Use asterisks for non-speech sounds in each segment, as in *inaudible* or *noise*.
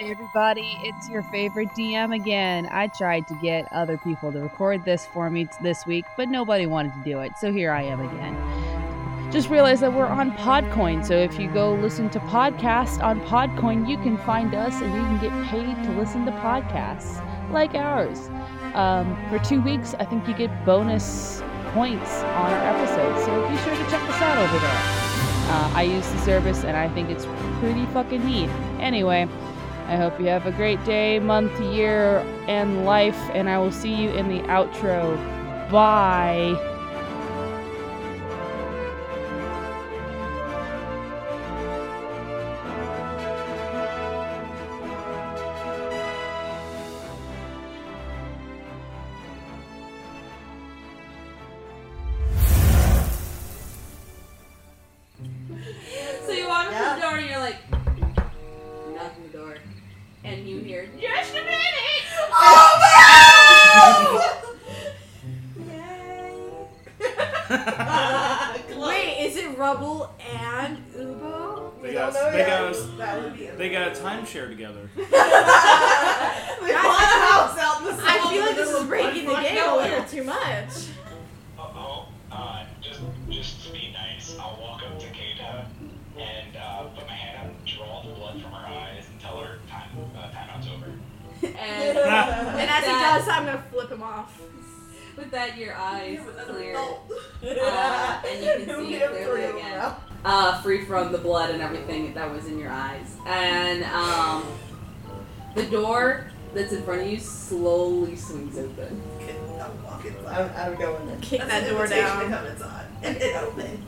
everybody. It's your favorite DM again. I tried to get other people to record this for me t- this week, but nobody wanted to do it. So here I am again. Just realized that we're on Podcoin. So if you go listen to podcasts on Podcoin, you can find us and you can get paid to listen to podcasts like ours. Um, for two weeks, I think you get bonus points on our episodes. So be sure to check us out over there. Uh, I use the service and I think it's pretty fucking neat. Anyway, I hope you have a great day, month, year, and life, and I will see you in the outro. Bye. So you walk up Yeah. to the door and you're like, you knock on the door, and you hear, just a minute! Oh, *laughs* Wait, is it Rubble and Ubo? They got, don't know they, yet. got us, That would be it. they got a *laughs* timeshare together. We bought a house out in the I south feel in like the this middle is of breaking the fucking game a nowhere. little too much. I'll, uh, just, just to be nice, I'll walk up to Kata and uh, put my hand up, draw the blood from her eyes, and tell her time, uh, timeout's over. And Yeah. And as he That- does, I'm gonna flip him *laughs* off. with that, your eyes clear. Yeah. and you can see We it clearly approve again. now. uh, free from the blood and everything that was in your eyes. And um, the door that's in front of you slowly swings open. Okay, I'm walking. I'm, I'm going then. Kick That's that an door invitation to down. Come inside. And it opened.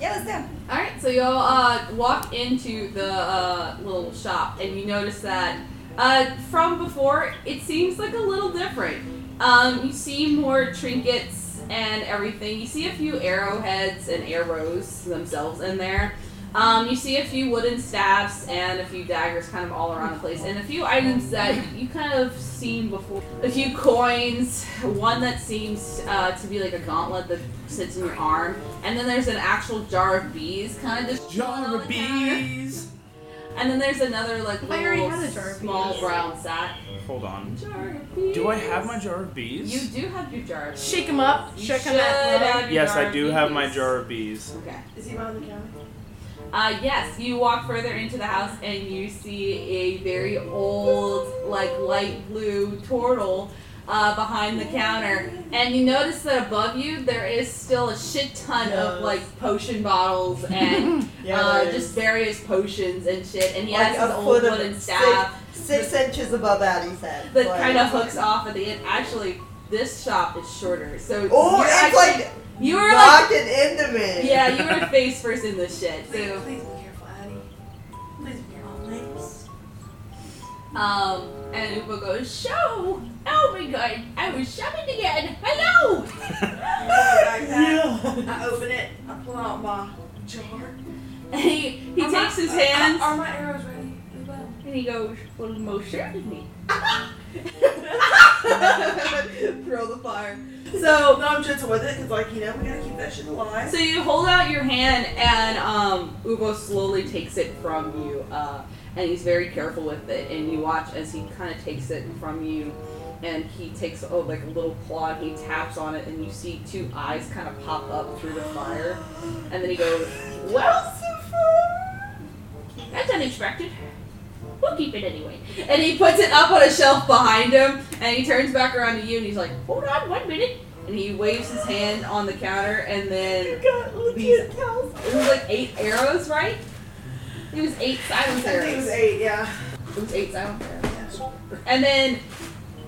Yeah, that's them. All right, so you'll uh, walk into the uh, little shop, and you notice that uh, from before, it seems like a little different. Um, you see more trinkets and everything. You see a few arrowheads and arrows themselves in there. Um, you see a few wooden staffs and a few daggers kind of all around the place, and a few items that you kind of seen before. A few coins, one that seems uh, to be like a gauntlet that sits in your arm, and then there's an actual jar of bees kind of just chilling on Oh Jar the of counter. bees! And then there's another like I already little had a jar of small bees. brown sack. Hold on. Jar of bees. Do I have my jar of bees? You do have your jar. Of bees. Shake him up. You Shake him should up. have your yes, jar I of do have my bees. jar of bees. Okay. Is he behind the counter? Uh, yes, you walk further into the house and you see a very old, like light blue turtle uh, behind the counter. And you notice that above you there is still a shit ton of Yes. like potion *laughs* bottles and uh, there just is. various potions and shit. And he Like has a his old foot of wooden sick- staff Six inches above Addie's head. that Like- kind of hooks off at the end. Actually, this shop is shorter, so Oh, you're it's actually, like you were like knocking into me. yeah, you were face first in this shit. So. be careful, Addie. Please be careful. Lips. Um, and Upa goes, "Show! Oh my god, I was shopping again. Hello!" *laughs* Yeah. I open it. I pull out my jar. And he he Are my- takes his hands Are my arrows ready? Ubo? and he goes, "Well, most certainly." Throw the fire. So no, I'm gentle with it because, like, you know, we gotta keep that shit alive. So you hold out your hand, and um, Ubo slowly takes it from you, uh, and he's very careful with it. And you watch as he kind of takes it from you, and he takes oh like a little claw and he taps on it, and you see two eyes kind of pop up through the fire, and then he goes, "Well, that's unexpected." We'll keep it anyway. And he puts it up on a shelf behind him, and he turns back around to you, and he's like, "Hold on, one minute." And he waves his hand on the counter, and then got legit cows. it was like eight arrows, right? It was eight I silence think it arrows. was eight. Yeah. It was eight silence arrows. And then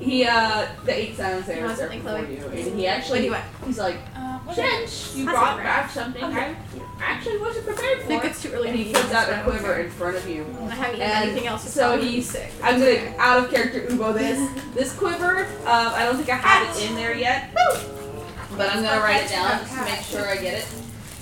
he, uh, the eight silence You want arrows are something, before Chloe? you, and he What do you actually, want? he's like, Uh, what do you- since you How's brought it back something I Okay. actually wasn't prepared I for, think it's too early and to he eat puts out this a round. quiver in front of you. I haven't eaten And anything else. so probably he's- sick. I'm gonna out of character Ubo this. This quiver, um, I don't think I have it in there yet, but I'm gonna write it down just to make sure I get it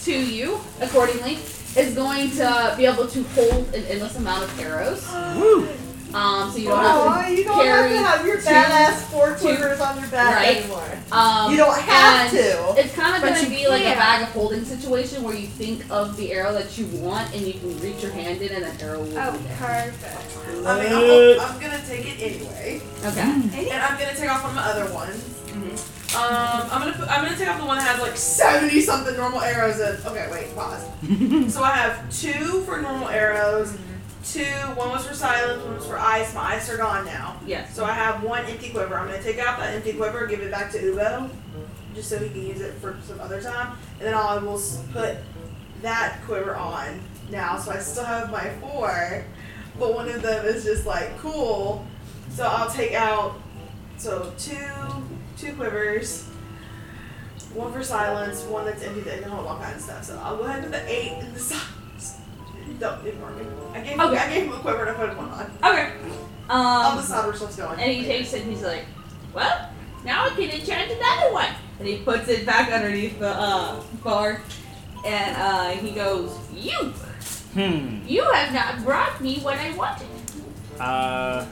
to you accordingly. Is going to be able to hold an endless amount of arrows. Um, so you don't have Oh, you don't have carry to have your two- badass four two- clippers on your back right. anymore. to. Um, you don't have and to. It's kind of But going to you be like a can. bag of holding situation where you think of the arrow that you want and you can reach your hand in and the arrow will Oh, be there. perfect. I mean, oh. I'm, Uh, I'm gonna take it anyway, Okay. and I'm gonna take off on the other ones. Um, Mm-hmm. I'm gonna put, I'm gonna take off the one that has like seventy something normal arrows in. Okay, wait, pause. so I have two for normal arrows, two. One was for silence, one was for ice. My ice are gone now, Yes. so I have one empty quiver. I'm gonna take out that empty quiver, give it back to Ubo, just so he can use it for some other time, and then I will s- put that quiver on now. So I still have my four, but one of them is just like cool. So I'll take out so two two quivers. One for silence, one that's empty that can hold all kinds of stuff. So I'll go ahead with the eight and the *laughs* silence. Don't ignore me. I gave, Okay. I gave him a quiver and I put one on. Okay. I'll Um, decide which one's going. and he takes it and he's like, well, now I can enchant another one. And he puts it back underneath the uh, bar and uh, he goes, you, Hmm. you have not brought me what I wanted. Uh.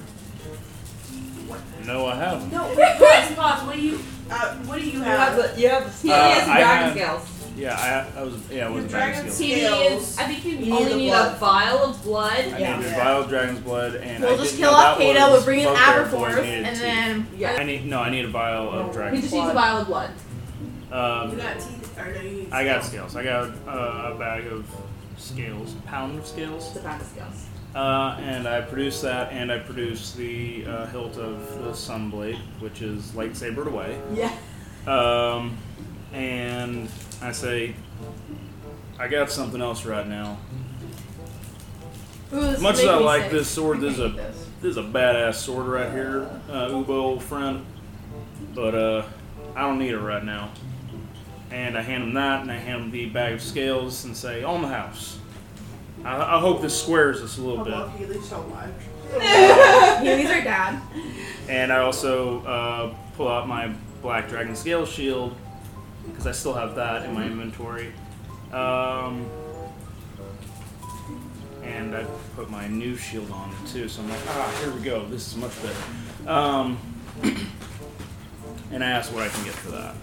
No, I haven't. no, wait, pause, pause. What do you? Uh, what do you You have have? the, you have the, he Uh, has the I dragon have- scales. Yeah, I, I was. Yeah, I was Your dragon dragon skills. He is, I think you, You need only the need a blood. vial of blood. I Yeah. needed Yeah. vial of dragon's blood, and We'll I just didn't kill know off that Kato. was We'll bring in both their boy Aberforth, needed and teeth. then Yeah. I need no. I need a vial of He *laughs* dragon. just needs a blood. vial of blood. you Um, got teeth, or no, you need I got scales. scales. I got uh, a bag of scales, pound of scales, It's a pack of scales. uh, and I produce that, and I produce the uh, hilt of the sunblade, which is lightsabered away. Yeah. Um, and I say, I got something else right now. Ooh, this Much is as I making me like sick. this sword, this is I hate *laughs* a this. this is a badass sword right here, uh, Ubo old friend. But uh, I don't need it right now. And I hand him that, and I hand him the bag of scales, and say, "On the house." I, I hope this squares us a little bit. Well, Healy so much. Healy's our dad. And I also uh, pull out my black dragon scale shield because I still have that in my inventory. Um, and I put my new shield on it too, so I'm like, ah, here we go. This is much better. Um, and I ask what I can get for that.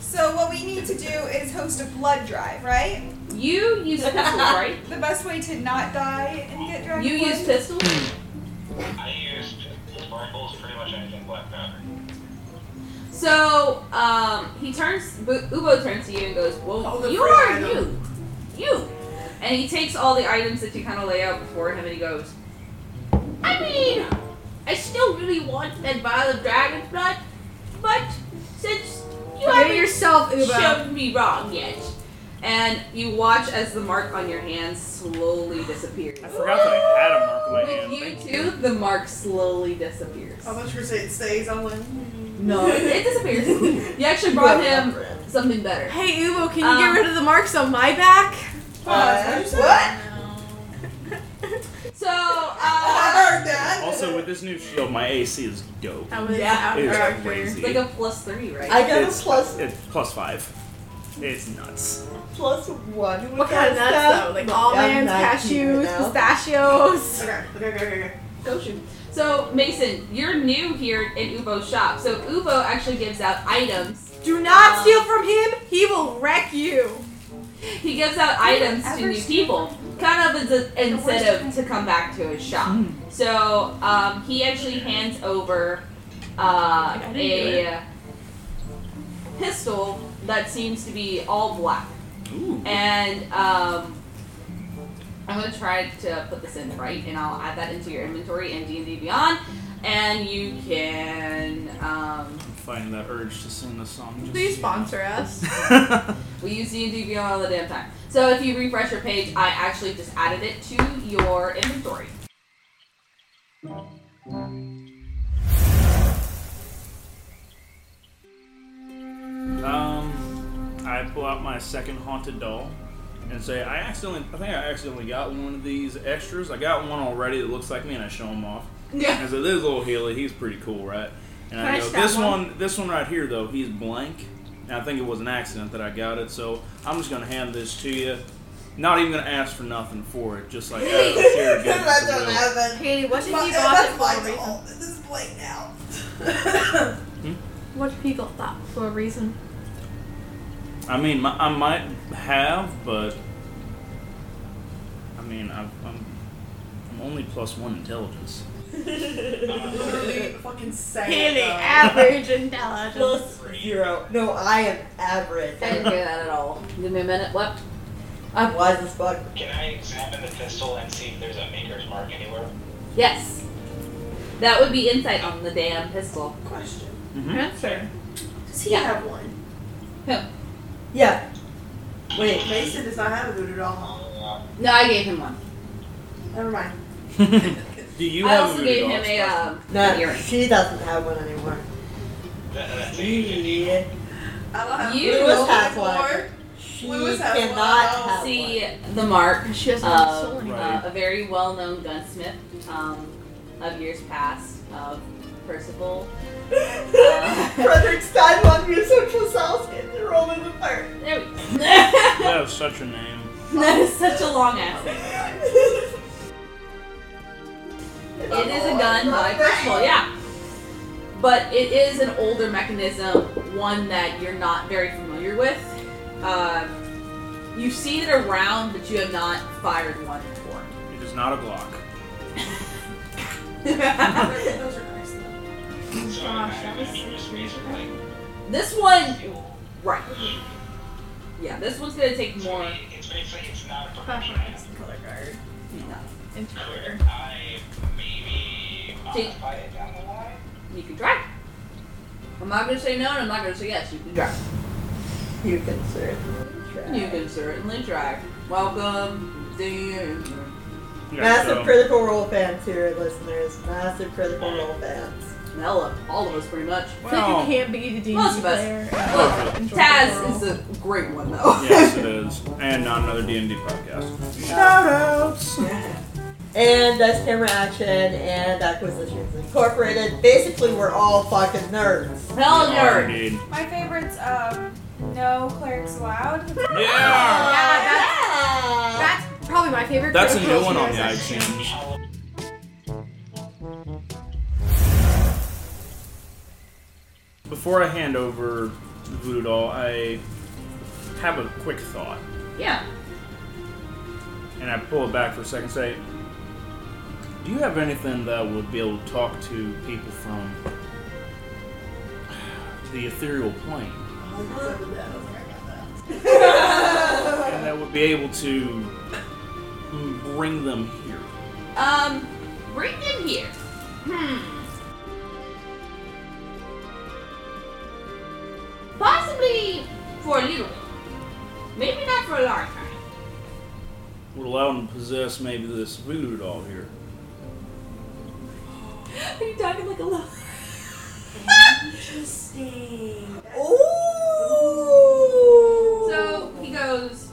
So what we need to do is host a blood drive, right? You use pistols, *laughs* right? The best way to not die and get dragon You blood? use pistols? I used sparkles, pretty much anything black powder. So, um, he turns, Bu- Ubo turns to you and goes, Well, All the you free are you. items. You. And he takes all the items that you kind of lay out before him and he goes, I mean, I still really want that vial of dragon's blood, but since you Forgive haven't yourself, Ubo. shoved me wrong yet. And you watch as the mark on your hand slowly disappears. I forgot that I had a mark on my hand. With you two, the mark slowly disappears. How Oh much for say it stays? I'm like, No, it, it disappears. You actually brought him something better. Hey, Ubo, can you Um, get rid of the marks on my back? Pause. Uh, what? So, uh, I heard that. Also, with this new shield, my AC is dope. That was Yeah. out It is of order. crazy. it's like a plus three, right? I got it's, a plus it's plus five. It's nuts. plus one. What kind of nuts though? Like almonds, uh, cashews, *laughs* pistachios. Okay, okay, okay, okay. Go Oh, shoot. So, Mason, you're new here in Ubo's shop. So, Ubo actually gives out items. Do Uh, not steal from him. He will wreck you. He gives out items to ever new steal people, kind of as an incentive to come back to his shop. Hmm. So, um, he actually hands over uh, I didn't do a pistol that seems to be all black. Ooh. And um, I'm gonna try to put this in right, and I'll add that into your inventory in D and D Beyond, and you can. Um, Fighting that urge to sing this song. Just Please sponsor us. we use D and D Beyond all the damn time. So if you refresh your page, I actually just added it to your inventory. *laughs* Um, I pull out my second haunted doll and say, I accidentally, I think I accidentally got one of these extras. I got one already that looks like me, and I show him off. Yeah. I said, "This little Healy, he's pretty cool, right?" And Can I I go, just have "This one?" one, this one right here, though, he's blank." And I think it was an accident that I got it, so I'm just gonna hand this to you. Not even gonna ask for nothing for *laughs* it. Just like out of sheer goodness that of don't will. happen. Katie, what did But you bought it that's for my a oh, reason? fault. This is blatant *laughs* now. What did people bought for a reason? I mean, my, I might have, but I mean, I've, I'm I'm only plus one intelligence. *laughs* Literally fucking uh, say Katie, it, though. average intelligence. Plus zero. No, I am average. I didn't hear that at all. Give me a minute. What? I'm wise as fuck. Can I examine the pistol and see if there's a maker's mark anywhere? Yes. That would be insight on the damn pistol. Question. Mm-hmm. Answer. Does he Yeah. have one? Yeah. Wait. Mason does not have a voodoo doll. huh? Uh, No, I gave him one. Never mind. *laughs* Do you I have also a gave voodoo him a doll? um, an No, earring. she doesn't have one anymore. That, that's a She, I don't have You- voodoo Lewis dolls has anymore. one. she Lewis has one. cannot have See one. the mark She doesn't have a soul of anymore. uh, a very well-known gunsmith um, of years past of Percival. *laughs* Uh, Frederick Steinway Museum for South in the *laughs* Roman Empire. there we go. That was such a name. that is such a long ass. It is a gun by Percival, yeah. But it is an older mechanism, one that you're not very familiar with. Uh, you've seen it around, but you have not fired one before. It is not a Glock. Those are nice. though. So Gosh, I that was- imagine it's razor like *laughs* this one, steel. right? Yeah, this one's gonna take So more. it's basically it's not a professional. Flashlights and color guard. No. And Could trigger. I maybe See- modify it down the line? You can try. I'm not gonna say no, and I'm not gonna say yes. You can try. You can certainly try. You can certainly try. Welcome, Dan. Yeah, Massive so- Critical Role fans here, listeners. Massive Critical Role fans. Mella, all of us pretty much. *laughs* like Well, you can't be the D&D most of us. player. Look, and- Taz is a great one though. *laughs* yes, it is, and not another D and D podcast. Shoutouts. and Dice Camera Action and Acquisitions Incorporated. Basically, we're all *laughs* fucking nerds. Hell We are nerd. indeed. My favorite's um, no clerics allowed. Yeah. That's probably my favorite. That's a character. new one on the iTunes. Before I hand over the voodoo doll, I have a quick thought, Yeah. and I pull it back for a second. Say, do you have anything that would be able to talk to people from *sighs* the ethereal plane, and that would be able to bring them here? Um, bring them here. Hmm. Possibly for a little bit. Maybe not for a long time. Would allow them to possess maybe this voodoo doll here. Are you talking like a little? *laughs* Interesting. Ooh! So he goes,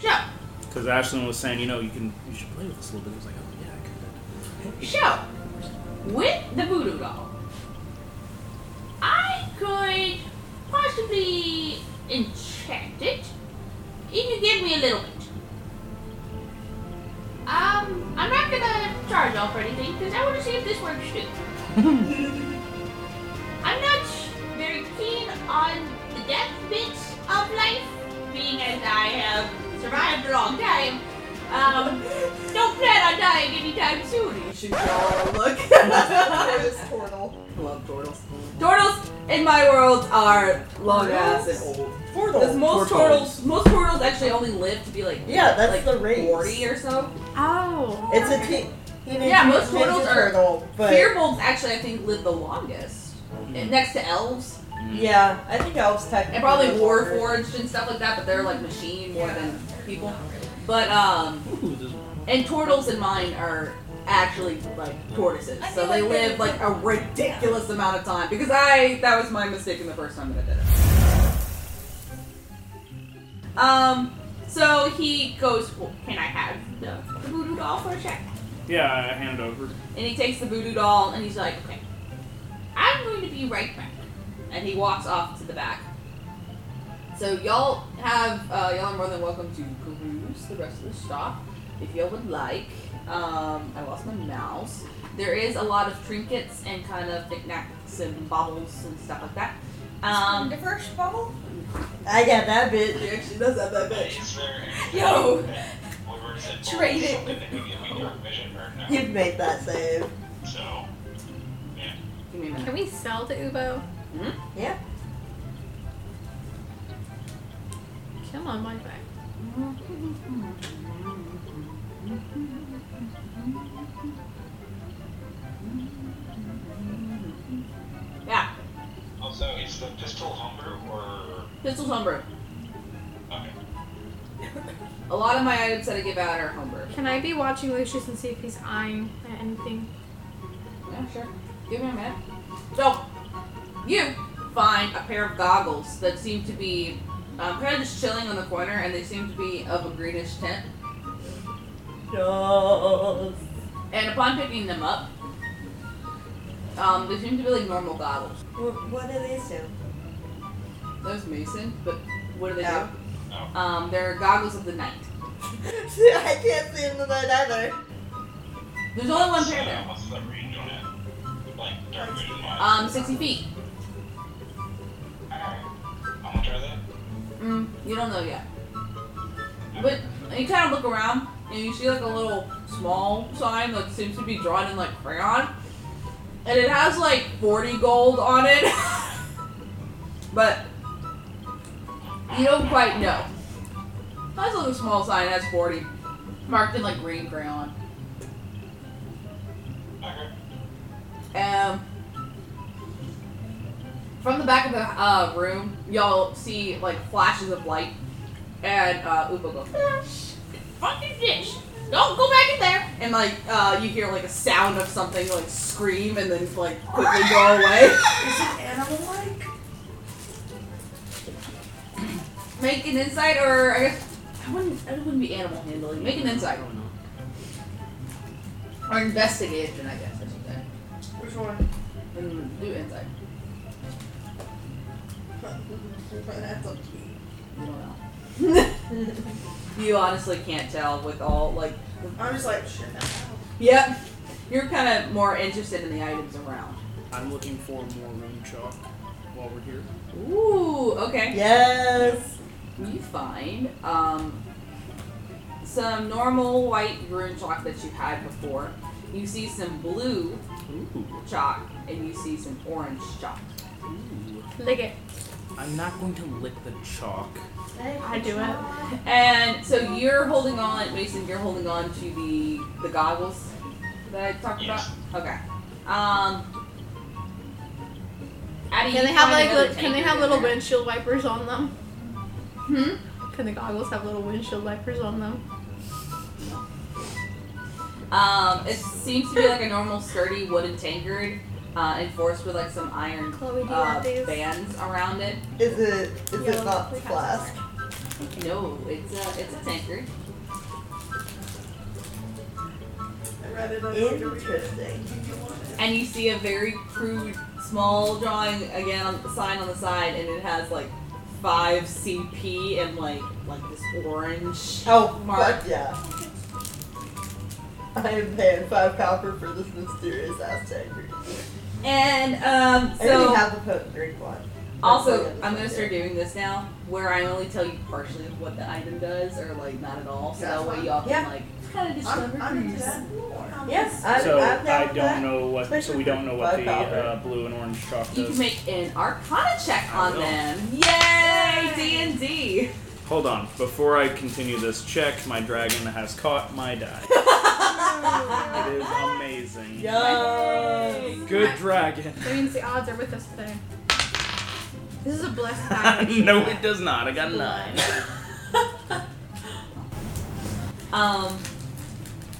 show, Because Ashlyn was saying, you know, you can you should play with this a little bit. I was like, oh yeah, I show, with the voodoo doll. I could possibly enchant it if you give me a little bit. Um, I'm not gonna charge off or anything because I want to see if this works too. I'm not very keen on the death bits of life, being as I have survived a long time. Um, don't plan on dying anytime soon. You should all look. There's Portal. Love turtles. Turtles in my world are long ass and Oh, old. Portal. Because most turtles, most turtles actually only live to be like Yeah, that's like the race. 40 or so. Oh. It's a teen. teenage Yeah, most Mutant turtles Ninja are- Turtle, but Mm-hmm. Fearbolgs actually, I think, live the longest, And next to elves, yeah, I think elves technically. and probably are longer. warforged and stuff like that. But they're like machine more than people. But um, could. Ooh, this and turtles in mine are actually like tortoises, I so feel they like live they- like a ridiculous amount of time. Because I that was my mistake in the first time that I did it. Um, so he goes, well, "Can I have the, the voodoo doll for a check?" Yeah, I hand it over. And he takes the voodoo doll and he's like, okay, I'm going to be right back. And he walks off to the back. So y'all have, uh, y'all are more than welcome to peruse just the rest of the shop if you would like. Um, I lost my mouse. There is a lot of trinkets and kind of knickknacks and baubles and stuff like that. Um, the first bubble? I got that bitch. She actually does have that bitch. Is there anything Yo. that Woodward said, well, Trade it. something that we can either envision or no? You'd make that save. So, give me a minute. Can we sell to Ubo? Yeah. Come on, my back. Yeah, also, is the pistol homebrew or pistols homebrew. okay? A lot of my items that I give out are homebrew. Can I be watching Lucius and see if he's eyeing anything? Yeah, sure. Give me a minute. So, you find a pair of goggles that seem to be um, kind of just chilling on the corner, and they seem to be of a greenish tint. Dolls. And upon picking them up, um, they seem to be like normal goggles. What, what do they do? That was Mason, but what do they Oh. do? Um, they're goggles of the night. *laughs* I can't see into that either. There's only one So, pair there. what's the range on it? Like dark vision wise. Um, 60 feet. Alright, I'm gonna try that. Mm, you don't know yet. But you kind of look around and you see like a little small sign that seems to be drawn in like crayon, and it has like forty gold on it, *laughs* but you don't quite know. That's a little small sign that has forty, marked in like green crayon. Okay. Um, from the back of the uh, room, y'all see like flashes of light, and uh, Upa goes, "Flash, "Fucking dish! Don't go back in there!" And like uh, you hear like a sound of something like scream, and then like quickly go away. Is it animal like? Make an insight, or I guess I wouldn't. I wouldn't be animal handling. Make an insight, or investigation, I guess, or something. Which one? And do insight. That's up to you. You don't know. *laughs* you honestly can't tell with all like I'm just like, shit, no. Yep. You're kind of more interested in the items around. I'm looking for more room chalk while we're here. Ooh, okay. Yes. You find um, some normal white rune chalk that you had before. You see some blue Ooh. chalk, and you see some orange chalk. Ooh. Lick it. I'm not going to lick the chalk. I do it. And so you're holding on, Mason. You're holding on to the the goggles that I talked Yes. about. Okay. Um. Addie, Can you they have find like another li- can they tankard have in little there. windshield wipers on them? Hmm. Can the goggles have little windshield wipers on them? Um, it seems to be like a normal sturdy wooden tankard, uh, enforced with like some iron Chloe, do you uh, have these? bands around it. Is it is Yellow it not paper flask? No, it's a it's a tankard. I read it on Interesting. And you see a very crude, small drawing again on the sign on the side, and it has like five CP and like like this orange. Oh, Mark. fuck yeah. I am paying five copper for this mysterious ass tankard. And um, I already so have the potent drink one. That's also what I I'm gonna have start doing this now, where I only tell you partially what the item does, or like not at all, so That's that way fine. y'all can Yeah. like kind of discover. I'm, I'm into things. that more. do. Yes, I'm, so I'm down I with don't that. know what. so Especially we for don't know what the five uh, blue and orange chalk You can does. make an Arcana check I on will. them. Yay! D and D. Hold on, before I continue this check, my dragon has caught my *laughs* die. it is amazing. Yes. Good dragon. *laughs* That means the odds are with us today. This is a *laughs* blessed time. no, it does not. I got a nine. Um,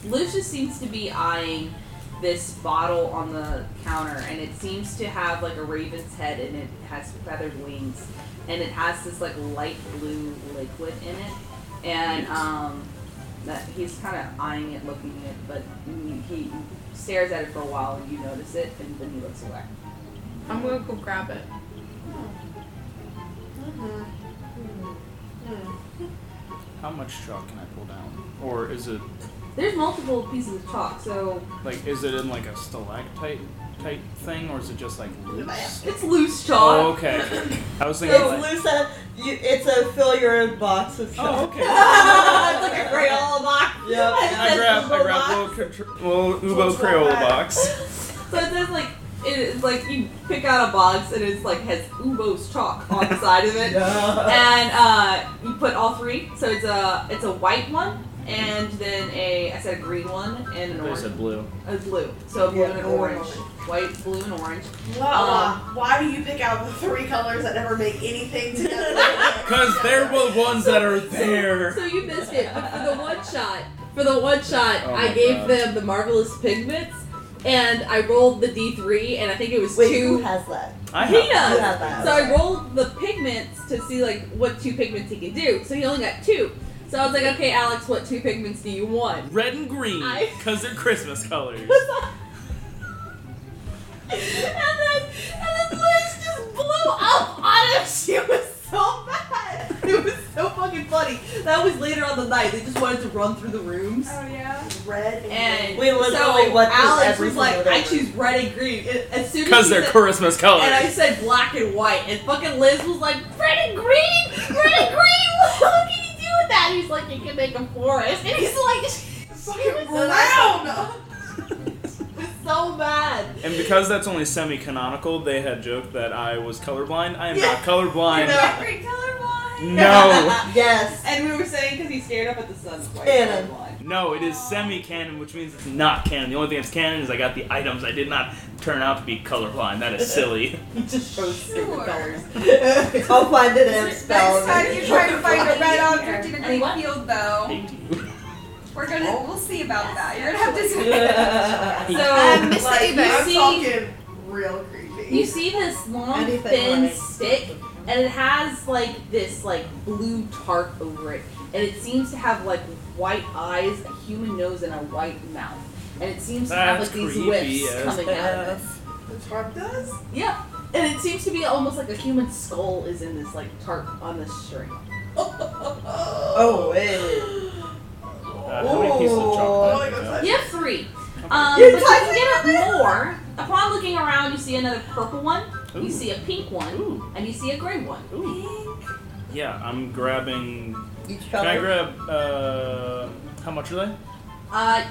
Lucius seems to be eyeing this bottle on the counter, and it seems to have like a raven's head, and it has feathered wings, and it has this like light blue liquid in it, and um, that he's kind of eyeing it, looking at it, but he stares at it for a while, and you notice it, and then he looks away. I'm gonna go grab it. How much chalk can I pull down? Or is it There's multiple pieces of chalk, so like is it in like a stalactite type thing, or is it just like loose? it's loose Oh, chalk. okay. I was thinking. It's Like, loose. uh, You, it's a fill your own box of oh, stuff. *laughs* okay. it's like a Crayola box. Yep. I grab I grab little cr- little Ubo Crayola box. So it says like it is like you pick out a box and it's like has Ubo's chalk on the side *laughs* of it. and uh, you put all three. So it's a it's a white one, and then a I said a green one and an They orange, said blue. a blue. So a blue Yeah, and an blue orange, and white, blue and orange. Lala, why do you pick out the three colors that never make anything *laughs* together? Cause they're the ones that are there. So you missed it. But for the one shot, for the one shot, Oh I my gave God. them the marvelous pigments, and I rolled the D three, and I think it was Wait, two. who has that? I He have. Who does. has that? So I rolled the pigments to see like what two pigments he could do. So he only got two. So I was like, okay, Alex, what two pigments do you want? *laughs* Red and green, I- cause they're Christmas colors. and then, and then Liz just blew up on him. *laughs* She was so mad. It was so fucking funny. That was later on the night. They just wanted to run through the rooms. Oh yeah. Red and, And We literally so went through Alex every was like, single I day. choose red and green. And as soon as Cause he they're said- Christmas colors. and I said black and white, and fucking Liz was like, red and green, red and green. *laughs* What can you do with that? And he's like, you can make a forest. And he's like, fucking brown. so bad. And because that's only semi-canonical, they had joked that I was colorblind. I am Yeah. not colorblind. No. Every color one. No. yes. And we were saying because he stared up at the sun twice. Canon. *laughs* Why? No, it is semi-canon, which means it's not canon. The only thing that's canon is I got the items. I did not turn out to be colorblind. That *laughs* is silly. He just shows Sure. different colors. I'll find it and spell Next time it. you *laughs* try to find a red object Object in a in green a field, Oh. though. Thank you. We're gonna. We'll see about that. You're gonna have to. Yeah. So Um, Miss Like, Ava. I'm see- talking real creepy. you see this long, Anything thin like- stick, and it has like this like blue tarp over it, and it seems to have like white eyes, a human nose, and a white mouth, and it seems to have That's like these creepy whips as coming out of it. The tarp does? *laughs* Yeah, and it seems to be almost like a human skull is in this like tarp on this string. Oh wait. Uh, how many pieces of Oh chocolate? my god. You have three. Um, but You you typed can get up more. Upon looking around, you see another purple one, you Ooh. see a pink one, Ooh. and you see a gray one. Yeah, I'm grabbing. Each Can I color. grab? Uh, how much are they? Uh,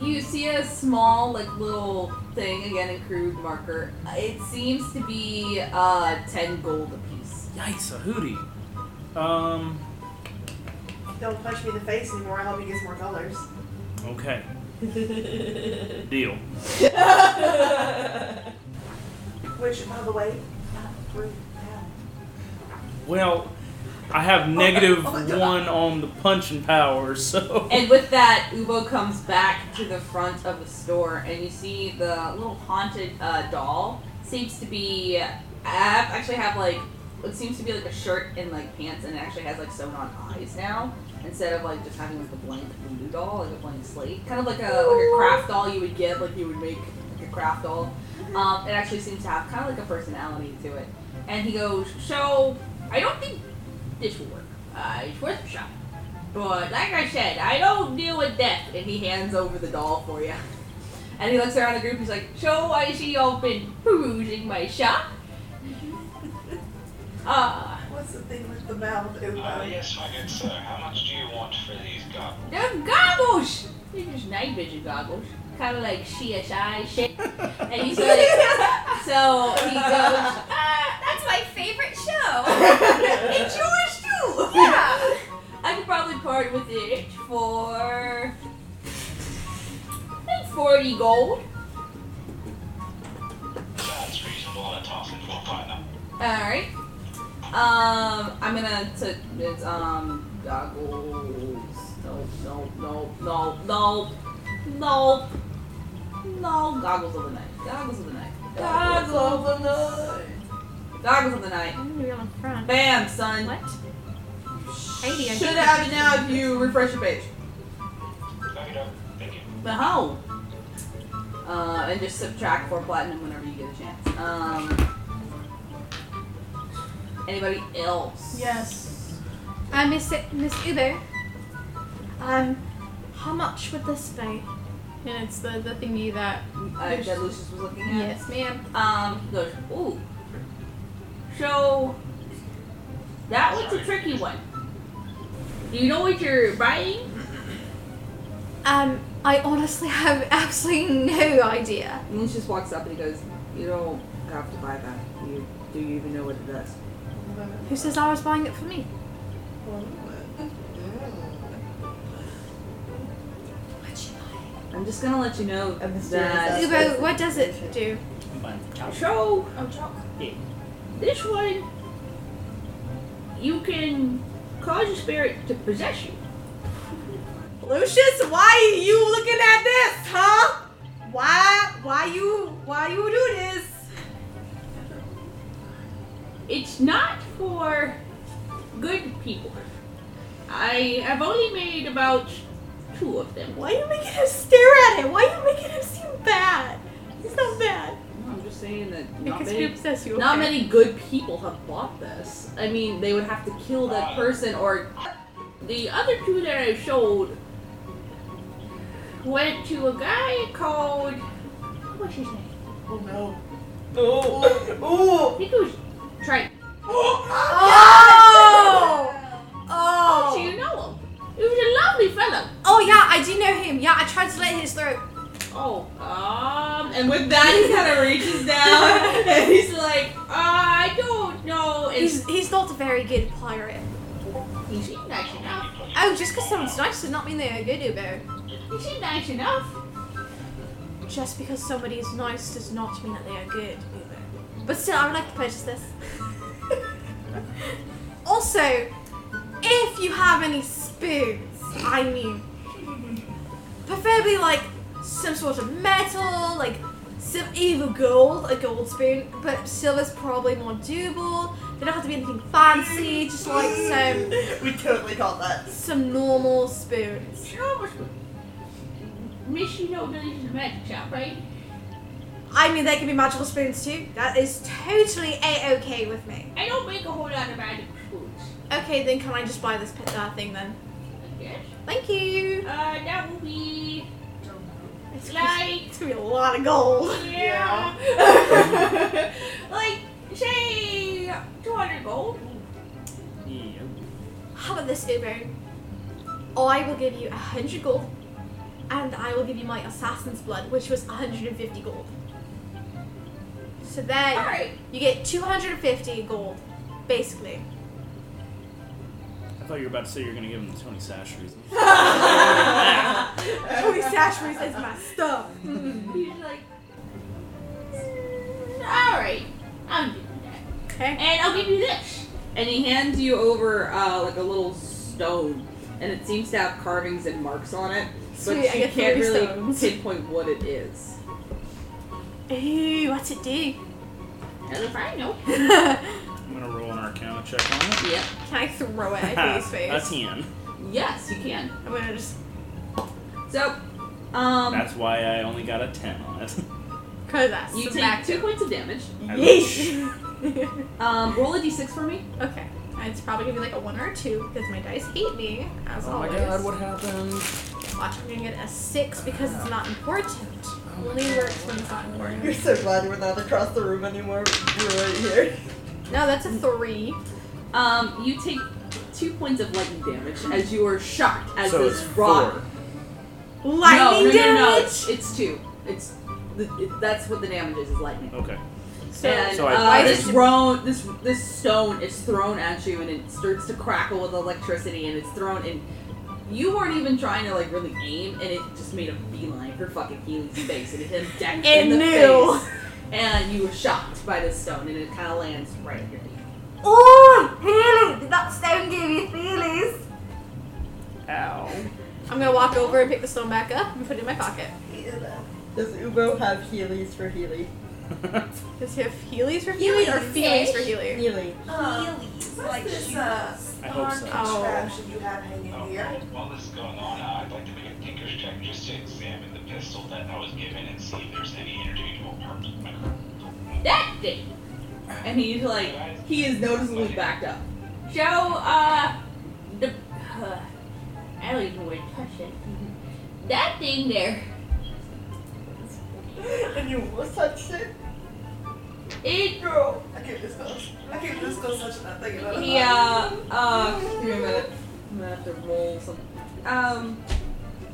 you see a small, like, little thing again in crude marker. It seems to be uh, 10 gold apiece. Yikes, a hootie. Um. Don't punch me in the face anymore. I'll help you get some more colors. Okay. Deal. Which, by the way, not three now. Well, I have negative oh my one God. on the punching power, so. *laughs* And with that, Ubo comes back to the front of the store, and you see the little haunted uh, doll seems to be. I have- actually have like it seems to be like a shirt and like pants, and it actually has like sewn on eyes now instead of like just having like a blank voodoo doll, like a blank slate, kind of like a like a craft doll you would get, like you would make like a craft doll. Um, it actually seems to have kind of like a personality to it. And he goes, "So I don't think this will work. Uh, it's worth a shot." But like I said, I don't deal with death. And he hands over the doll for you. And he looks around the group. He's like, "So I see y'all been perusing my shop." *laughs* Uh, What's the thing with the mouth? Ooh, Oh, Uh, yes, my good sir. How much do you want for these goblins? the goggles. They're just night vision goggles, kind of like CSI shit. And he's like, so he goes, "Ah, That's my favorite show. it's yours too. Yeah. I could probably part with it for like forty gold. That's reasonable. I'll toss it to a partner. All right. Um, I'm gonna t- it's, um goggles. No, no, no, no, no, no, no. Goggles of the night. Goggles of the night. Goggles. of the Goggles of the night. I'm gonna be on the front. Bam, son. What? Eighty. I Should think. have it now if you refresh your page. Thank you. Thank you. But how? Uh, and just subtract four platinum whenever you get a chance. Um. Anybody else? Yes. I Uh, miss it, Miss Uber. Um, how much would this be? And it's the, the thingy that. uh, that Lucius was looking at. Yes, ma'am. Um, he goes, ooh. So, that one's a tricky one. Do you know what you're buying? Um, I honestly *laughs* have absolutely no idea. And Lucius walks up and he goes, you don't have to buy that. You, do you even know what it does? Who says I was buying it for me? I'm just gonna let you know A mysterious that. aspect. Ubo, what does it do? I'm buying the couch. So, Oh, drop. this one, you can cause a spirit to possess you. Lucius, why you looking at this, huh? Why why you why you do this? It's not for good people. I have only made about two of them. Why you making him stare at it? Why you making him seem bad? He's not bad. I'm just saying that not Because he many, obsess you. not okay. many good people have bought this. I mean, they would have to kill that person or the other two that I showed went to a guy called what's his name? Oh no. I think it was Triton. Oh! So Oh! you know him. He was a lovely fellow. Oh yeah, I do know him. Yeah, I tried to let his throat. Oh, um, and with that he *laughs* kind of reaches down and he's like, I don't know. And He's he's not a very good pirate. he seemed nice enough. Oh, just because someone's nice does not mean they are good, Ubo. He seemed nice enough. Just because somebody is nice does not mean that they are good, Ubo. But still, I would like to purchase this. *laughs* also, if you have any spoons, I mean, preferably like some sort of metal, like some either gold, a gold spoon, but silver's probably more doable. They don't have to be anything fancy, just like some we totally caught that. some normal spoons. Sure. Miss, you know this is a magic shop, right? I mean, they can be magical spoons too. That is totally a okay with me. I don't make a whole lot of magic spoons. Okay, then can I just buy this pit uh, thing then? I guess. Thank you. Uh, that will be It's gonna like, be a lot of gold. yeah, *laughs* like say 200 gold. Yeah. How about this, Uber? I will give you a hundred gold, and I will give you my assassin's blood, which was 150 gold. So there, All right. you get 250 gold, basically. *laughs* I thought you were about to say you were going to give him the Tony Sash reason. Tony Sashbury's is my stuff. Mm-hmm. He's like, "Mm, all right, I'm doing that, Okay. and I'll give you this. And he hands you over uh, like a little stone, and it seems to have carvings and marks on it, Sweet, I get three stones. pinpoint what it is. Ooh, what's it do? As if I know. Can I'm going to roll an Arcana check on *laughs* it. Yep. I throw it at *laughs* his a face? 10. Yes, you can. I'm gonna just So, um, That's why I only got a 10 on it. *laughs* cause that's you some take back two points of damage. Yeesh. Um, roll a d6 for me. *laughs* okay. It's probably gonna be like a one or a two because my dice hate me as Oh my always. god, what happened? Watch, I'm gonna get a six because it's not important. Only works when it's not You're *laughs* important. so glad we're not across the room anymore. We're right here. No, that's a three. Um, you take two points of lightning damage as you are shocked as so this it's rock. four. no, no, Lightning No, no, damage. it's, it's two. It's th- it, that's what the damage is. Is lightning. Okay. So and so I- uh, Why this did you- thrown this this stone is thrown at you and it starts to crackle with electricity and it's thrown and you weren't even trying to like really aim and it just made a beeline for fucking Healy's face and it hit him dead It in the knew. face. And you were shocked by this stone and it kind of lands right at your feet. Oh, really? Did that stone give you feelies? Ow. *laughs* I'm gonna walk over and pick the stone back up and put it in my pocket. Does Ubo have Heelys for Healy? Does he have Heelys for Healy or Feelies for Healy? Healy. Um, What's this uh, I hope so. Oh. contraption you have hanging Uh, here? while, while this is going on, uh, I'd like to make a tinker's check just to examine the pistol that I was given and see if there's any interchangeable parts. with my current- that thing. And he's like, he is noticeably backed up. So, uh, the, uh, I don't even want to touch it. That thing there, and you will touch it. it Girl, I can't discuss. I can't discuss such a thing about it. He, uh, uh, give me a minute. I'm gonna have to roll some. Um,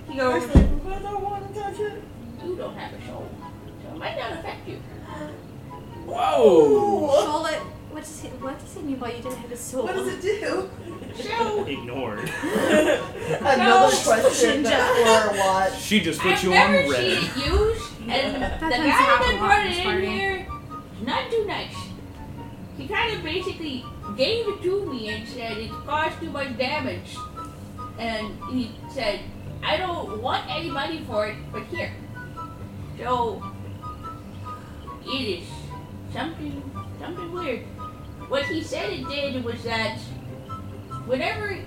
he goes, Actually, I don't want to touch it. You don't have a soul, so it might not affect you. Whoa! Charlotte, what does he what does he mean by you don't have a soul? What does it do? So, *laughs* Ignored. Another *laughs* question that Laura watched. She just I put you on remember she red. used, and the tends guy to happen that a lot brought in it this in party. here, not too nice. He kind of basically gave it to me and said it caused too much damage. And he said, I don't want any money for it, but here. So, it is something, something weird. What he said it did was that whenever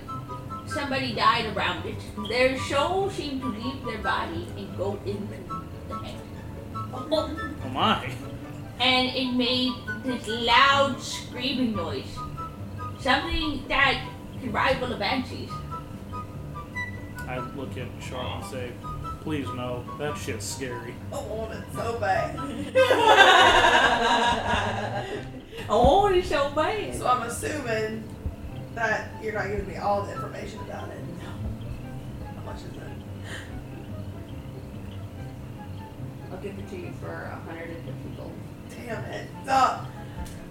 somebody died around it, their soul seemed to leave their body and go into the head. Oh my. And it made this loud screaming noise. Something that could rival the banshees. I look at Charlotte and say, please no, that shit's scary. I want it so bad. *laughs* Oh, it's so bad. so I'm assuming that you're not giving me all the information about it. How much is it? I'll give it to you for a hundred and fifty gold. Damn it. Stop.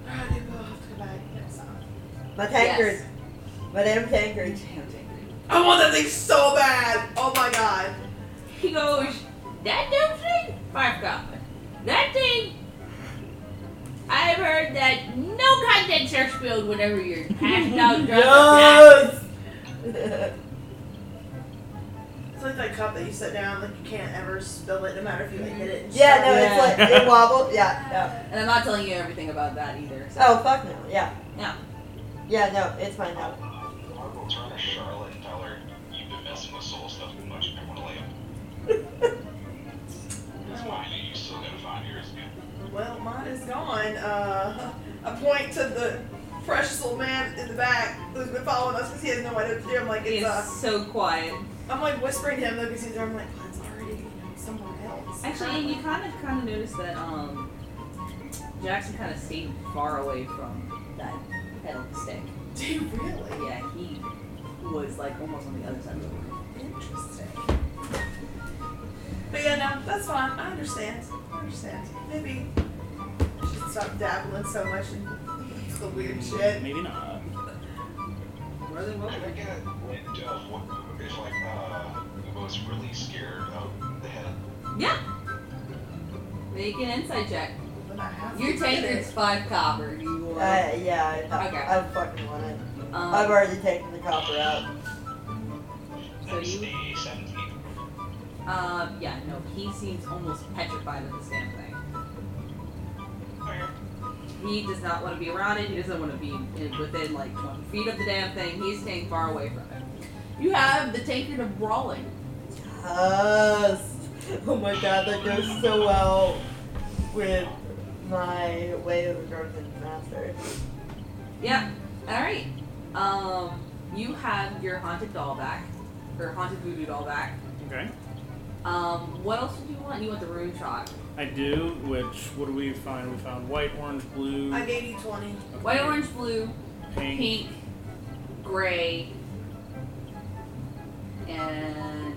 Alright, we'll have to go back next time. My tankard. Yes. *laughs* Madame Tankard. I want that thing so bad. Oh my god. He goes, that damn thing? Five goblin. That thing. I've heard that no contents are spilled whenever you're passed *laughs* out drunk. It's like that cup that you set down, like you can't ever spill it, no matter if you like, hit it. And Yeah, shove no, it. it's like it wobbled. Yeah, yeah. And I'm not telling you everything about that either. So. Oh fuck no. Yeah. No. Yeah, no, it's mine now. I will turn to Charlotte and tell her you've been messing with soul stuff too much. I want to lay up. It's mine, and you still gotta find yours. man. Well, mine is gone. Uh, I point to the precious little man in the back who's been following us because he has no idea what to do. I'm like, He it's, is uh, so quiet. I'm like whispering to him though because he's there. I'm like, well, it's already you know, somewhere else. Actually, you kind of kind of noticed that um, Jackson kind of stayed far away from that pedal stick. do you really? Yeah, he was like almost on the other side of the room. Interesting. But yeah, no, that's fine. I understand. I understand. Maybe I should stop dabbling so much in the weird shit. Mm, Maybe not. Where they I think I went to what if like uh was really scared of the head. Yeah. Make an insight check. But I have to Your get tankard's it. five copper. You Uh, will. yeah, I, Okay. I fucking want it. I've Um, already taken the copper out. so That's you. the seventeen. Uh, yeah. No, he seems almost petrified of this damn thing. Okay. He does not want to be around it. He doesn't want to be in, within like 20 feet of the damn thing. He's staying far away from it. You have the tankard of brawling. Yes. Oh my god, that goes so well with my way of drunken *laughs* master. Yep. All right. Um, you have your haunted doll back, or haunted voodoo doll back. Okay. Um, what else did you want? You want the rune shot. I do, which, what do we find? We found white, orange, blue. I gave you 20. okay, White, orange, blue, pink. pink, gray, and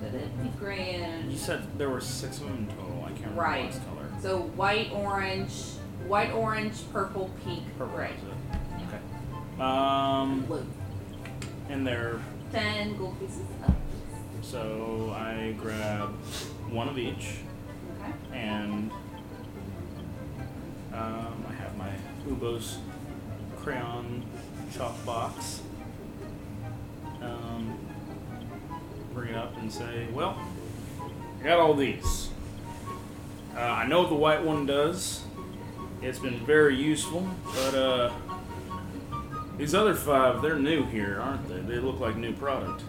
did it be gray and You said there were six of them in total. I can't remember Right. the last color. So white, orange, white, orange, purple, pink, Purple gray, is it? Okay. Um, blue. and they're Ten gold pieces. Up. so I grab one of each, Okay. and um, I have my Ubo's crayon chalk box. Um, bring it up and say, "Well, I got all these. Uh, I know what the white one does. It's been very useful, but uh, these other five, they're new here, aren't they? They look like new product."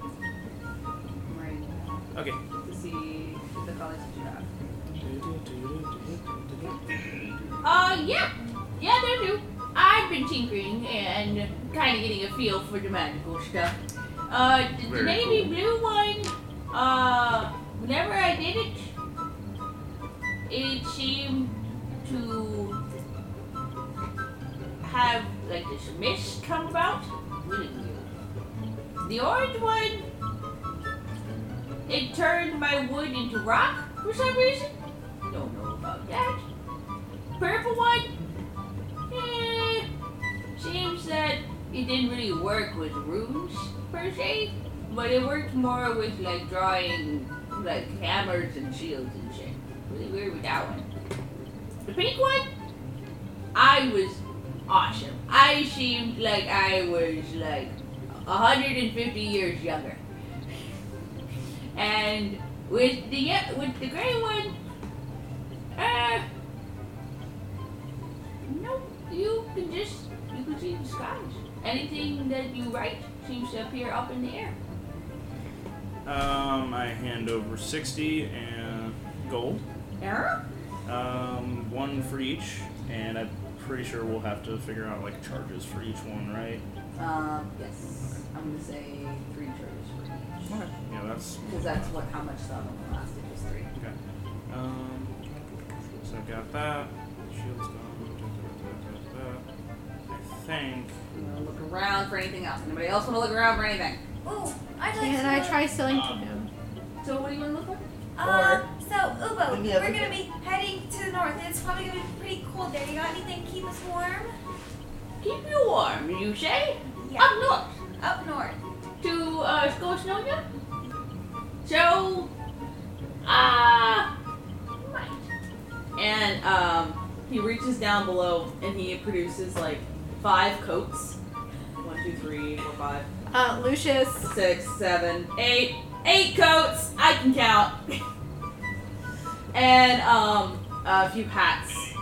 I'm writing it down Okay. To see the colors that you have. Uh, yeah, yeah, they're new. I've been tinkering and kind of getting a feel for the magical stuff. Uh, the Very navy blue one, uh, whenever I did it, it seemed to have like this mist come about. really blue. The orange one, it turned my wood into rock for some reason. Don't know about that. Purple one, eh, seems that it didn't really work with runes per se, but it worked more with like drawing like hammers and shields and shit. Really weird with that one. The pink one, I was awesome. I seemed like I was like 150 years younger. And with the ye- with the gray one, uh, no, you can just you can see the skies. Anything that you write seems to appear up in the air. Um, I hand over 60 and gold. Error? Um, one for each, and I'm pretty sure we'll have to figure out like charges for each one, right? Um, yes. I'm gonna say three turns for each. Yeah, that's Because that's what how much the other one lasted was three. okay. Um, so I've got that. Shield's gone. da, da, da, da, da. I think. I'm gonna look around for anything else. Anybody else wanna look around for anything? Ooh, I'd like Can to. I try selling to him? So what do you wanna look for? Uh, Or- so Ubo, Yeah, we're look gonna be heading to the north. It's probably gonna be pretty cold there. You got anything to keep us warm? Keep you warm, you say? Oh. Yeah. Up Up north. north to uh Scotia. So uh right. And um he reaches down below and he produces like five coats. One, two, three, four, five, Uh, Lucius. six, seven, eight, eight coats. I can count. *laughs* and um, a few hats.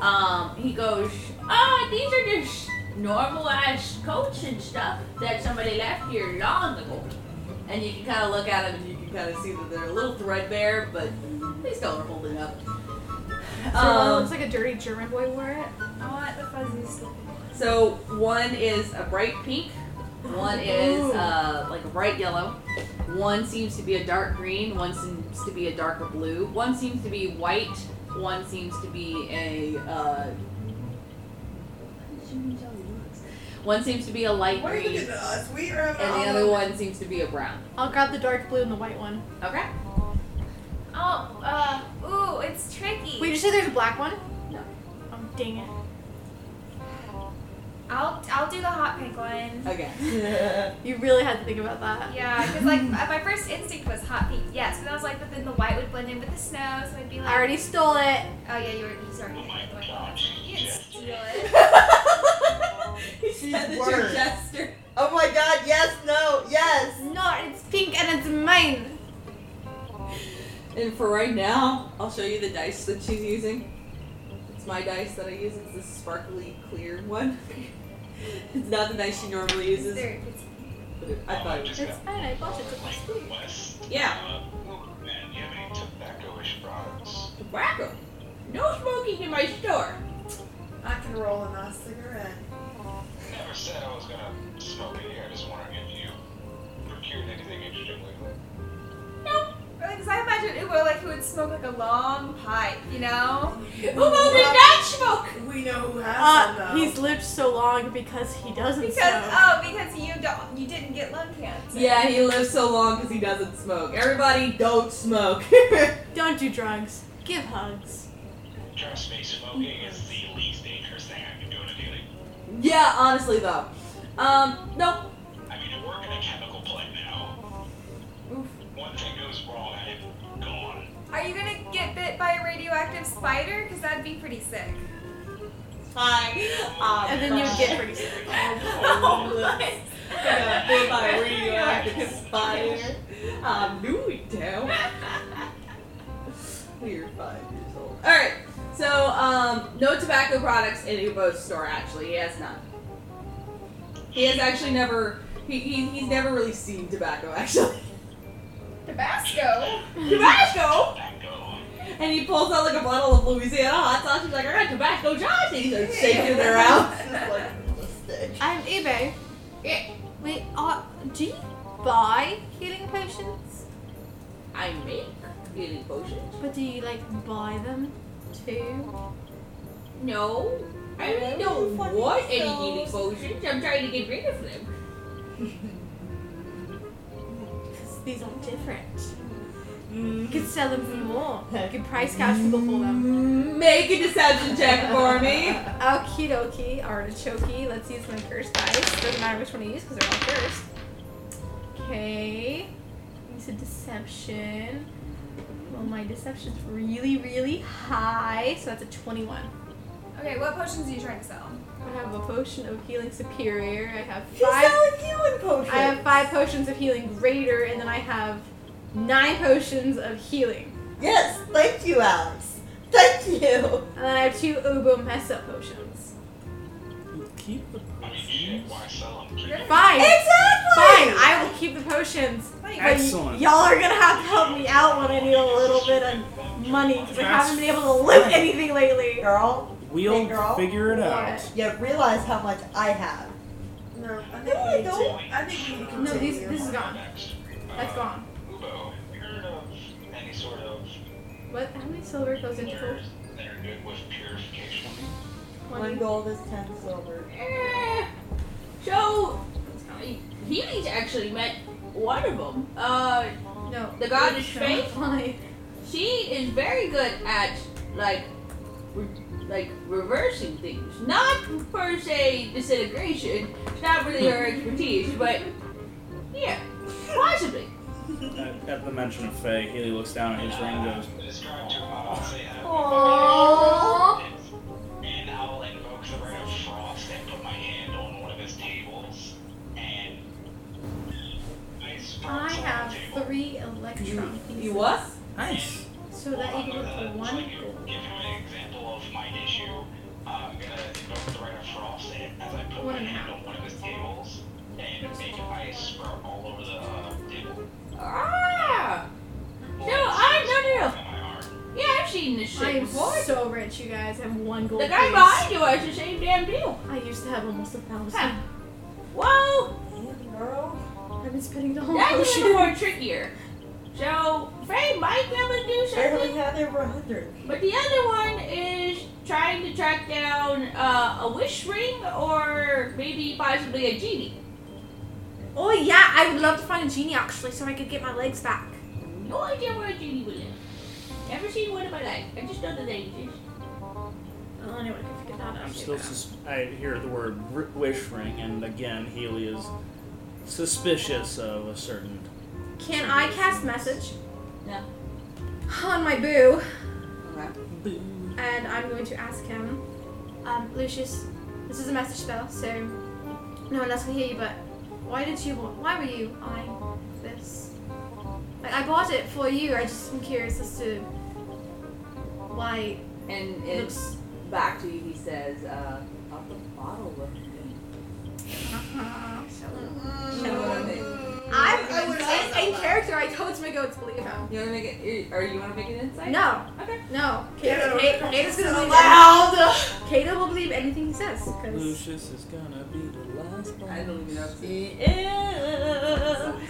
Um, he goes, ah, these are just normal ass coats and stuff that somebody left here long ago. And you can kind of look at them and you can kind of see that they're a little threadbare, but they still are holding up. Um, So it um, looks like a dirty German boy wore it. I want the fuzzy slip. So one is a bright pink, one is uh, like a bright yellow, one seems to be a dark green, one seems to be a darker blue, one seems to be white, one seems to be a. Uh, one seems to be a light Why are you green, looking at us? We are having and the other one seems to be a brown. I'll grab the dark blue and the white one. Okay. Oh, uh, ooh, it's tricky. Wait, did you say there's a black one? No. Oh, dang it. I'll I'll do the hot pink one. *laughs* Okay. You really had to think about that. Yeah, because like my first instinct was hot pink. Yes, but I was like, but then the white would blend in with the snow, so I'd be like, I already stole it. Oh yeah, you already sorry. Oh my you already- gosh. You didn't Yes. steal it. She's Yeah, that's your worse. jester. Oh my god, yes, no, yes! No, it's pink and it's mine. And for right now, I'll show you the dice that she's using. It's my dice that I use. It's this sparkly clear one. *laughs* it's not the dice she normally uses. There, it's- But it, I thought it was. Just It's go fine. I bought it. It's like last week. west. Yeah. Uh, man, you have any tobacco-ish products? Tobacco. No smoking in my store. I can roll a nice cigarette. Never said I was gonna smoke it here. Just wondering if you procured anything interesting lately. Like, cause I imagine Ubo like who would smoke like a long pipe, you know? Ubo did not smoke. We know who has Uh, one though. he's lived so long because he doesn't Because smoke. oh, because you don't, you didn't get lung cancer. Yeah, he lives so long because he doesn't smoke. Everybody, don't smoke. *laughs* Don't do drugs. Give hugs. Trust me, smoking is the least dangerous thing I can do in a daily. yeah, honestly though. Um, no. I mean, I work in a chemical plant now. One thing goes wrong, I am gone. Are you gonna get bit by a radioactive spider? Cause that'd be pretty sick. Hi. *laughs* Um, And then you would get pretty sick. *laughs* Yeah, if I were you, I'd conspire. Um, no, we don't. We're five years old. Alright, so, um, no tobacco products in Ubo's store, actually. He has none. He has actually never, he, he, he's never really seen tobacco, actually. Tabasco. Tabasco? Tobacco. And he pulls out like a bottle of Louisiana hot sauce. He's like, I got Tabasco Johnson. He's like shaking it around. This is like realistic. I'm eBay. Wait, are, do you buy healing potions? I make healing potions. But do you like buy them too? No, I really don't want any healing potions. I'm trying to get rid of them. Because these are different. You could sell them for more. You could price catch people for them. Mm, Make a deception check for me. Okie dokie, artichoke. Let's use my cursed dice. Doesn't matter which one I use because they're all cursed. Okay. Into deception. Well, my deception's really, really high, so that's a 21. Okay, what potions are you trying to sell? I have a potion of healing superior. I have He's five. selling healing potions. I have five potions of healing greater, and then I have nine potions of healing. Yes, thank you, Alex. Thank you. *laughs* And then I have two oboe mess up potions. Keep the I mean, shit, why sell them? You're Fine. Exactly. Fine. I will keep the potions. funny. But y- Excellent. y'all are gonna have to help me out when I need a little bit of money because I haven't been able to loot anything lately. Girl, We'll Hey, girl. figure it out. What? you realize how much I have. No, I think No, we I need don't. to. I think we need to No, continue. these, this is gone. That's gone. Uh, Ubo, have you heard of any sort of What? How many silver goes into gold? nerds that are good with purification? One gold is ten silver. *laughs* Eh, So, healing actually met one of them. Uh, No. The god is No. faith. Fine. she is very good at like re- like reversing things not per se disintegration it's not really her expertise but yeah possibly At, at the mention of Faye, Healy looks down at his ring and goes, Describe to him how I'll say that. Aww. And I will invoke the Ring of Frost and put my hand on one of his tables. And ice *laughs* I frost on the table. have three electron pieces. you what Nice. So that equals Uh, to to one give- gold. Give you an example of my issue. I'm gonna invoke the Ring of Frost and as I put my One and a hand on one of his tables and make ice sprout all over the uh, table. ah No, I- no, no, no. My arm. yeah i've seen this I shit am before so rich, you guys. I have one gold. the guy piece. behind you has the same damn deal I used to have almost a thousand. Huh. whoa Girl, I've been spending the whole that's even potion. more trickier so Faye might be able to do barely something had over a hundred. But the other one is trying to track down uh, a wish ring or maybe possibly a genie. Oh yeah, I would love to find a genie actually, so I could get my legs back. No idea where a genie would live. Never seen one in my life. I just know the name. Oh, anyone can figure that out. I'm still sus- I hear the word r- wish ring, and again, Healy is suspicious of a certain. Can I cast message? No. On my boo, Boo. and I'm going to ask him. Um, Lucius, this is a message spell, so no one else can hear you. But why did you want? Why were you eyeing this? Like I bought it for you. I just am curious as to why And it looks back to you, he says, uh, up the bottle with me. I'm I would have in, in said character. I told my goat to believe him. You wanna make it, are you wanna make an insight? No, Okay. no. Yeah, Kata, no, Kata, Kata's gonna believe Loud. any- Kata will believe anything he says. Cause Lucius is gonna be the last one. I don't even know.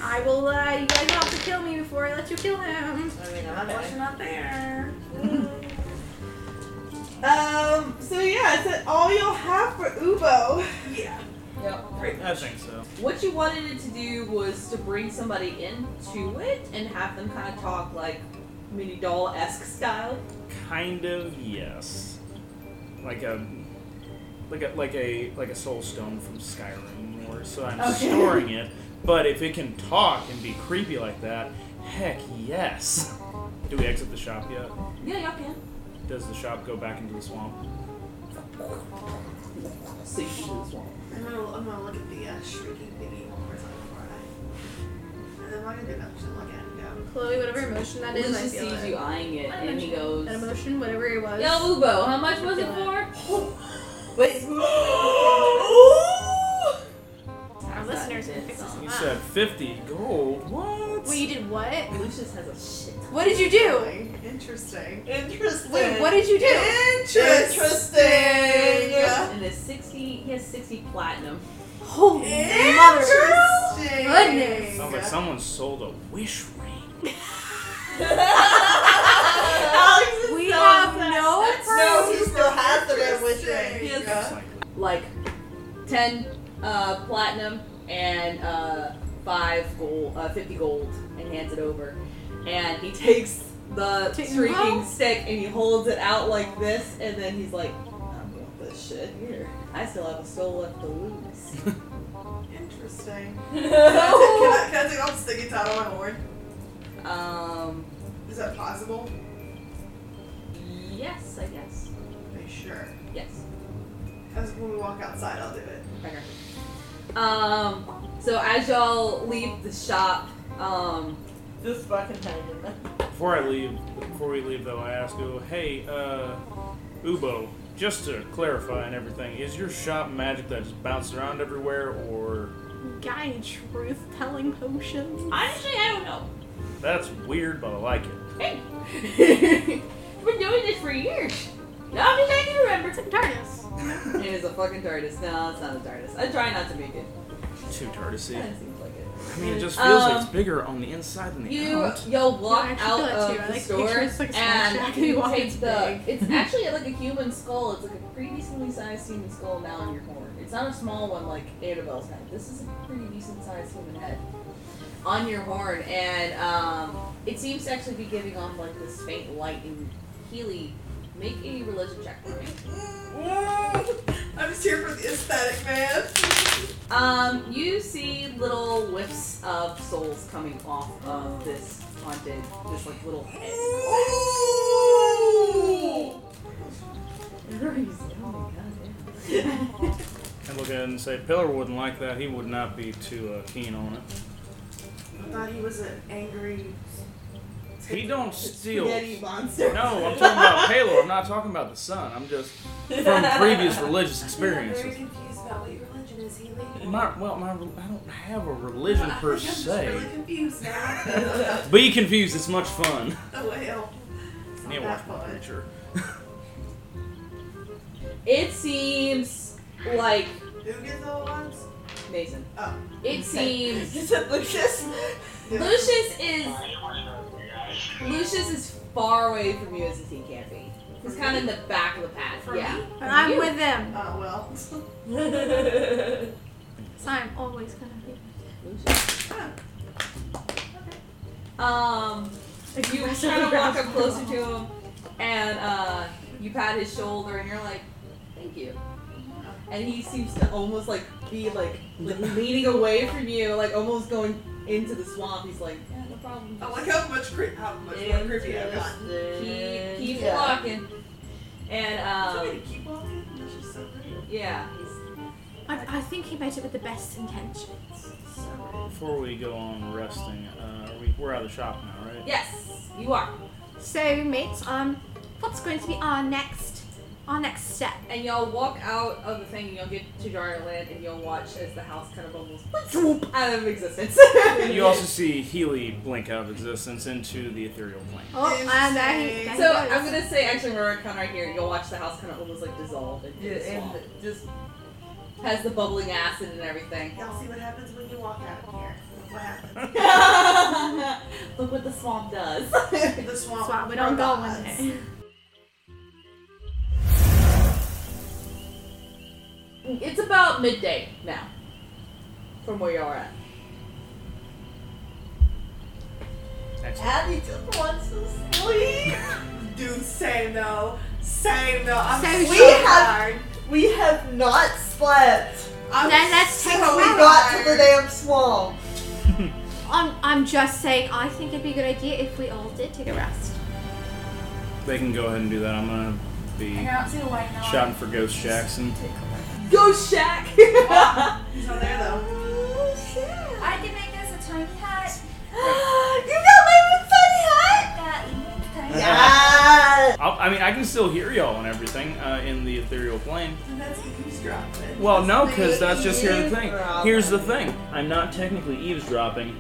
I will. Uh, you guys will have to kill me before I let you kill him. I mean, I'm Unfortunately, not there. um. So yeah, is that all you'll have for Ubo? Yeah. I think so. What you wanted it to do was to bring somebody into it and have them kind of talk like mini doll esque style. Kind of yes. Like a like a like a like a soul stone from Skyrim or so I'm Okay. storing it. But if it can talk and be creepy like that, heck yes. Do we exit the shop yet? Yeah, y'all can. Does the shop go back into the swamp? I'm gonna, I'm gonna look at the uh, shrieking thingy one more time before I. And then what I'm gonna do, I'm just gonna look at it and go. Chloe, whatever emotion that is, I Lucius feel sees it. you eyeing it, What and he emotion? goes, That emotion, whatever it was. "Yo, Ubo, how much was *gasps* it for?" Wait. Our listeners can fix this You one said up. fifty gold. What? Wait, you did what? Lucius has a shit. ton. What did you do? Interesting. Interesting. Wait, what did you do? Interesting. *laughs* And it's sixty. He has sixty platinum. Holy mother! Interesting. Goodness. Sounds like someone sold a wish ring. Alex is We so have upset. no No, proof. he still has the red wish ring. Yes. It's Yeah. like, like 10 uh, platinum and uh, 5 gold, uh, 50 gold, and hands it over. And he *laughs* takes the Take- shrieking well- stick and he holds it out like this, and then he's like, I don't want this shit here. I still have a soul left to lose. *laughs* Interesting. Can So, I, can I take off the sticky tie on my horn? um, Is that possible? yes, I guess. Are you sure? Yes. As when we walk outside, I'll do it. Okay. Um, so as y'all leave the shop, um, Just fucking hanging there. Before I leave, before we leave though, I ask you, hey, uh, Ubo, just to clarify and everything, is your shop magic that just bounces around everywhere, or Guy in truth telling potions. honestly, I don't know. that's weird, but I like it. Hey! *laughs* We've been doing this for years. No, I'm just trying to remember. It's like darkness. It is a fucking TARDIS. No, it's not a TARDIS. I try not to make it. Too courtesy. Kinda seems like it. I mean, it just feels like Um, it's bigger on the inside than the You out. y'all No, I walk actually out feel that of too. I the like the store picture. It's like a small shack and and you you walk, take it's the. big. *laughs* It's actually like a human skull. It's like a pretty decently sized human skull now on your horn. It's not a small one like Annabelle's head. This is a pretty decent sized human head on your horn, and um, it seems to actually be giving off like this faint light. And Healy, make a religion check for me. Mm. I'm just here for the aesthetic, man. Um, you see little whiffs of souls coming off of this haunted, this like little head. Ooh. And look at it and say, Pillar wouldn't like that. He would not be too uh, keen on it. I thought he was an angry. He don't steal. spaghetti monster. No, I'm talking about Palor. I'm not talking about the sun. I'm just from previous religious I'm very experiences. confused about what your religion is, Healy. My, well, my, re- I don't have a religion per I'm just se. really confused now. Be confused. It's much fun. *laughs* oh, well. It's not Yeah, that watch my fun. picture. It seems like Who gets all ones? Mason. Oh. It seems Is it Lucius? Lucius is You guys. Lucius is far away from you as he can be. He's kind of in the back of the pack. yeah. But I'm with them. Oh, well. *laughs* *laughs* So I'm always gonna be. Lucius. Um, you Aggressive, kind of walk up aggressive. closer to him, and uh, you pat his shoulder, and you're like, "Thank you." And he seems to almost like be like, *laughs* like leaning away from you, like almost going into the swamp. He's like, "Oh, "Yeah, no problem." I like how much, cre- how much more creepy I've gotten. Keep, keep Yeah. walking. And Somebody um, to keep walking? That's just so rude. yeah, he's I, I think he meant it with the best intentions. Before we go on resting, uh, are we, we're out of the shop now, right? yes, you are. So, mates, um, what's going to be our next, our next step? And y'all walk out of the thing, and you'll get to Jarland, and you'll watch as the house kind of almost *laughs* out of existence. *laughs* And you also see Healy blink out of existence into the ethereal plane. Oh, and there he, Interesting. there he So goes. I'm gonna say actually Rora Khan right here, you'll watch the house kind of almost like dissolve into Yeah, the swamp. and just Has the bubbling acid and everything. Y'all see what happens when you walk out of here. What *laughs* happens? *laughs* Look what the swamp does. the swamp. That's why we don't go in robots. there. it's about midday now, from where y'all are at. Excellent. Abby just wants to sleep. Dude, same though. Same though. I'm Same so We have- tired. We have not slept I'm Then let's so take till we Wow. got to the tired. damn swamp. I'm, I'm just saying, I think it'd be a good idea if we all did take a rest. They can go ahead and do that. I'm gonna be I don't see why not. shouting for Ghost Jackson. Ghost Shack! *laughs* He's not there though. I can make us a tiny *laughs* hat. You got my own funny hat. That tiny Yeah. Yes. I'll, I mean, I can still hear y'all and everything uh, in the ethereal plane. And that's eavesdropping. Well, *laughs* no, because that's just here the thing. Eavesdropping. Here's the thing. I'm not technically eavesdropping.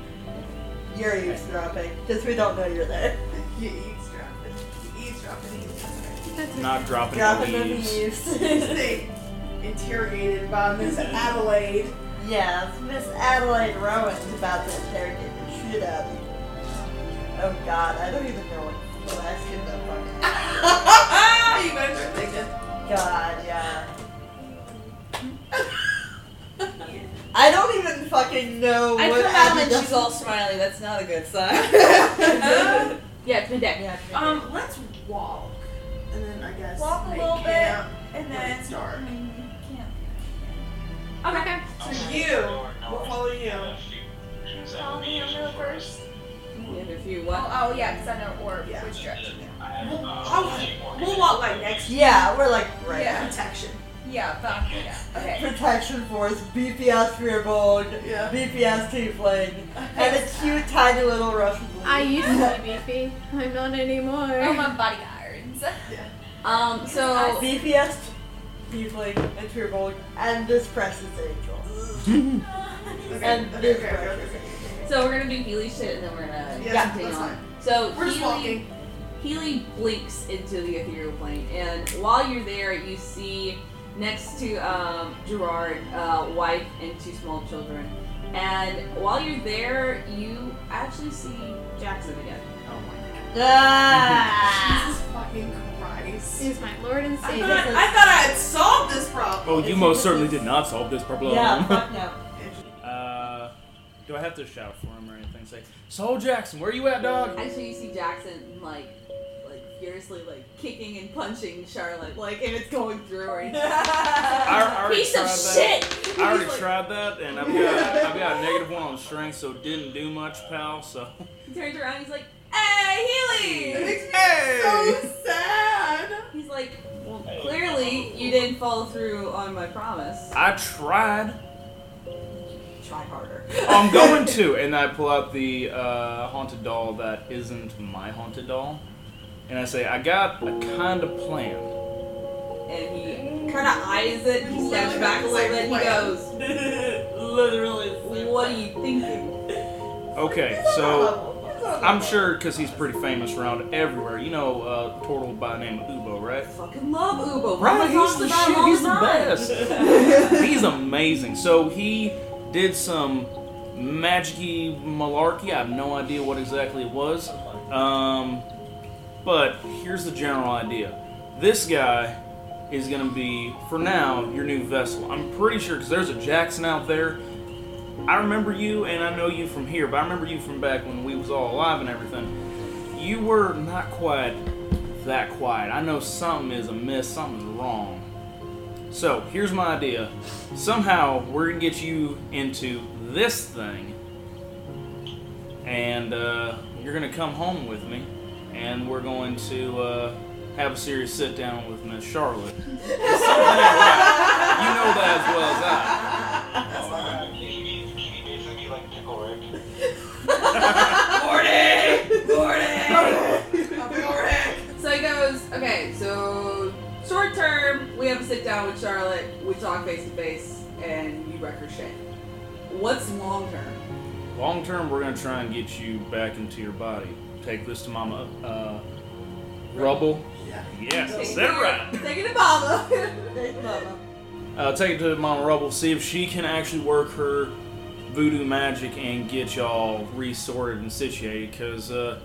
*laughs* You're eavesdropping. Just we don't know you're there. You eavesdropping. You eavesdropping. eavesdropping. Not dropping Dropping the the leaves. leaves. Stay interrogated by Miss Adelaide. *laughs* *laughs* Yes, Miss Adelaide Rowan's about to tear the shit up. Oh god, I don't even know what, what I skipped that part. Ah, you better start thinking. God, yeah. *laughs* I don't even fucking know I what come out Abby and does- she's *laughs* all smiley. That's not a good sign. Yeah, it's been dead. Yeah, Uh, Um, let's walk. And then I guess Walk a like, little get bit, out. And Right, then. start. I mean, you can't. Okay. So you, we'll follow you. Follow me over first. If if you Oh, want. oh, yeah, because I know orb. Yeah. Which direction? We'll, I'll, we'll walk like next to Yeah, we're like right. Yeah. protection. Yeah, back. Yeah. Okay. Protection Force, beefy ass Fearbone, Yeah. beefy ass Tiefling, and a cute tiny little Russian boy. I used to be beefy. I'm not Oh, anymore. my *laughs* bodyguards. Um. So *laughs* beefy ass Tiefling and Fearbone, and this press is Angel. Okay, And okay, this okay, okay, press is okay. Angel. so we're gonna do Healy shit and then we're gonna Yeah, continue that's on. fine. So We're just Healy- walking. Healy blinks into the ethereal plane, and while you're there, you see next to um, Gerard, uh, wife, and two small children. And while you're there, you actually see Jackson again. Oh my *laughs* Ah! Jesus fucking Christ. He's my lord and I savior. thought, I thought I had solved this problem. Oh, you most certainly did not solve this problem. Yeah, fuck no. *laughs* Uh, do I have to shout for him or anything? Say, Saul Jackson, where you at, dog? Actually, you see Jackson like, like furiously like kicking and punching Charlotte, like if it's going through or anything. I, I already Piece of tried that. shit. I already He's like- tried that, and I've got I've got a negative one on strength, so it didn't do much, pal. So He turns around, he's like, "Hey, It *laughs* Healy!" makes me so sad. He's like, "Well, clearly you didn't follow through on my promise." I tried. Try harder. I'm going to, and I pull out the uh, haunted doll that isn't my haunted doll, and I say, I got a kind of plan. and he kind of eyes it, he steps Literally back a little bit, and he like- goes, literally, what are you thinking? Okay, so. I'm sure because he's pretty famous around everywhere. You know, uh, Turtle by the name of Ubo, right? Fucking love Ubo. Right, Mama he's talks the about him shit. all He's the time. best. he's amazing. So he did some magicy malarkey. I have no idea what exactly it was. Um, but here's the general idea. This guy is going to be, for now, your new vessel. I'm pretty sure because there's a Jackson out there. I remember you, and I know you from here, but I remember you from back when we was all alive and everything. You were not quite that quiet. I know something is amiss, something's wrong. So here's my idea. Somehow we're gonna get you into this thing, and uh, you're gonna come home with me, and we're going to uh, have a serious sit down with Miss Charlotte. Something ain't right. You know that as well as I. Can he be, can he basically be like Pickle Rick? *laughs* So he goes, okay, so short term, we have a sit down with Charlotte, we talk face to face, and you wreck her shit. What's long term? Long term, we're gonna try and get you back into your body. Take this to Mama uh, Rubble. Yeah. Yes, I Taking said it it- *laughs* right. Taking a bottle. uh, take it to Mama Rubble, see if she can actually work her voodoo magic and get y'all resorted and situated. Because, uh,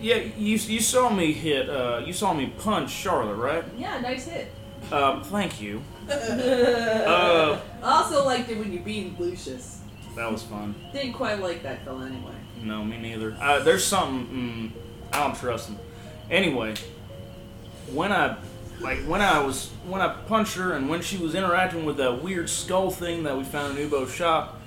yeah, you, you saw me hit, uh, you saw me punch Charlotte, right? *laughs* yeah, nice hit. Uh, thank you. Uh, I also liked it when you beat Lucius. that was fun. Didn't quite like that fella anyway. No, me neither. Uh, there's something mm, I don't trust him. Anyway, when I like when I was when I punched her and when she was interacting with that weird skull thing that we found in Ubo's shop,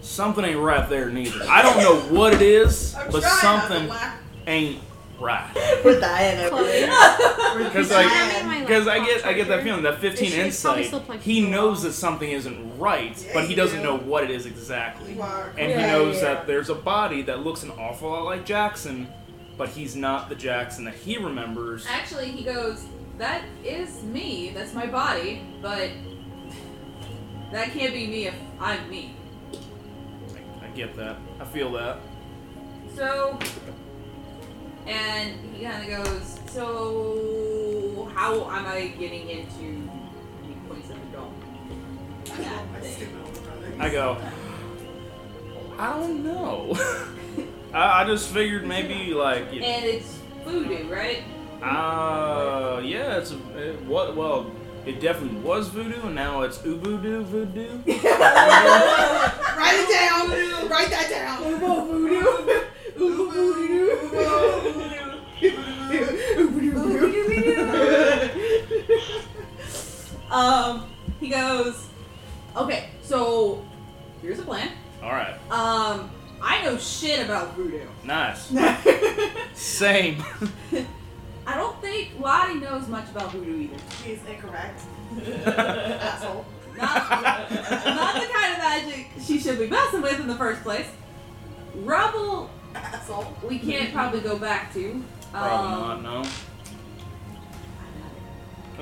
something ain't right there neither. I don't know what it is, I'm but trying not to something laugh. ain't right. We're dying over Chloe. *laughs* here. We're Because dying. having my Because I laptop get I get that charger. feeling that 15 It's- it's probably insight. still plugged He in. knows that something isn't right, Yeah, but he you doesn't do. know what it is exactly You are. and he Yeah, knows yeah. that there's a body that looks an awful lot like Jackson, but he's not the Jackson that he remembers. Actually, he goes, That is me. That's my body. But that can't be me if I'm me. I, I get that. I feel that. So, and he kind of goes, So, how am I getting into the points of the doll? My That thing. stupid little brother. I go, I don't know. *laughs* I, I just figured maybe like, you- And it's voodoo, right? uh, yeah, it's a, it, what? Well, it definitely was voodoo, and now it's ubudu voodoo. *laughs* Write it down. Write that down. Um, he goes, okay, so here's a plan. All right, Um, I know shit about voodoo. nice. I Same. *laughs* don't think Lottie knows much about voodoo either. He's incorrect. Asshole. Not, not the kind of magic she should be messing with in the first place. Rubble, Asshole. we can't probably go back to. Um, Probably not. No.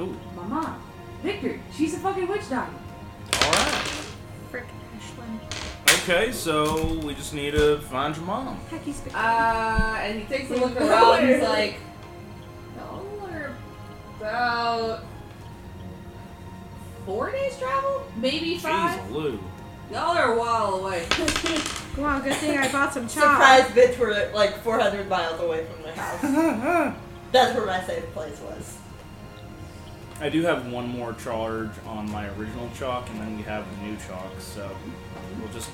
Ooh. My mom, Victor, she's a fucking witch doctor. All right. Frick, Ashlyn. Okay, so we just need to find your mom. Heck, he's big. *laughs* Uh, and he takes a look around and he's like, y'all are about four days travel? Maybe five? Jeez, Lou. Y'all are a while away. wow, good thing I bought some Surprise chops. bitch, we're like 400 miles away from *laughs* their house. That's where my safe place was. I do have one more charge on my original chalk, and then we have the new chalk, so we'll just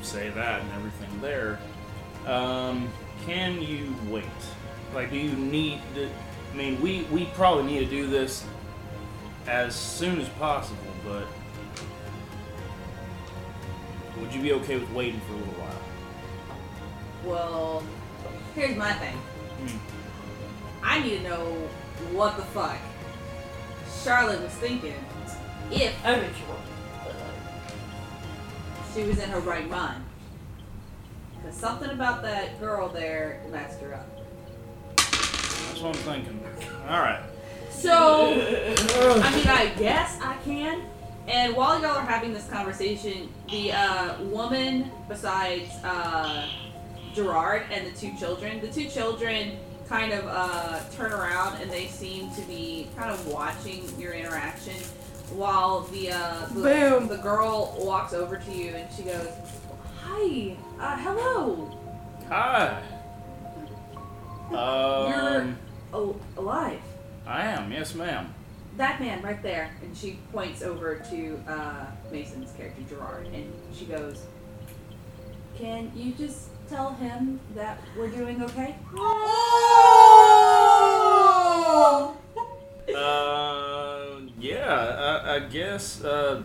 say that and everything there. Um, can you wait? Like, do you need? To, I mean, we we probably need to do this as soon as possible, but would you be okay with waiting for a little while? Well, here's my thing. Hmm. I need to know what the fuck Charlotte was thinking if I mean, she was. she was in her right mind. Because something about that girl there messed her up. That's what I'm thinking. All right. So, I mean, I guess I can. And while y'all are having this conversation, the uh, woman besides uh, Gerard and the two children, the two children kind of uh, turn around and they seem to be kind of watching your interaction while the, uh, the, Boom. the girl walks over to you and she goes, Hi, uh, hello, Hi. Um, oh, alive. I am. Yes, ma'am. that man right there and she points over to uh, mason's character gerard and she goes can you just tell him that we're doing okay Uh, yeah. I, I guess. Uh,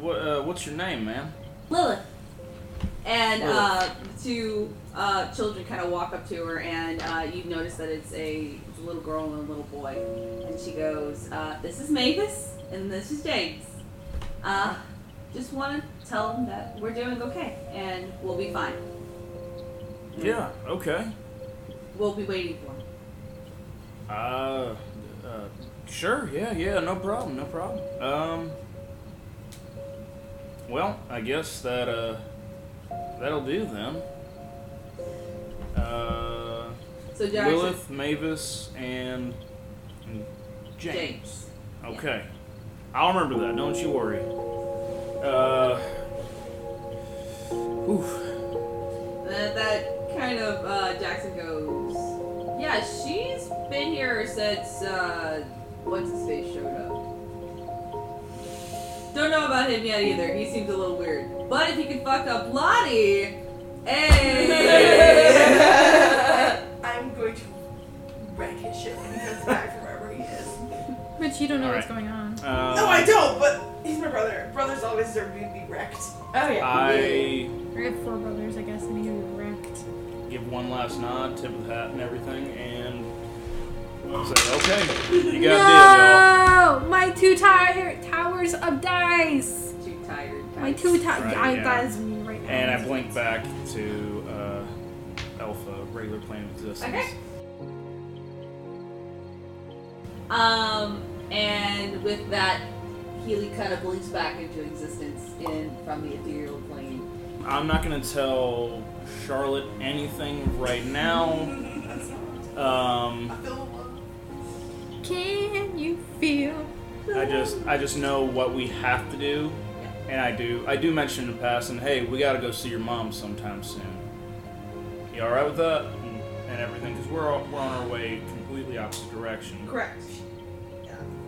what? Uh, what's your name, ma'am? lilith and Lilith. uh, the two uh, children kind of walk up to her and uh, you notice that it's a, it's a little girl and a little boy and she goes uh, this is mavis and this is james uh, just want to tell him that we're doing okay and we'll be fine Yeah. Okay. we'll be waiting for him Uh, uh, sure. Yeah. Yeah. No problem. No problem. Um. Well, I guess that uh, that'll do then. Uh, so Josh is- Lilith, Mavis, and and James. James. Okay. I'll remember that. Don't you worry. Uh. Oof. That, that kind of uh, Jackson goes. Yeah, she's been here since uh, what's his face showed up. Don't know about him yet either. He seems a little weird. But if he can fuck up Lottie, hey. I'm going to wreck his shit when he comes back from wherever he is. But you don't know All what's right. going on. Uh, No, I don't, but he's my brother. Brothers always deserve to be wrecked. Oh, I I have four brothers, I guess, and you wrecked. give one last nod, tip of the hat, and everything, and say, okay, you got no! My two tower towers of dice! *laughs* Too tired. My two towers. Right, I yeah. That is me right now. a deal. And I blink back to uh, Alpha, regular plane of existence. Okay. Um, and with that, Healy kind of blinks back into existence in from the ethereal plane. I'm not gonna tell Charlotte anything right now. Um, I feel alone. Can you feel? I just I just know what we have to do, and I do. I do mention in passing, hey, we gotta go see your mom sometime soon. You all right with that? And, and everything, because we're all, we're on our way completely opposite direction. Correct.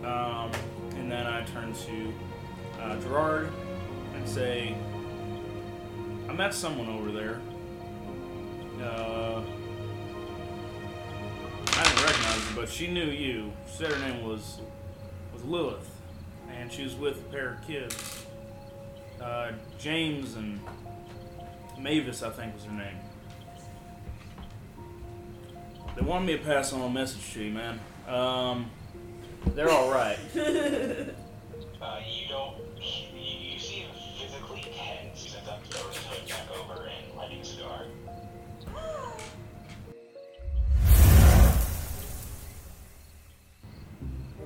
Um, and then I turn to uh, Gerard and say, I met someone over there. Uh, I didn't recognize her, but she knew you. She said her name was was Lilith, and she was with a pair of kids, uh, James and Mavis, I think was her name. They wanted me to pass on a message to you, man. Um, they're all right. Uh, you don't. You, you see him physically tense. He ends up throwing his hood back over and lighting a cigar.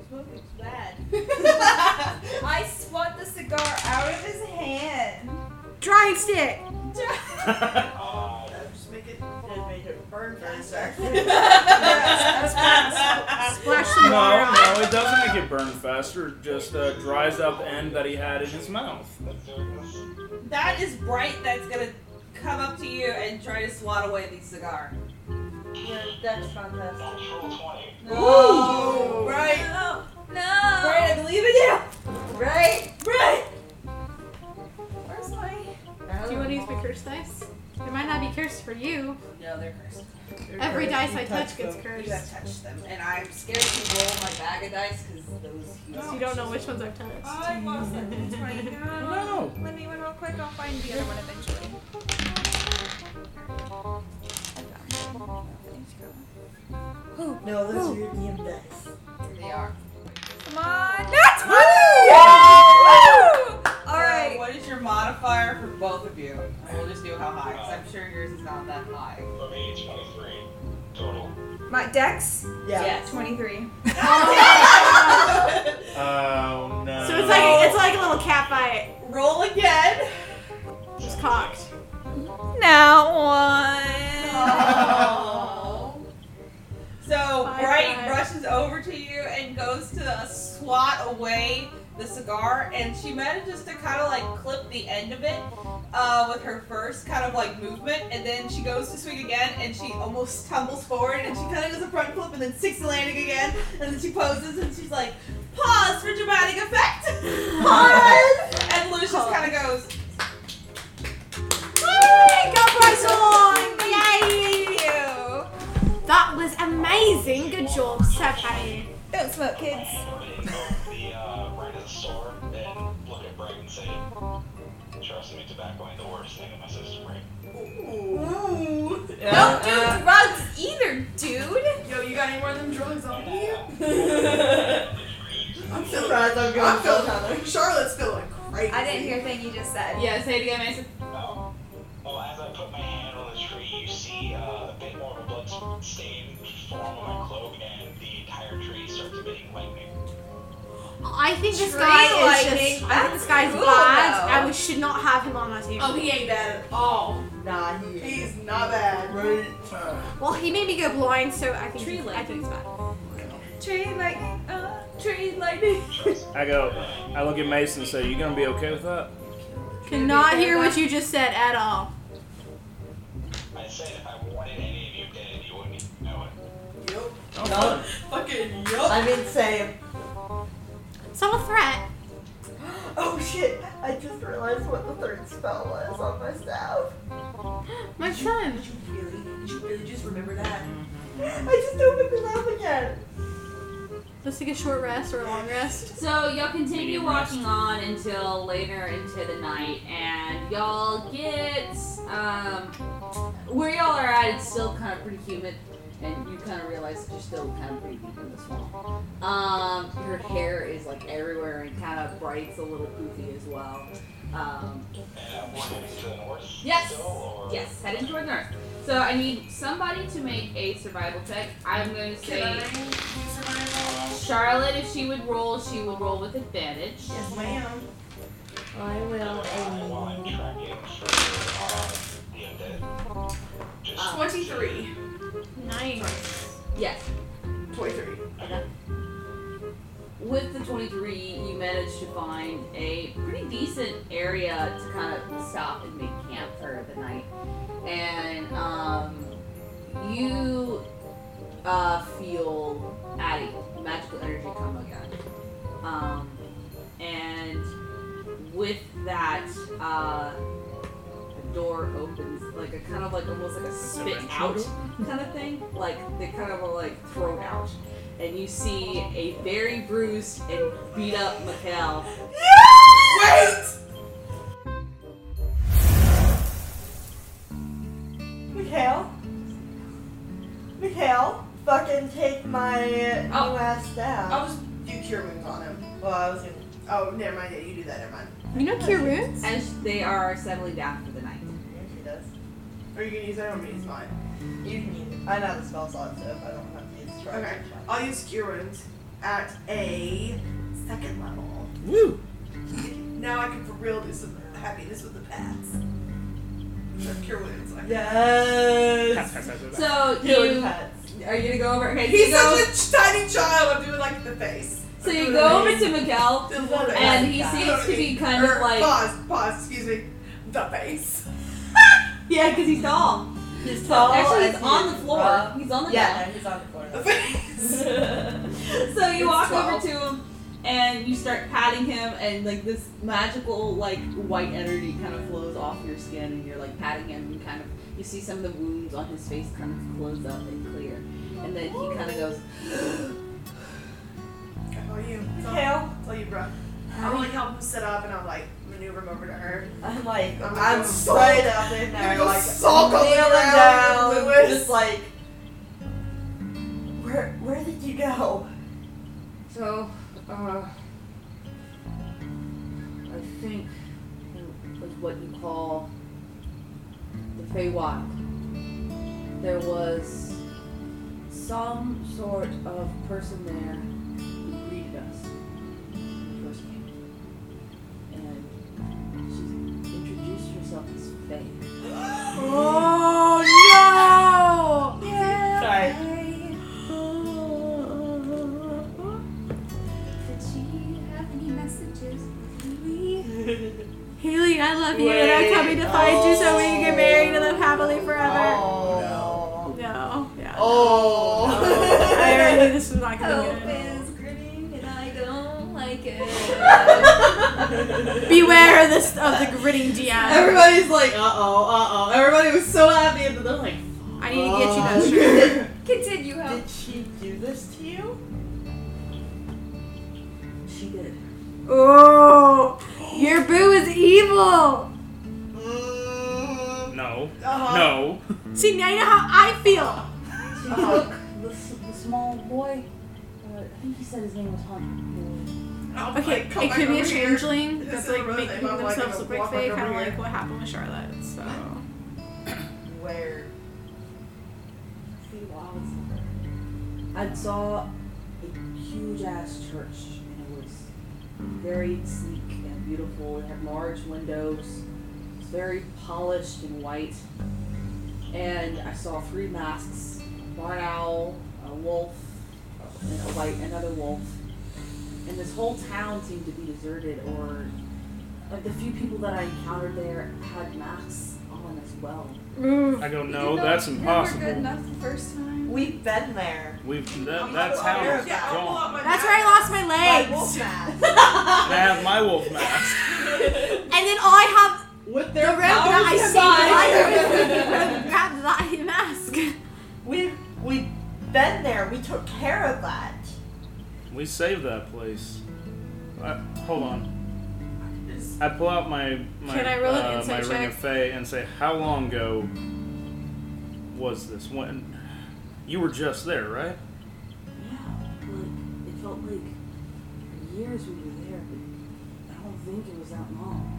Smoking's bad. I swat the cigar out of his hand. Drying stick. Uh, Just make it, make it burn faster. Splash No, some water on. no, it doesn't make it burn faster. It just uh, dries out the end that he had in his mouth. let's do this. That is bright. That's gonna come up to you and try to swat away the cigar. Your Dutch contest. Natural 20. No. Right. No. Bright, I No. believe in you. Right. Right. Where's my? Do you want to use my curse dice? It might not be cursed for you. No, they're cursed. Every dice I You touch touch gets them. You cursed. gotta touch them, and I'm *laughs* scared to roll my bag of dice because those. So you don't know which ones I've touched. I lost it right now. No. Let me win real quick. I'll find the other one eventually. No, those are your DM dice. They are. Come on. That's Woo! All Uh, right. what is your modifier for both of you? And We'll just do how high, because I'm sure yours is not that high. For me, 23. Total. My Dex. Yeah. Yes. 23. Oh no. So it's like it's like a little cat fight, Roll again. just cocked. Now one. So Bye, Bright bye. rushes over to you and goes to swat away the cigar, and she manages to kind of like clip the end of it uh, with her first kind of like movement, and then she goes to swing again, and she almost tumbles forward, and she kind of does a front flip, and then sticks the landing again, and then she poses, and she's like, "Pause for dramatic effect." Pause. and Lucius kind of goes. Yay, go Barcelona! Yay! Ew. That was amazing. Good job, Sepe. Don't smoke, *laughs* kids. Hand over to the uh, right of the store and look at Bright and say, Trust me, tobacco ain't the worst thing in my system, right? Don't do drugs Uh, either, dude. Yo, you got any more of them drugs *laughs* on you? I'm surprised I'm going I'm feeling, so high. Charlotte's feeling crazy. I didn't hear a thing you just said. Yeah, say it again, Mason. Oh, well, as I put my hand on the tree, you see uh, a bit more of a blood stain form on my cloak, and the entire tree starts emitting lightning. I think this Tree guy is lightning. just. I think this guy's Cool, bad, though. and we should not have him on our team. Oh, he ain't bad at all. Nah, he is. He's not bad. Right. Well, he made me go blind, so I think Tree he's, I think he's bad. Tree lightning, uh, tree lightning. I go. I look at Mason and say, "You gonna be okay with that?" Cannot hear what you just said at all. I said if I wanted any of you dead, you wouldn't know it. Yup. No, Fucking yup. I mean same. It's not a threat. Oh shit! I just realized what the third spell was on my staff. My son. Really? Did you really just remember that? I just opened it up again. Let's take a short rest or a long rest. So y'all continue Medium walking on until later into the night, and y'all get um, where y'all are at. It's still kind of pretty humid, and you kind of realize that you're still kind of pretty deep in the swamp. Um, your hair is like everywhere and kind of bright's a little poofy as well. Um, And I'm heading to the north. Yes. Still, or yes, heading toward north. So I need somebody to make a survival check. I'm going to say Charlotte, if she would roll, she will roll with advantage. Yes, ma'am. I will. I want tracking for uh, the undead. Just Uh, 23. Nice. Yes. 23. with the 23, you managed to find a pretty decent area to kind of stop and make camp for the night. And um, you uh, feel Addie, magical energy come again. Um, and with that, uh, a door opens, like a kind of like almost like a spit out kind of thing. Like they kind of are like thrown out. And you see a very bruised and beat up Mikhail. Mikhail? Mikhail? Fucking take my new Oh. ass down. I'll just do cure wounds on him. Well, I was gonna. Oh, never mind. Yeah, you do that. Never mind. You know cure wounds? As they are settling down for the night. Yeah, she does. Are you gonna use that or me? Use mine. You can use I know the spell slot, so if I don't have to use charge. Okay. I'll use cure wounds at a second level. Woo! Now I can for real do some happiness with the pets. Sure, cure wounds. I- Yes! So Healing you pets. are you gonna go over? Okay, He's you go. such a ch- tiny child. I'm doing like the face. so you go over to Miguel, The little and face. he Yeah. seems to be kind of Er, like Pause. Pause. Excuse me. The face. yeah, because he's tall. He's Actually, and he's on the he's floor. rough. He's on the Yeah, no, he's on the floor. The face. *laughs* so you walk over to him and you start patting him and like this magical like white energy kind of flows off your skin and you're like patting him and kind of you see some of the wounds on his face kind of close up and clear and then he kind of goes How are you? Mikhail? Tell you, bro. I'll like help him sit up, and I'll like maneuver him over to her. I'm like, I'm I'm, gonna go straight sulk. up in I'm there, gonna go like, sulk on the kneeling ground, down, Lewis. just like, where, where did you go? So, uh, I think it was what you call the Feywild. There was some sort of person there who greeted us when we first came. And she introduced herself as Faye. Oh no! Sorry. Did she have any messages for me? Haley, I love you, and I'm coming to find you so we can get married and live happily forever. Oh. No, yeah. Oh. *laughs* I already knew this was not Hope gonna is grinning and I don't like *laughs* it. be good. Beware of this of the gritting DM. Everybody's like, uh oh, uh oh. Everybody was so happy, and then they're like, I need to get you *laughs* that shirt. *laughs* Continue, Hope. Did she do this to you? She did. Oh, your boo is evil. Mm, No. uh-huh. No. See, now you know how I feel. She took the, s- the small boy. Uh, I think he said his name was Hunter. I'll, Okay, like, come it back could be a Oh over here. changeling This that's is like Rosa, making and I'm, like, themselves gonna look like walk they over kind of here. like what happened with Charlotte. So Where? few miles. I saw a huge ass church, and it was very sleek and beautiful. It had large windows. It was very polished and white. And I saw three masks: a barn owl, a wolf, and a white, another wolf. And this whole town seemed to be deserted, or like the few people that I encountered there had masks on as well. Ooh. I go, no, Even though that's we were good impossible. enough the first time. We've been there. We've that, I'm that's like, well, how here, it's yeah, I'll pull gone. out my that's where I bag. lost my My legs. *laughs* wolf mask. I have my wolf mask. And then all I have With the their robe that I powers saved combined. life with grab that mask. We've we've been there. We took care of that. We saved that place. I, hold on. I pull out my my, Can I roll an uh, my insight ring check? of fey and say, how long ago was this? When you were just there, right? Yeah, like it felt like years we were there, but I don't think it was that long.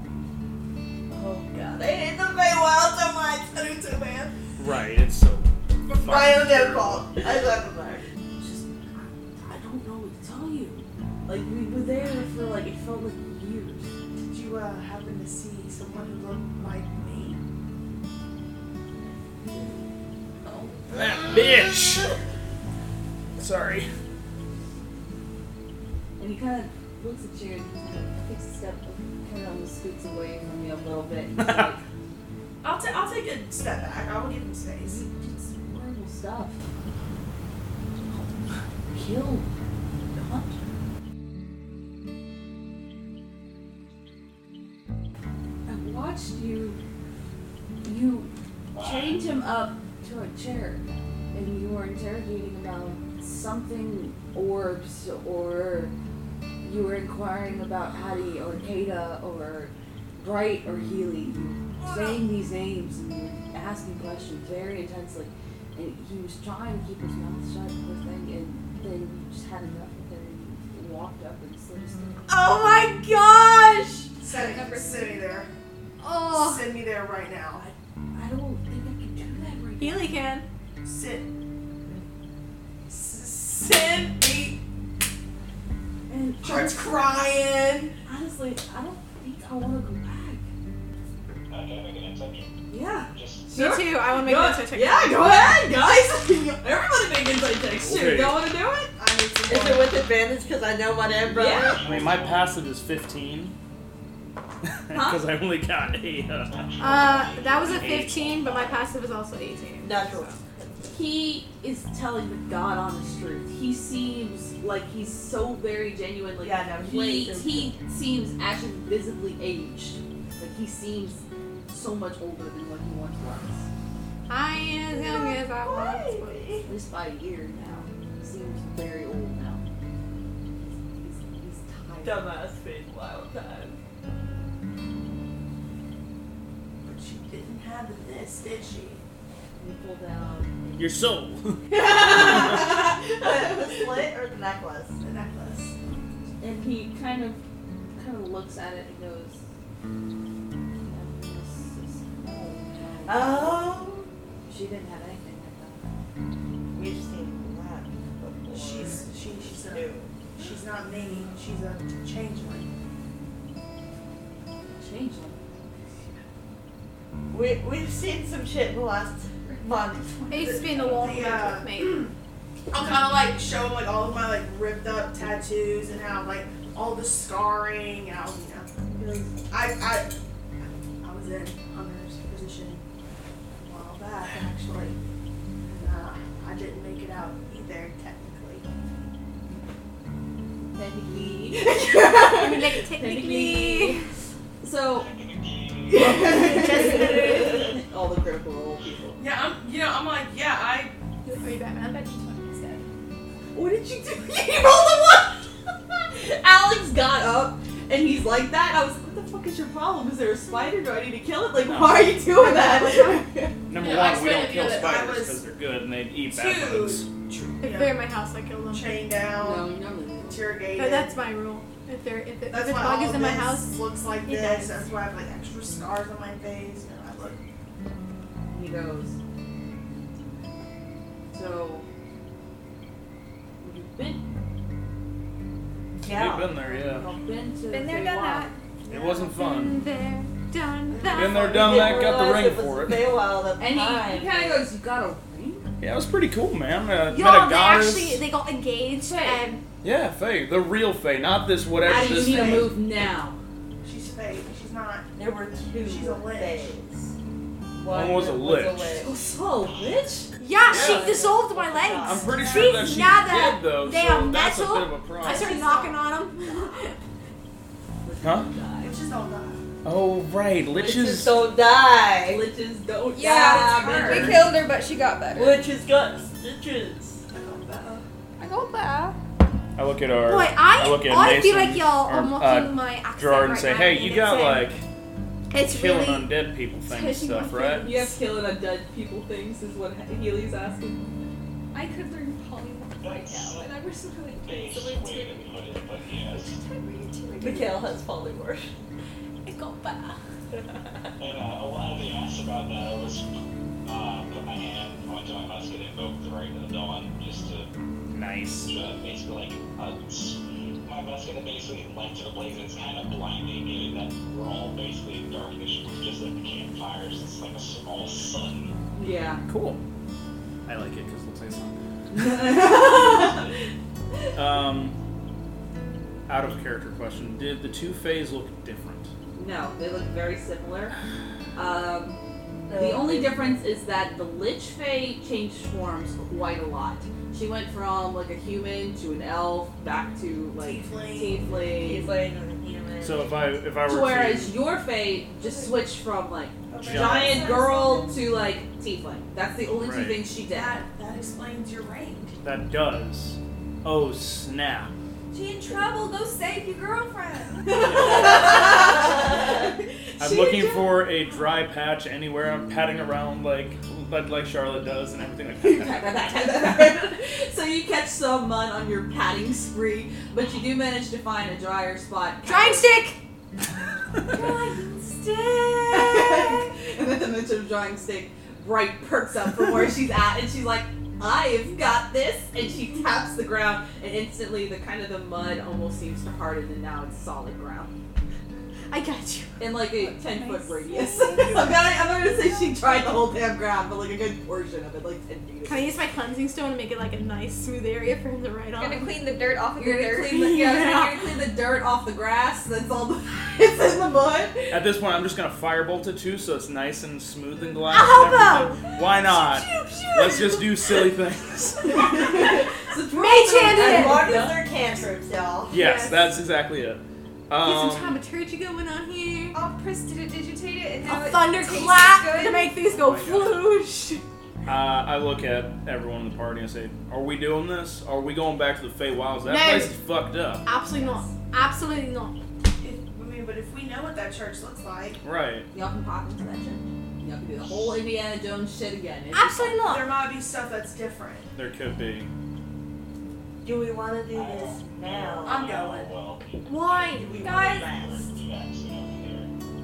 Oh god, I hate the Well, so much. I do too, man. Right. It's so. my own fucking damn terrible. fault. I left them there. It's Just I, I don't know what to tell you. Like we were there for like it felt like years. Did you uh, happen to see someone who looked like me? That bitch. Sorry. And he kind of looks at you and kind of takes a step, kind of scoots away from you a little bit. He's like, I'll, ta- I'll take a step back. I will give him space. It's horrible stuff. Kill the hunter. I watched you. You chained him up to a chair, and you were interrogating about something orbs, or you were inquiring about Hattie or Kata or Bright or Healy. You were saying these names and you were asking questions very intensely, and he was trying to keep his mouth shut, poor thing, and then you just had enough of him and walked up and slit his throat. Oh my gosh! Send, Number me- send me there. Oh, Send me there right now. I don't think I can do that right Healy can. Sit. S- Send me. now. And Starts crying. honestly, I don't think I want to go back. Uh, can I make an insight check? Yeah. Just Me too. I want to make Go- that check. Yeah, go ahead, *laughs* guys. Everybody make inside checks. Shoot, Okay. y'all want to do it? I need some Is it with advantage because I know what umbrella? Yeah. I mean, my passive is 15. *laughs* Because I only got a. Uh, Uh, that was a 15, but my passive is also 18. Natural. He is telling the God honest truth. He seems like he's so very genuine. Like Yeah, no, he he- he seems actually visibly aged. Like he seems so much older than what he once was. I am Oh, as young as I was. At least by a year now. He seems very old now. He's, he's tired. Dumbass face wild time. But she didn't have this, did she? He pulled out. your soul. *laughs* *laughs* the slit or the necklace? The necklace. And he kind of kind of looks at it and goes. "Yeah, this is old." Oh. She didn't have anything like that. We've seen that before. She's she, she's a she's not me. She's a changeling. Change them. We, we've seen some shit in the last month. It's been a long Yeah. Mm. time with me. I'll kind of like show him like all of my like ripped up tattoos and how like all the scarring and I'll you know I I I was in hunter's position a while back actually and uh, I didn't make it out either technically. Technically. I mean, like, technically. *laughs* So, All the critical role people. Yeah, I'm you know I'm like yeah I Are you Batman? what did you do? *laughs* You rolled a one! *laughs* Alex got up and he's like that. I was like, what the fuck is your problem? Is there a spider? Do I need to kill it? Like, why are you *laughs* doing that? Number Yeah, I one, we swear to don't kill you that I was spiders because they're good and they eat two. bad bugs. If they're in my house, I kill them. chained down you know interrogated. But that's my rule. If they're if, it, if That's a why dog all is in my this house, looks like it this. does. That's why I have like extra scars on my face. You know, I look He goes, so, you've been, Yeah. We've been there, yeah. you've been to been there, Feywild. done that. It wasn't fun. Been there, done that. Been there, done that, got the ring for it. Meanwhile, the And he, time. he kind of goes, you got a ring? Yeah, it was pretty cool, man. Uh, met Y'all, a they goddess. actually they got engaged Wait. and Yeah, Faye, the real Faye, not this whatever I this need to thing. move now. She's fake. She's not. There were two She's a lich. days. One was a lich. So, Oh, bitch. yeah, Yeah. she dissolved my I'm legs. pretty sure that These she nada, did though. they so are that's metal. a bit of a I problem. started knocking on them. Huh? Which is all that. Oh right, Witches liches. don't die. Bitches don't Yeah, die, We bitch. killed her, but she got better. Witches got stitches. I got better. I look at our. Boy, I I look at I feel Mason like y'all or, are mocking uh, my accent Gerard right and say, now, "Hey, you it's got insane. like it's killing really *laughs* undead people thing touching my stuff, right?" feelings. You have killing undead people things is what Healy's asking. I could learn polymorph right now, and I was really good. So it's way to put it, but yes. Mikhail has polymorph. I got better. And uh, a lot of the asks about that was uh, put my hand onto my musket and invoke the right of the dawn just to Nice. uh, basically like uh, s- my musket and basically light to the blaze. It's kind of blinding, given that we're all basically in darkness, just like the campfires. It's like a small sun. *laughs* Yeah. Cool. I like it because it looks like something. um, out of character question. Did the two phase look different? No, they look very similar. Um, the only difference is that the Lich Fae changed forms quite a lot. She went from like a human to an elf, back to like Tiefling. tiefling. So if I if I were To to- whereas your Fae just switched from like Okay. giant girl to like tiefling. That's the only two Right. things she did. That, that explains your rank. that does, oh snap! She in trouble. Go save your girlfriend. I'm looking for a dry patch anywhere. I'm patting around like like, like Charlotte does and everything like *laughs* that. *laughs* so you catch some mud on your patting spree, but you do manage to find a drier spot. Drying stick! Drying *laughs* stick. *laughs* and then the mention of drawing stick bright perks up from where she's at and she's like i've got this and she taps the ground and instantly the kind of the mud almost seems to harden and now it's solid ground I got you. in like a 10 foot radius *laughs* i'm gonna i'm gonna say she tried the whole damn ground but like a good portion of it like 10 feet Can I use my cleansing stone to make it like a nice smooth area for him to ride I'm on? gonna clean the dirt off of you're your gonna dirt. clean the yeah, I *laughs* was gonna say, you're gonna clean the dirt off the grass that's all *laughs* the, it's in the mud At this point, I'm just gonna firebolt it too, so it's nice and smooth and glass. How and everything. Why not? Let's just do silly things. *laughs* so it's Mage handed And it! what- Long as they're cantrips, y'all. Yes, Yes. that's exactly it. Get Um, some thaumaturgy going on here. I'll prestidigitate it and now A Oh, it thunderclap tastes to good. make things go Oh my God. floosh. uh, I look at everyone in the party and say, "Are we doing this? Are we going back to the Feywilds? That No. place is fucked up." Absolutely not. Absolutely not. If, I mean, but if we know what that church looks like, Right. y'all can pop into that shit y'all can do the whole indiana jones shit again It's- Absolutely not. there might be stuff that's different. There could be. Do we want to do this now? I'm going. Well, Why? Guys,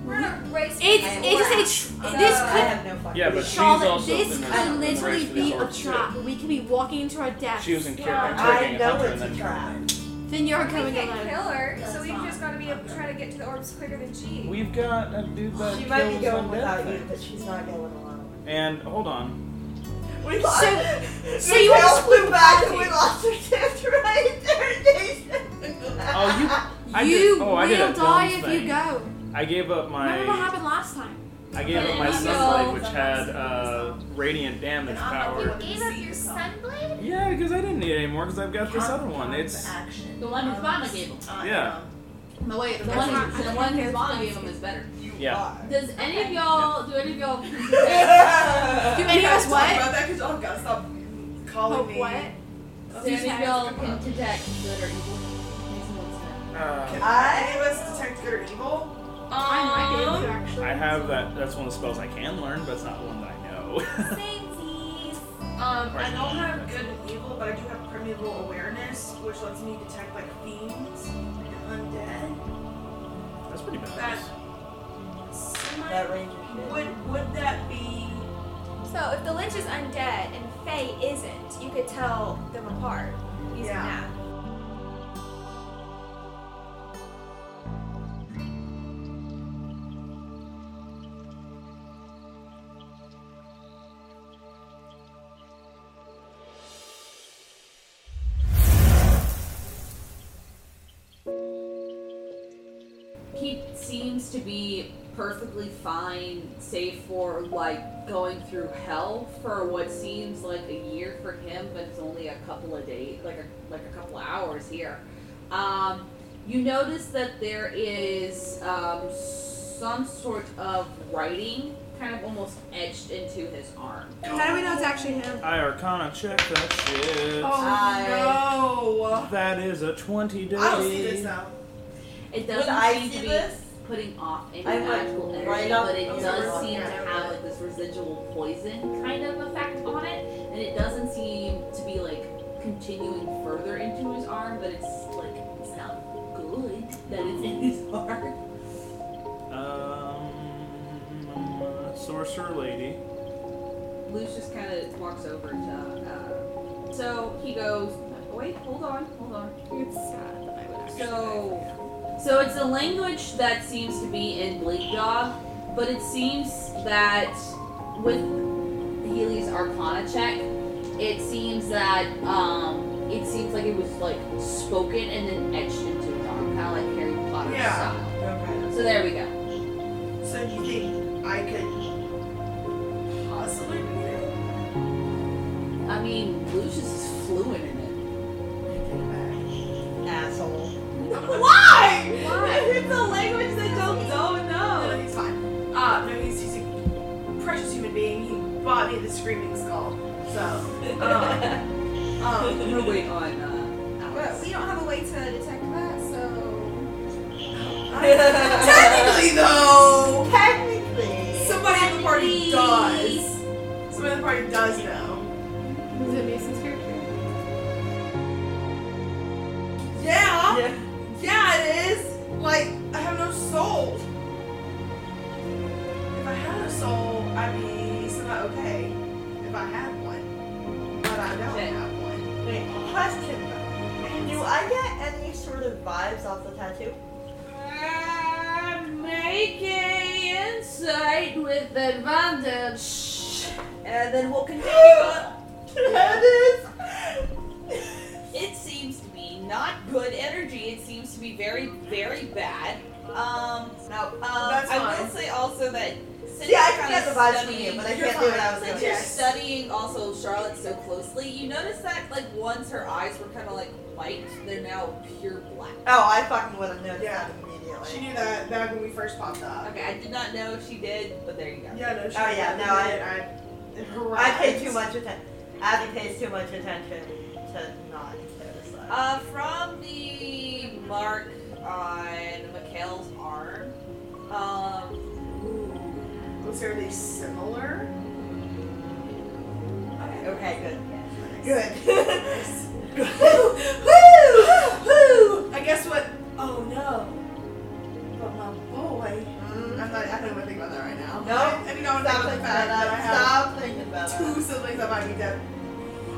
we're gonna race. It's for it class. is a tr- this Uh, I could uh, have no fucking Yeah, but she's Charlotte, also this in the- could in the race literally for the be a sword, too. trap. We could be walking into our death. She was in Yeah, character I taking a know hunter and it's a then trap. turning. Then you're We coming can't alone. kill her, so That's we've fine. just got to be able to try to get to the orbs quicker than she. We've got a dude that She might be kills going undead without you, things. but she's not going *laughs* alone. And hold on. We lost- So- So, so you Mikhail want- flew back and we lost her cancer right there, Jason. Oh, you. I you did, oh, I did a will die dumb if thing. you go. I gave up my. Remember what happened last time? I gave up my But sunblade, no. which had uh, radiant damage power. gave up your sunblade? Yeah, because I didn't need it anymore because I've got this other one. It's action. the one Husbana gave him. yeah, um, No wait, the That's one not- the one Husbana gave him is better. *laughs* yeah. Does any of y'all do any of *laughs* y'all Do You any of guys us talk what? about that because y'all gotta stop calling Hope me. what? do any of y'all can detect good or evil? Makes no sense. Uh, I any of us detect good or evil? I might be able to actually. I have that. That's one of the spells I can learn, but it's not one that I know. *laughs* Sainties. Um, I Right. don't have good and evil, but I do have primeval awareness, which lets me detect like fiends and undead. that's pretty bad. That- That Semi- ranger shit. Would would that be? So if the Lynch is undead and Faye isn't, you could tell them apart using Yeah. that. He seems to be perfectly fine, save for like going through hell for what seems like a year for him, but it's only a couple of days, like a like a couple of hours here. Um, you notice that there is um, some sort of writing, kind of almost etched into his arm. How do we know it's actually him? I Arcana check that shit. Oh, Oh. no! That is a twenty days. I don't see this now. It Would doesn't I seem see to be this? putting off any I went magical energy, right up but it over does on seem to there. have like this residual poison kind of effect on it, and it doesn't seem to be like continuing further into his arm, but it's like it's not good that it's in his *laughs* arm. Um, sorcerer lady. Luce just kind of walks over to. Uh, so he goes, wait, hold on, hold on. It's sad that I would actually. So, so it's a language that seems to be in Bleak Dog, but it seems that with Healy's Arcana check, it seems that um, it seems like it was like spoken and then etched into his arm. Yeah. So, Okay. so there we go. So do you think I could possibly read it? I mean, Lucius is fluent in it. Asshole. Why? *laughs* It's a language they don't No, no, don't *laughs* know. he's fine. Uh, no, he's, he's a precious human being. He bought me the screaming skull. So, Um, um, um, we're waiting on uh, But we Alex. don't have a way to detect that, so. *laughs* technically though, Technically. somebody in the party does. Somebody in the party does know. Is it Mason's character? Yeah. Yeah. Yeah, it is. Like, I have no soul. If I had a soul, I'd be somehow okay. If I had one. But I don't Okay. have one. Wait, question though. Do I get any sort of vibes off the tattoo? Uh, make a insight with advantage. And then we'll continue on. that is. It seems to be not good energy. It seems to be very, very bad. Um, no, um, That's I will fine. say also that since Yeah, I you're can kind get of the vibes from studying, you, but I you're can't do what I fine. was since doing. you're Yes. studying also Charlotte so closely, you notice that like once her eyes were kind of like white, they're now pure black. Oh, I fucking would have noticed Yeah. that immediately. She knew that back when we first popped up. Okay, I did not know if she did, but there you go. Yeah, no, she Oh, yeah, knew no, I- that I, I pay too much attention. Abby pays too much attention to not notice that. Uh, from the mark on Mikhail's arm, um, Was there anything similar? okay, good. *laughs* Good. Woo! Woo! I guess what? Oh no. But my boy. I'm not. I don't even think about that right now. No. I, I mean, I'm Stop not thinking the fact that about I have. that. Stop thinking about two that. siblings that might be dead.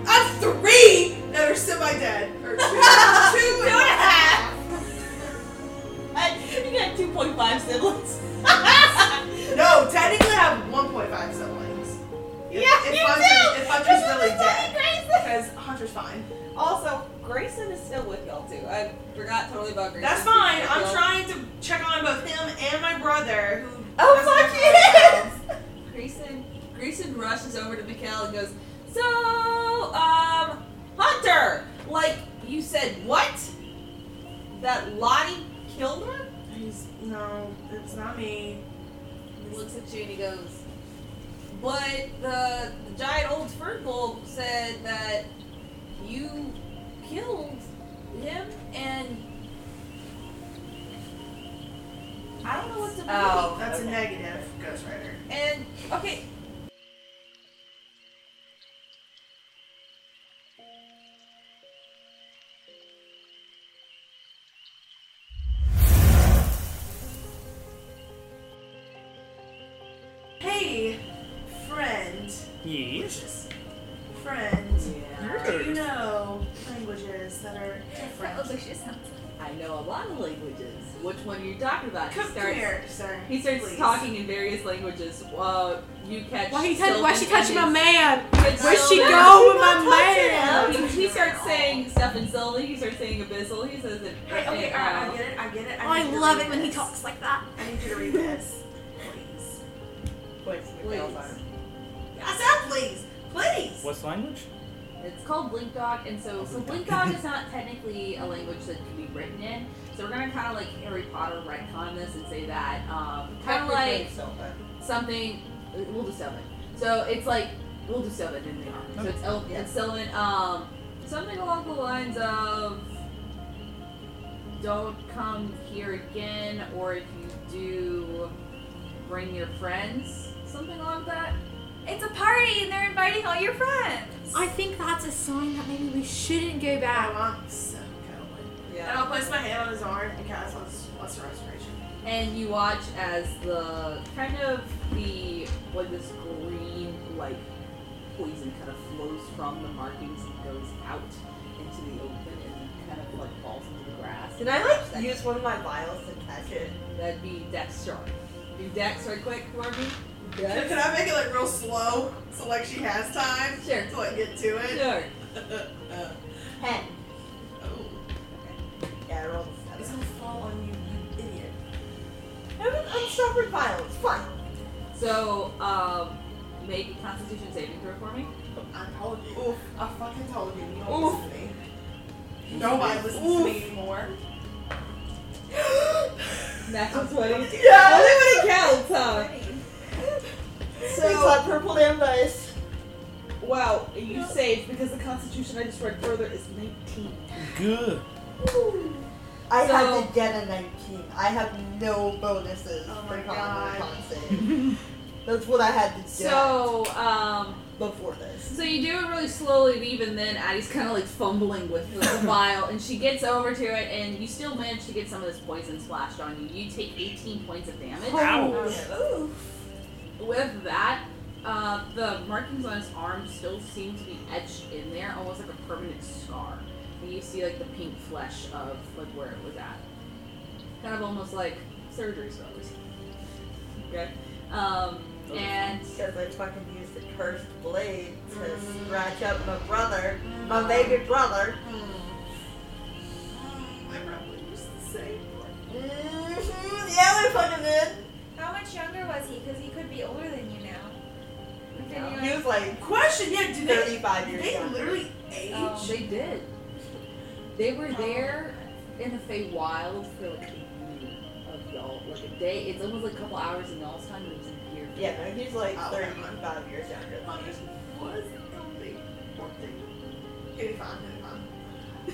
I have three that are semi-dead. Or two, *laughs* two and a half. *laughs* you got 2.5 siblings. No, technically I have 1.5 siblings. If, Yeah, if you Hunter's, do. If Hunter's This is really the dead, funny Grayson. because Hunter's fine. Also, Grayson is still with y'all too. I forgot totally about Grayson. That's fine. I'm trying to check on both him and my brother. Who Oh, fuck yes! *laughs* Grayson, Grayson rushes over to Mikhail and goes, "So, um, Hunter, like you said, what? That Lottie killed her?" He's, no, it's not me. He looks at you and he goes, But the, the giant old Fergal said that you killed him and. I don't know what to believe. Oh. That's a negative Ghost Rider. And, Oh. okay. Hey, friend. Yes. Friend. Do you Yes. know languages that are different? I know a lot of languages. Which one are you talking about? Come he starts, here, sir. He starts please. talking in various languages. Uh, you catch. Why he touch, why she Sylvan touching my and man? his- you catch Where'd she Sylvan. go with my Um, man? he, he starts saying stuff in Sylvan, he starts saying abyssal, he says it. Hey, okay, it, alright, I uh, get it, I get it. Oh, I, I need you to love read it when he this. talks like that. I need you to read this. Please. Points to Please. Mikhail's arm. I said please. Please. What's language? It's called Blink Dog, and so so Blink Dog is not technically a language that can be written in. So we're gonna kind of like Harry Potter retcon this and say that um, kind of like Technically Sylvan. something. We'll do Sylvan. So it's like we'll do Sylvan in the arm. So it's El- Yeah. it's Sylvan. Um, something along the lines of don't come here again, or if you do, bring your friends. Something like that. It's a party and they're inviting all your friends. I think that's a sign that maybe we shouldn't go I back. want so going. And Yeah. I'll place my hand on his arm and cast what's what's the restoration. and you watch as the kind of the like this green like poison kind of flows from the markings and goes out into the open and then kind of like falls into the grass. Can I like use one of my vials to catch it? That'd be Dex Shark. Do Dex right quick for me. Can I make it like real slow so like she has time Sure. to like get to it? Sure. Uh, Ten. oh. Yeah, I rolled a It's seven. gonna fall on you, you idiot. Let's stop with violence. Fine. So, um, make a Constitution saving throw for me. I told you. Oof. I fucking told you. You don't Oof. listen to me. Nobody listens to me Oof. anymore. Natural twenty. Yeah. Only when it counts, huh? So- it's like purple damn dice. Wow, you saved because the Constitution I just read further is nineteen. Good. I So- had to get a 19. I have no bonuses Oh for my con God. or con save. *laughs* That's what I had to do So, um, before this. So you do it really slowly, and even then, Addie's kind of like fumbling with the, the vial, and she gets over to it, and you still manage to get some of this poison splashed on you. You take 18 points of damage. Ow. With that, uh, the markings on his arm still seem to be etched in there, almost like a permanent scar. And you see like the pink flesh of like where it was at, kind of almost like surgery scars. Okay. Um, and Because I fucking used the cursed blade to scratch up my brother, my baby brother. I probably used the same one. Mm-hmm. Yeah, we fucking did. How much younger was he? Because he could be older than you now. Depending He on- was like Question, yeah, do they, 35 years they younger. literally age? Oh. Um, They did. They were there in the Fey Wild for like a year of y'all, like a day. It's almost like a couple hours in y'all's time. It was a year. Yeah, *laughs* no, he's like Oh, 35 years younger than me. Was only one thing. It'll be fine, it'll be fine.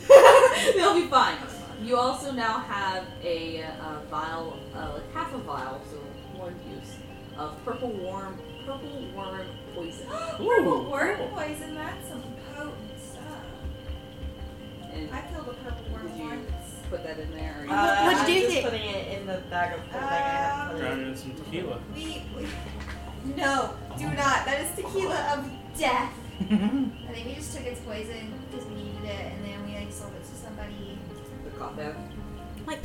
They'll be fine. You also now have a, uh vial, uh, like half a vial, so one use of purple worm, purple worm poison. Purple worm poison, that's some potent stuff. And I killed a purple Did worm you- once. put that in there. and- Uh, What'd you I'm do with just it? putting it in the bag of holding. I have to put it Drowning in some tequila. We, we- No, do not. That is tequila of death. *laughs* I think we just took its poison because we needed it and then we like sold it to somebody. the cough out. Like,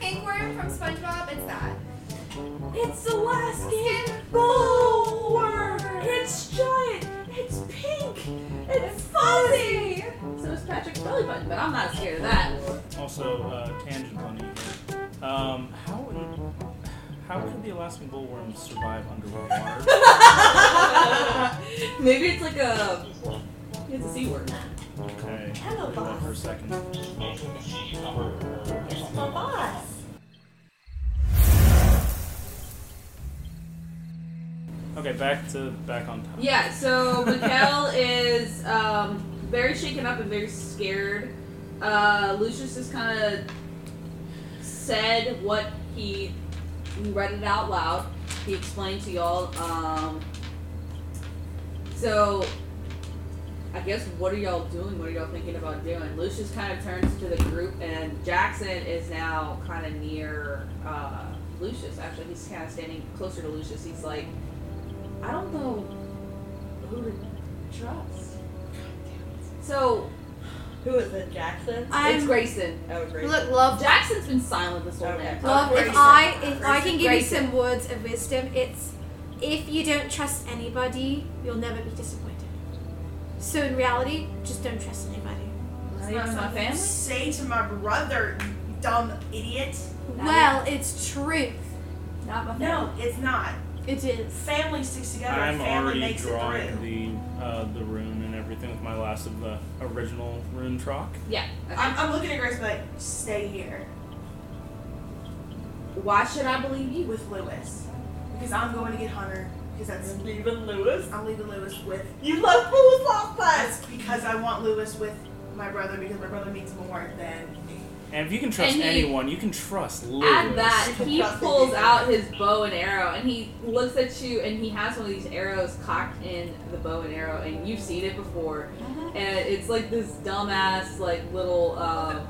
Pinkworm from SpongeBob, it's that. it's Alaskan bullworm. It's giant. It's pink. It's fuzzy. So is Patrick's belly button, but I'm not scared of that. *laughs* Also, uh, tangent on you. here. Um, how in, how could the Alaskan bullworms survive underwater? Maybe it's like a it's a sea worm. okay. Hello, hold on For a second. Making the sea cucumber or something. My boss. Okay, back to back on time. Yeah, so Mikkel is um, very shaken up and very scared. Uh, Lucius just kind of said what he he read it out loud. He explained to y'all. Um, so, I guess what are y'all doing? What are y'all thinking about doing? Lucius kind of turns to the group, and Jackson is now kind of near uh, Lucius. Actually, he's kind of standing closer to Lucius. He's like, I don't know who to trust. So Who is it, Jackson? it's I'm. Grayson. Oh, great. Look, love. Jackson's been silent this whole Okay. day. Love, if Grayson. I if I Grayson, can give you Grayson. some words of wisdom, it's if you don't trust anybody, you'll never be disappointed. So in reality, just don't trust anybody. Not even my You family. say to my brother, you dumb idiot. Uh-huh. Well, it's truth. Not my family. No, it's not. It is. Family sticks together. I'm family already makes it through. drawing the uh, the rune and everything with my last of the original rune troc. Yeah. I'm, I'm looking at Grace like, stay here Why should I believe you? with Lewis because I'm going to get Hunter because that's Leaving Lewis? I'm leaving Lewis with You left Lewis last time! that's because I want Lewis with my brother because my brother means more than me. And if you can trust And he- anyone, you can trust Lewis. At that, he pulls out his bow and arrow, and he looks at you, and he has one of these arrows cocked in the bow and arrow, and you've seen it before, and it's like this dumbass, like little, um,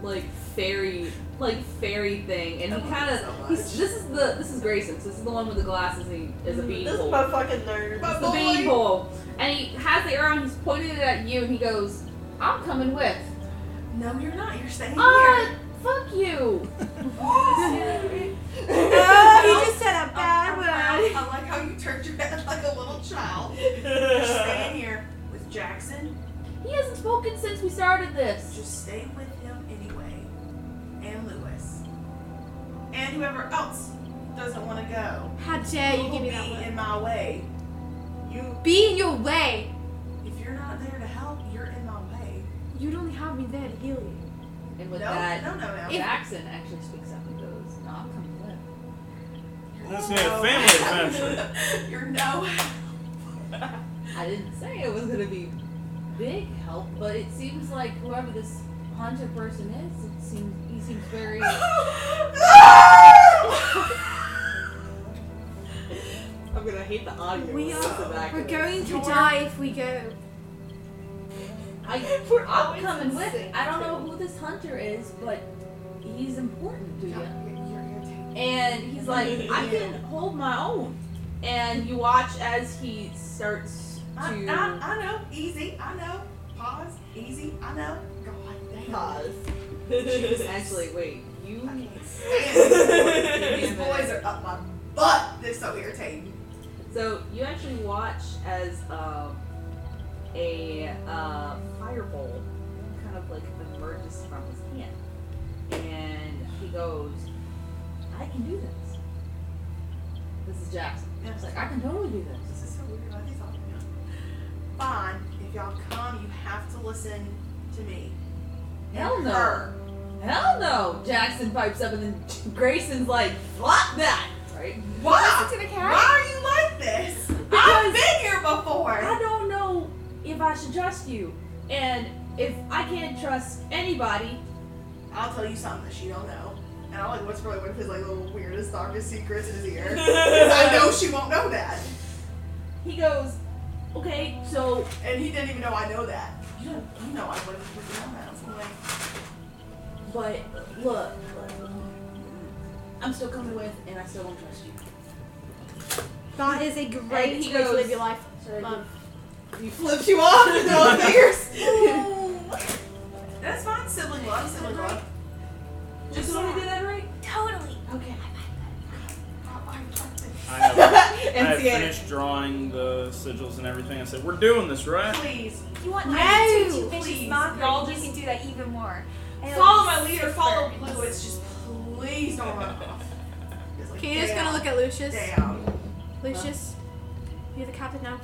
like fairy, like fairy thing, and he kind of. He's, this is the this is Grayson. So this is the one with the glasses. And he is a This beanpole. motherfucking nerd. My the boy. beanpole, and he has the arrow and he's pointing it at you, and he goes, "I'm coming *laughs* with." No, you're not. You're staying *laughs* Ah, fuck you. here. *laughs* Oh, he *laughs* just said a bad word. I like how you turned your head like a little child. You're staying here with Jackson. He hasn't spoken since we started this. Just stay with him anyway, and Lewis, and whoever else doesn't want to go. How dare you will give me be that look? in my way. You, Be in your way. if you're not there to help, you're in my way. You'd only have me there to heal you. And with no, that, no, no, no. Jackson actually speaks up and goes, "Not complete." Let's get a family Oh. *laughs* *laughs* adventure. you're no. I didn't say it was gonna be big help, but it seems like whoever this haunted person is, it seems he seems *laughs* very. I'm gonna hate the audio. We when this are- is back. We're *laughs* going to die if we go. I, I'm coming with it. I don't know who this hunter is, but he's important to you. And he's like, I can hold my own. And you watch as he starts I, I, to. I know. Easy. I know. Pause. Easy. I know. God damn. Pause. Actually, wait. You I can't stand it. These Give it. boys are up my butt. They're so irritating. So you actually watch as um, a uh, fireball kind of like emerges from his hand, and he goes, "I can do this." This is Jackson. Yeah. He's like, "I can totally do this." This is so weird. Why these all Fine. If y'all come, you have to listen to me. And Hell no. her. Hell no! Jackson pipes up, and then Grayson's like, "Fuck that!" Right? Why? Listen to the cat. Why are you like this? I've Because- been here I before. don't know if I should trust you, and if I can't trust anybody, I'll tell you something that she don't know. And I'll like whisper like one of his like little weirdest, darkest secrets in his *laughs* ear. 'Cause I know she won't know that. he goes, "Okay, so And he didn't even know I know that. You don't you know I wouldn't have known that. I'm like, But look, I'm still coming with, and I still don't trust you. That is a great And he way to goes- live your life. So Mom. he flips you *laughs* off with no fingers. *laughs* That's fine, sibling love, sibling love. Just want to do that right? Totally. Okay. I have, I have NCA. finished drawing the sigils and everything. I said, we're doing this, right? Please, You want No, I can teach you please, vicious mockery. y'all You just- can do that even more. I follow love my leader, secrets. follow Lewis. Just please don't run off. It's like, Okay, you're just gonna damn, look at Lucius. Damn. Lucius, you're the captain now.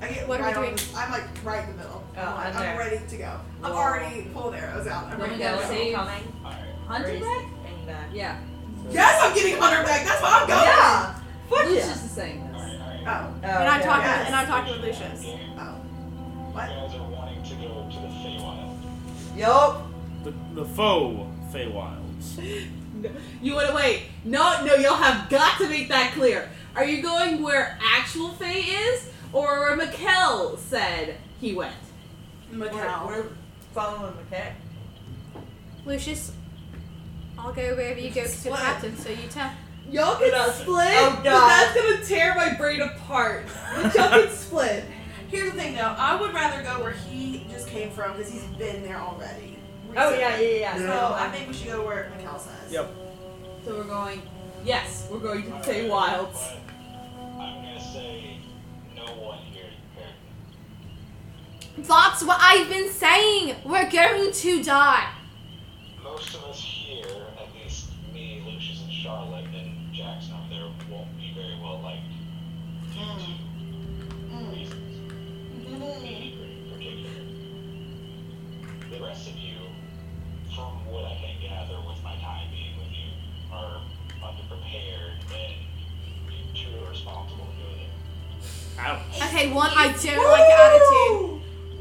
I get What are we right on doing? this- I'm like right in the middle. Oh, I'm, like, I'm I'm there. ready to go. I'm Whoa. already pulling arrows out. I'm Then ready we to go. gotta save Hunter Grace back? and back. Yeah. Yes, I'm getting Hunter back. That's why I'm going. Yeah. Fuck Lucius is saying this. Oh, Oh, and I'm yeah. talking. yes. And I'm talking with Lucius. oh. You What? Uh, guys are wanting to go to the Feywild. Yup. The, the foe Feywilds. You want to wait? No, no. You'll have got to make that clear. Are you going where actual Faye is, or where Mikkel said he went? We're, Macau. we're following the cat. Lucius, I'll go wherever you go because you're the Split. captain. So you tell. Y'all can That's- split, oh, but God. that's gonna tear my brain *laughs* apart. But y'all can split. Here's the thing, though. I would rather go where he just came from because he's been there already. Oh yeah, yeah, yeah. So So I think we should go where Mikkel says. Yep. So we're going. Yes, we're going to say wilds. But I'm gonna say no one here. That's what I've been saying. We're going to die. Most of us here, at least me, Lucius, and Charlotte, and Jackson over there, won't be very well liked. Due to reasons. Me in particular. The rest of you, from what I can gather with my time being with you, are underprepared and you two are responsible to go there. Ouch. Okay, one, I don't like your attitude. Well-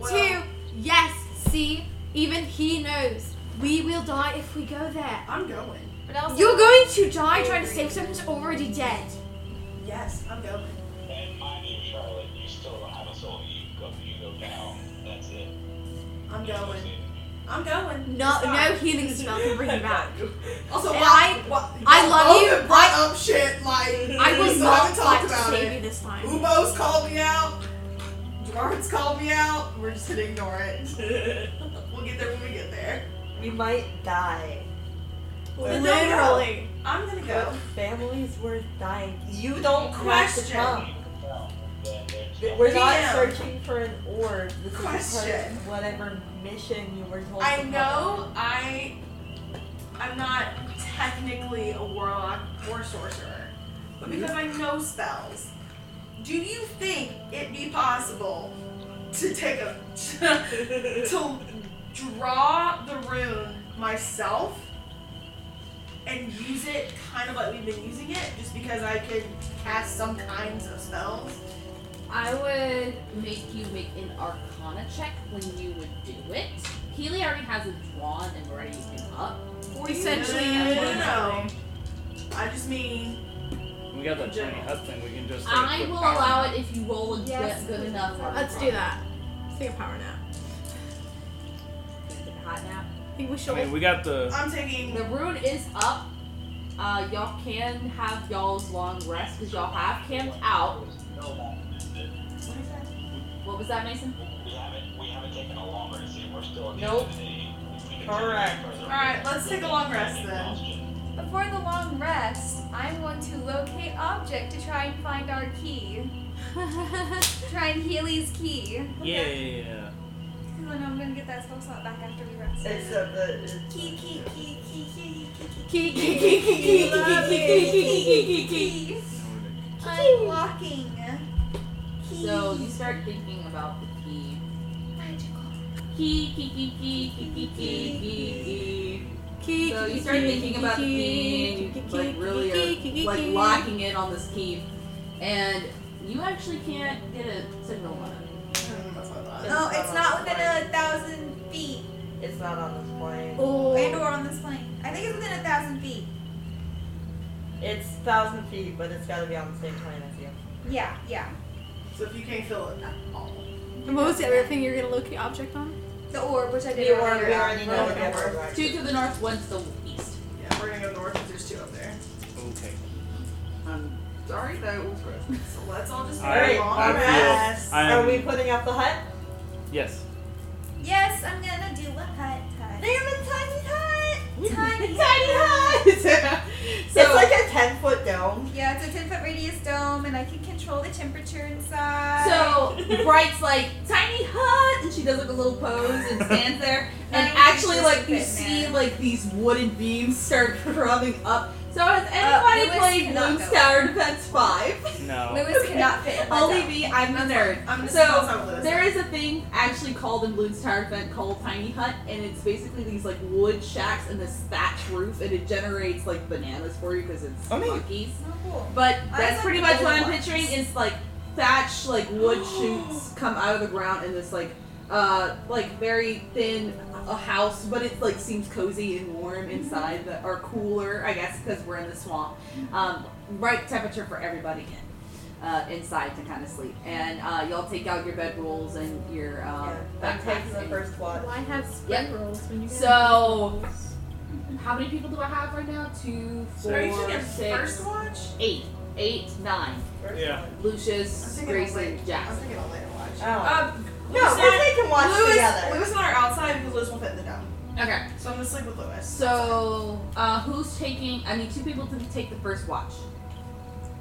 Two, yes, see, even he knows. We will die if we go there. I'm going. But also, You're going to die trying to save someone who's already dead. Yes, I'm going. And mind you, Charlotte, you still don't have a soul. You go, you go down. That's it. I'm That's going. it. I'm going. No, Stop. no healing spell can bring you back. Also, And why? I- why- I love y'all you. been brought up shit like I was so not haven't like talked about save you it. this time. Ubos called me out. Dwarves called me out. We're just gonna ignore it. *laughs* we'll get there when we get there. we might die. Then don't go. Literally. I'm gonna Your go. family's worth dying. You don't have to Question. come. Then there's Th- no- We're not Damn. searching for an orb. This is part Question. of whatever mission you were told. I to know I I'm not technically a warlock or sorcerer, but because I know spells, do you think it'd be possible to take a *laughs* to draw the rune myself and use it kind of like we've been using it, just because I could cast some kinds of spells? I would make you make an arcana check when you would do it. Keely already has it drawn and ready him up. Or essentially, no, that's no, what no, I'm no. I just mean We got that tiny hut thing. We can just. like, I put will power- allow it if you roll a Yes. good, good enough. doing. Let's do that. Let's take a power nap. Hot nap. I think we should. I *laughs* mean, we got the. I'm taking The rune is up. Uh, y'all can have y'all's long rest because y'all have camped out. What was that, Mason? We haven't, we haven't taken a long rest yet. We're still at the Nope. end of the day. Correct. Alright, let's take a long rest then. then. Before the long rest, I'm going to locate object to try and find our key. try and Healy's key. Yeah. Because I know I'm gonna get that spell slot back after we rest. Except that it's Key, key, key, key, key, key, Key, key, key, key, key, key, key, key, key, key, key, key, key. key. Unlocking. Key. So you start thinking about the key. Magical. Key, key, key, key, key, key, key, key, key. So you start thinking about the key and you like really are like locking in on this key, and you actually can't get a signal on it. Oh, it's not within a thousand feet. It's not on this plane. And or on this plane. I think it's within a thousand feet. It's thousand feet, but it's gotta be on the same plane as you. Yeah, yeah. So if you can't feel it at all. And what was the other thing you're gonna locate object on? The orb, which I did You already, we earlier. already know what that Okay. works. Two to the north, one to the east. Yeah, we're gonna go north because there's two up there. Okay. I'm sorry that I was gross. So let's all just do Alright, a long I feel- rest. I Are am. we putting up the hut? Yes. Yes, I'm gonna do a hut hut. They have a tiny hut! Tiny. *laughs* it's like a 10 foot dome. Yeah, it's a 10 foot radius dome, and I can control the temperature inside. So Bright's like tiny hut, and she does like a little pose and stands *laughs* there, and Tiny actually just like you fit, see man. like these wooden beams start *laughs* crumbling up. So has Uh, Lewis anybody played cannot Moon's go. Tower Defense Five? *laughs* No. Lewis cannot fit in my Only dome. me, I'm the nerd. I'm just so so There is a thing actually called in Bloons Tower event called Tiny Hut, and it's basically these like wood shacks and this thatch roof, and it generates like bananas for you because it's Oh, neat. monkeys. Oh, cool. But I that's like pretty much what I'm woodworks. picturing is like thatch, like wood shoots come out of the ground, and this like uh like very thin a house, but it like seems cozy and warm inside, the, or cooler, I guess, because we're in the swamp. Um, right temperature for everybody in uh, inside to kind of sleep. And uh, y'all take out your bedrolls and your uh, I'm taking backpacks. the and- first watch. Why have spring rolls when you So, how many people do I have right now? Two, four, Are you taking six, first watch? eight. Eight, nine. First Yeah. watch. Lucius, I'm thinking Grayson, I'll Jack. I'm thinking I'll later watch. Oh. Um, Uh, no, Lewis we're and, taking watch Lewis, together. Lewis and I are outside because Lewis won't fit in the dome. Okay. So I'm gonna sleep with Lewis. So, uh, who's taking? I need two people to take the first watch.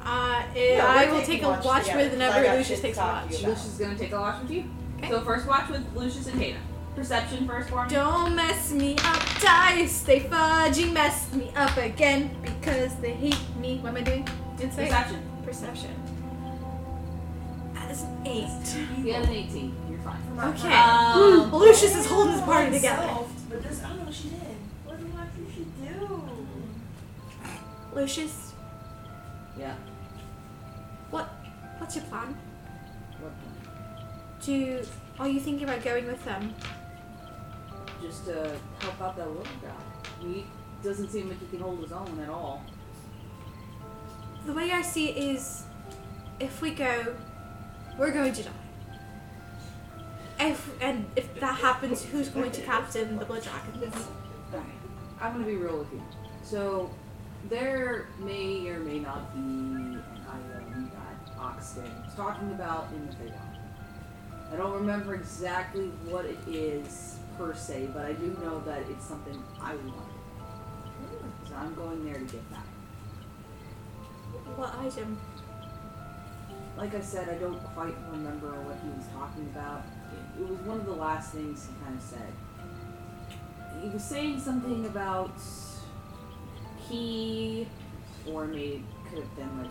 Uh, Yeah, I we're will taking take a watch watch, together, with 'cause I got whenever Lucius shit to takes a talk to watch. you Lucius is gonna take a watch with you. Okay. So first watch with Lucius and Hannah. Perception first for me. Don't mess me up, dice. They fudging messed me up again because they hate me. What am I doing? Insight? Perception. Perception. That is an eight. You had an 18. You're fine. Okay. Uh, Um, Lucius is holding his party together. Myself, But this, I don't know what she did. What do I think she do? Lucius. Yeah. What? What's your plan? what- Do are you thinking about going with them? just to help out that little guy. He doesn't seem like he can hold his own at all. The way I see it is, if we go, we're going to die. If and if that happens, who's going to captain the blood dragons? I'm gonna be real with you. So, there may or may not be an item that Oxton was talking about in the Fagon. I don't remember exactly what it is per se, but I do know that it's something I want. So I'm going there to get that. What item? like I said, I don't quite remember what he was talking about. It, it was one of the last things he kind of said. He was saying something about key or maybe could have been like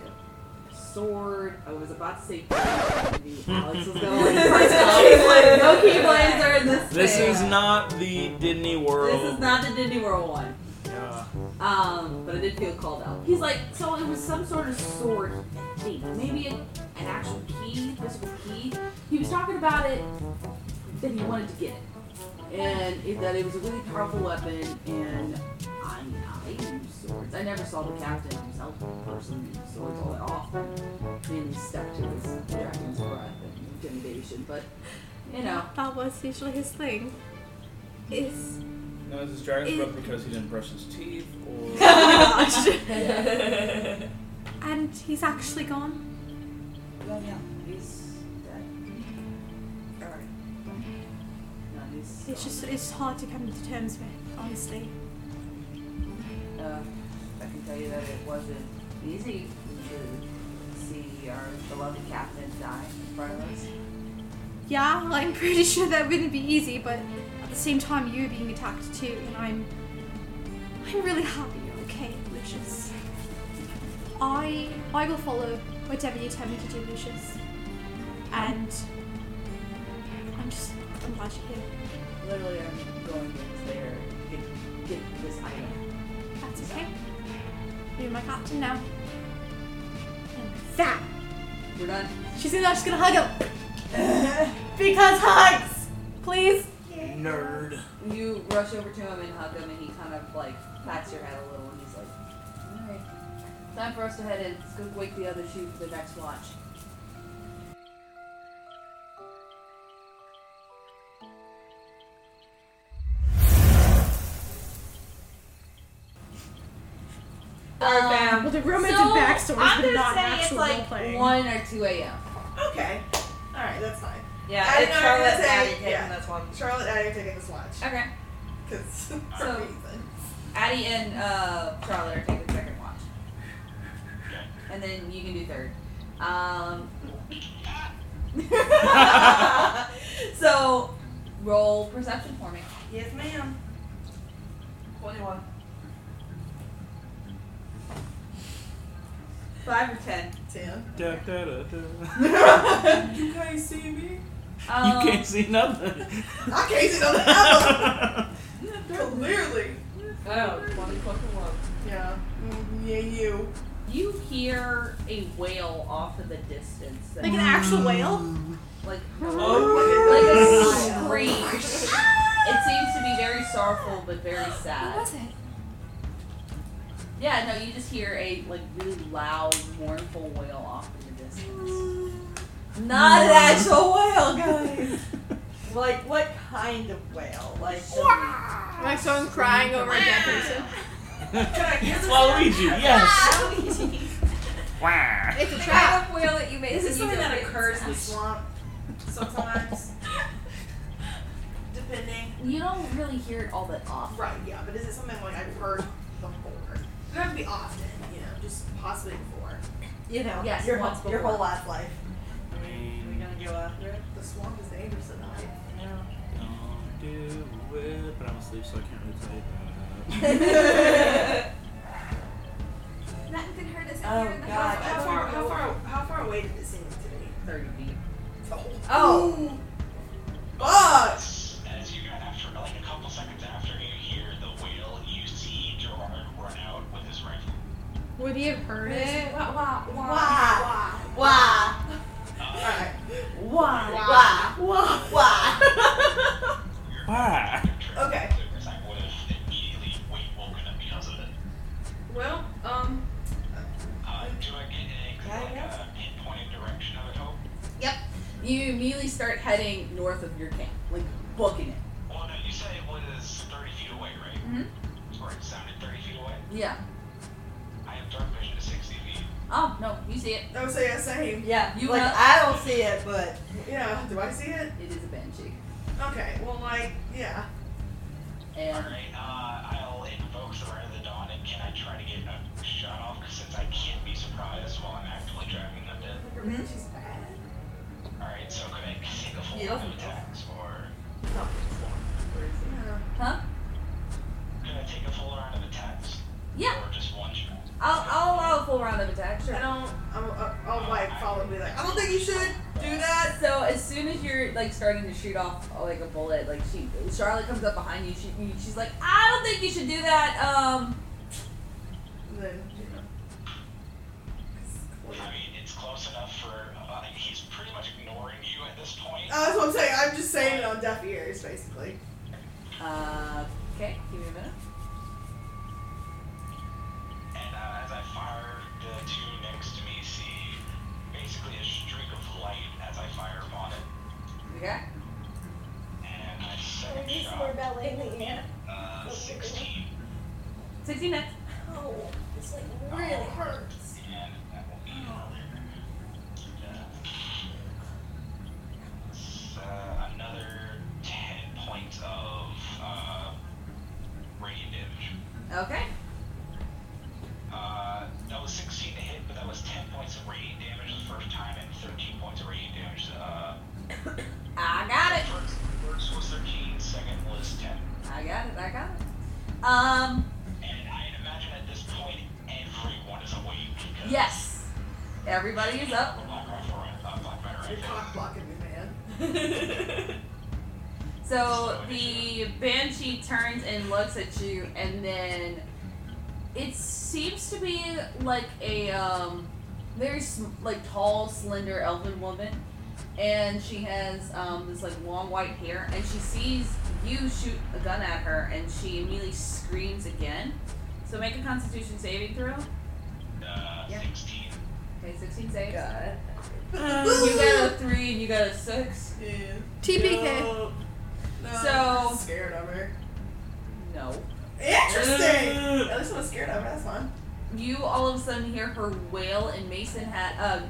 a sword. I was about to say. Alex was going. Keyblade. No keyblades are in this. This thing. is not the Disney World. This is not the Disney World one. Uh, Um, but I did feel called out. He's like, so it was some sort of sword thing, maybe an, an actual key, physical key. He was talking about it that he wanted to get it, and it, that it was a really powerful weapon. And I mean, I use swords. I never saw the captain himself in person use swords all that often. Mainly stuck to his dragon's breath and intimidation, but you know, That was usually his thing. Is no, is this dragon's It- breath because he didn't brush his teeth, or *laughs* and he's actually gone. well, yeah, he's dead. Alright. No, he's It's just it's hard to come to terms with, honestly. Uh, I can tell you that it wasn't easy to see our beloved captain die in front of us. Yeah, I'm pretty *laughs* sure that wouldn't be easy, but at the same time, you're being attacked too, and I'm. I'm really happy you're okay, Lucius. I I will follow whatever you tell me to do, Lucius. And I'm just I'm glad you're here. Literally, I'm going to there to get, get this item. That's okay. You're my captain now. And that We're done. she's gonna she's gonna hug him because hugs, please. nerd? You rush over to him and hug him, and he kind of like pats your head a little, and he's like, "Alright, time for us to head in. Let's go wake the other shoe for the next watch." Alright, Um, fam. Well, the romance So, and backstories, I'm but gonna not say actual it's like role playing. One or two a.m. *laughs* Okay. Alright, that's fine. Yeah, I it's know what you're Charlotte saying, Addie taking yeah. this one. Charlotte and I are taking this watch. Okay. Because *laughs* for So- a reason. Addie and uh, Charlotte are taking second watch. Okay. And then you can do third. Um, *laughs* so, roll perception for me. Yes, ma'am. 21. 5 or 10. Ten. Da, da, da, *laughs* *laughs* da. You can't see me. Um, you can't see nothing. I can't see no other. *laughs* *laughs* Clearly. Oh, 20 plus 1. Yeah. Mm, yeah, you. You hear a wail off in the distance. that- Like an actual whale. like, *laughs* Oh. like a *laughs* Oh. scream. It seems to be very sorrowful but very What sad. was it? Yeah, no, you just hear a like really loud, mournful wail off in the distance. Not an actual whale, guys. Like, what kind of whale? Like, Like someone crying over a dead person. it's *laughs* Waluigi, yes. Wah. It's a trap. whale that you made. This so is you something don't that get occurs in the smashed. swamp sometimes. Depending. You don't really hear it all that often. Right, yeah, but is it something like I've heard before? It doesn't have to be often, you know, just possibly before. you know, Yes, your, once whole, your before. whole last life. I mean, gonna go after it? The swamp is the Anderson life. Don't do it, but I'm asleep, so I can't really tell you that. Nothing could hurt us if Oh, you're in the God. hospital. How far, how far, how far away did it seem to 30 feet. be? Oh. Fuck! As you got after, like a couple seconds after you hear the whale, you see Gerard run out with his rifle. Would he have heard it? Wah, wah, wah. Why? *laughs* Wah! Alright. Why? Wah! Wah! Why? Okay. Because I would have immediately wake- woken up because of it. Well, um. Uh, do I get a, Yeah, like, yes. a pinpointed direction of it, hope? You immediately start heading north of your camp, like booking it. Well, no, you said it was 30 feet away, right? Or it sounded 30 feet away? Yeah. I have dark vision to 60 feet. Oh, no, you see it. Oh, so yeah, same. Yeah, You like, wanna- I don't see it, but Yeah, do I see it? It is a banshee. Okay, well, like, yeah. And Alright, uh, I'll invoke the Red of the Dawn, and can I try to get a shot off? 'Cause since I can't be surprised while I'm actively driving them dead. She's bad. Alright, so could I take a full Yeah. round of attacks, or huh? could I take a full round of attacks? Yeah. Or just one shot? I'll I'll allow full round of attacks. Sure. I don't. I'm, uh, I'll like follow and be like, I don't think you should do that. So as soon as you're like starting to shoot off uh, like a bullet, like she Charlotte comes up behind you. She, she's like, I don't think you should do that. Um, And then you know, I mean, it's close enough for. Uh, he's pretty much ignoring you at this point. oh, that's what I'm saying. I'm just saying it on deaf ears, basically. uh, okay, give me a minute. And uh, as I fire, the two next to me see basically a streak of light as I fire upon it. Okay. And my Or second at least shot, more ballet than you. uh, 16. 16 minutes. Oh, this like really hurts. Oh. And that will be another. It's, uh, another 10 points of uh, radiant damage. Okay. Uh, that was 16 to hit, but that was 10 points of radiant damage the first time and 13 points of radiant damage. Uh, I got it. first, first was 13, second was 10. I got it. I got it. Um, And I imagine at this point everyone is awake because yes. Everybody is up. the Black Rifle are in- uh, Black Matter You're cock blocking me, man. So the banshee turns and looks at you, and then it seems to be like a um, very sm- like tall, slender elven woman, and she has um, this like long white hair, and she sees you shoot a gun at her, and she immediately screams again. So make a Constitution saving throw. uh, Yeah. 16. Okay, sixteen saves. God. Um, You got a three, and you got a six. *laughs* Yeah. TBK. No. No, So- I'm scared of her. No. Interesting. At least I'm scared of her. That's *laughs* fine. you all of a sudden hear her wail, and Mason had uh,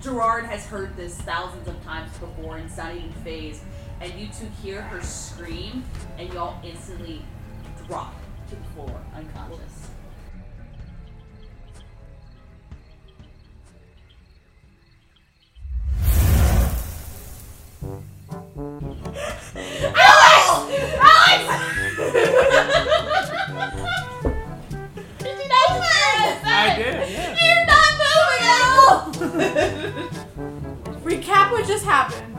Gerard has heard this thousands of times before, and it's not even phased. And you two hear her scream, and y'all instantly drop to the floor, unconscious. I did, yeah. Recap what just happened.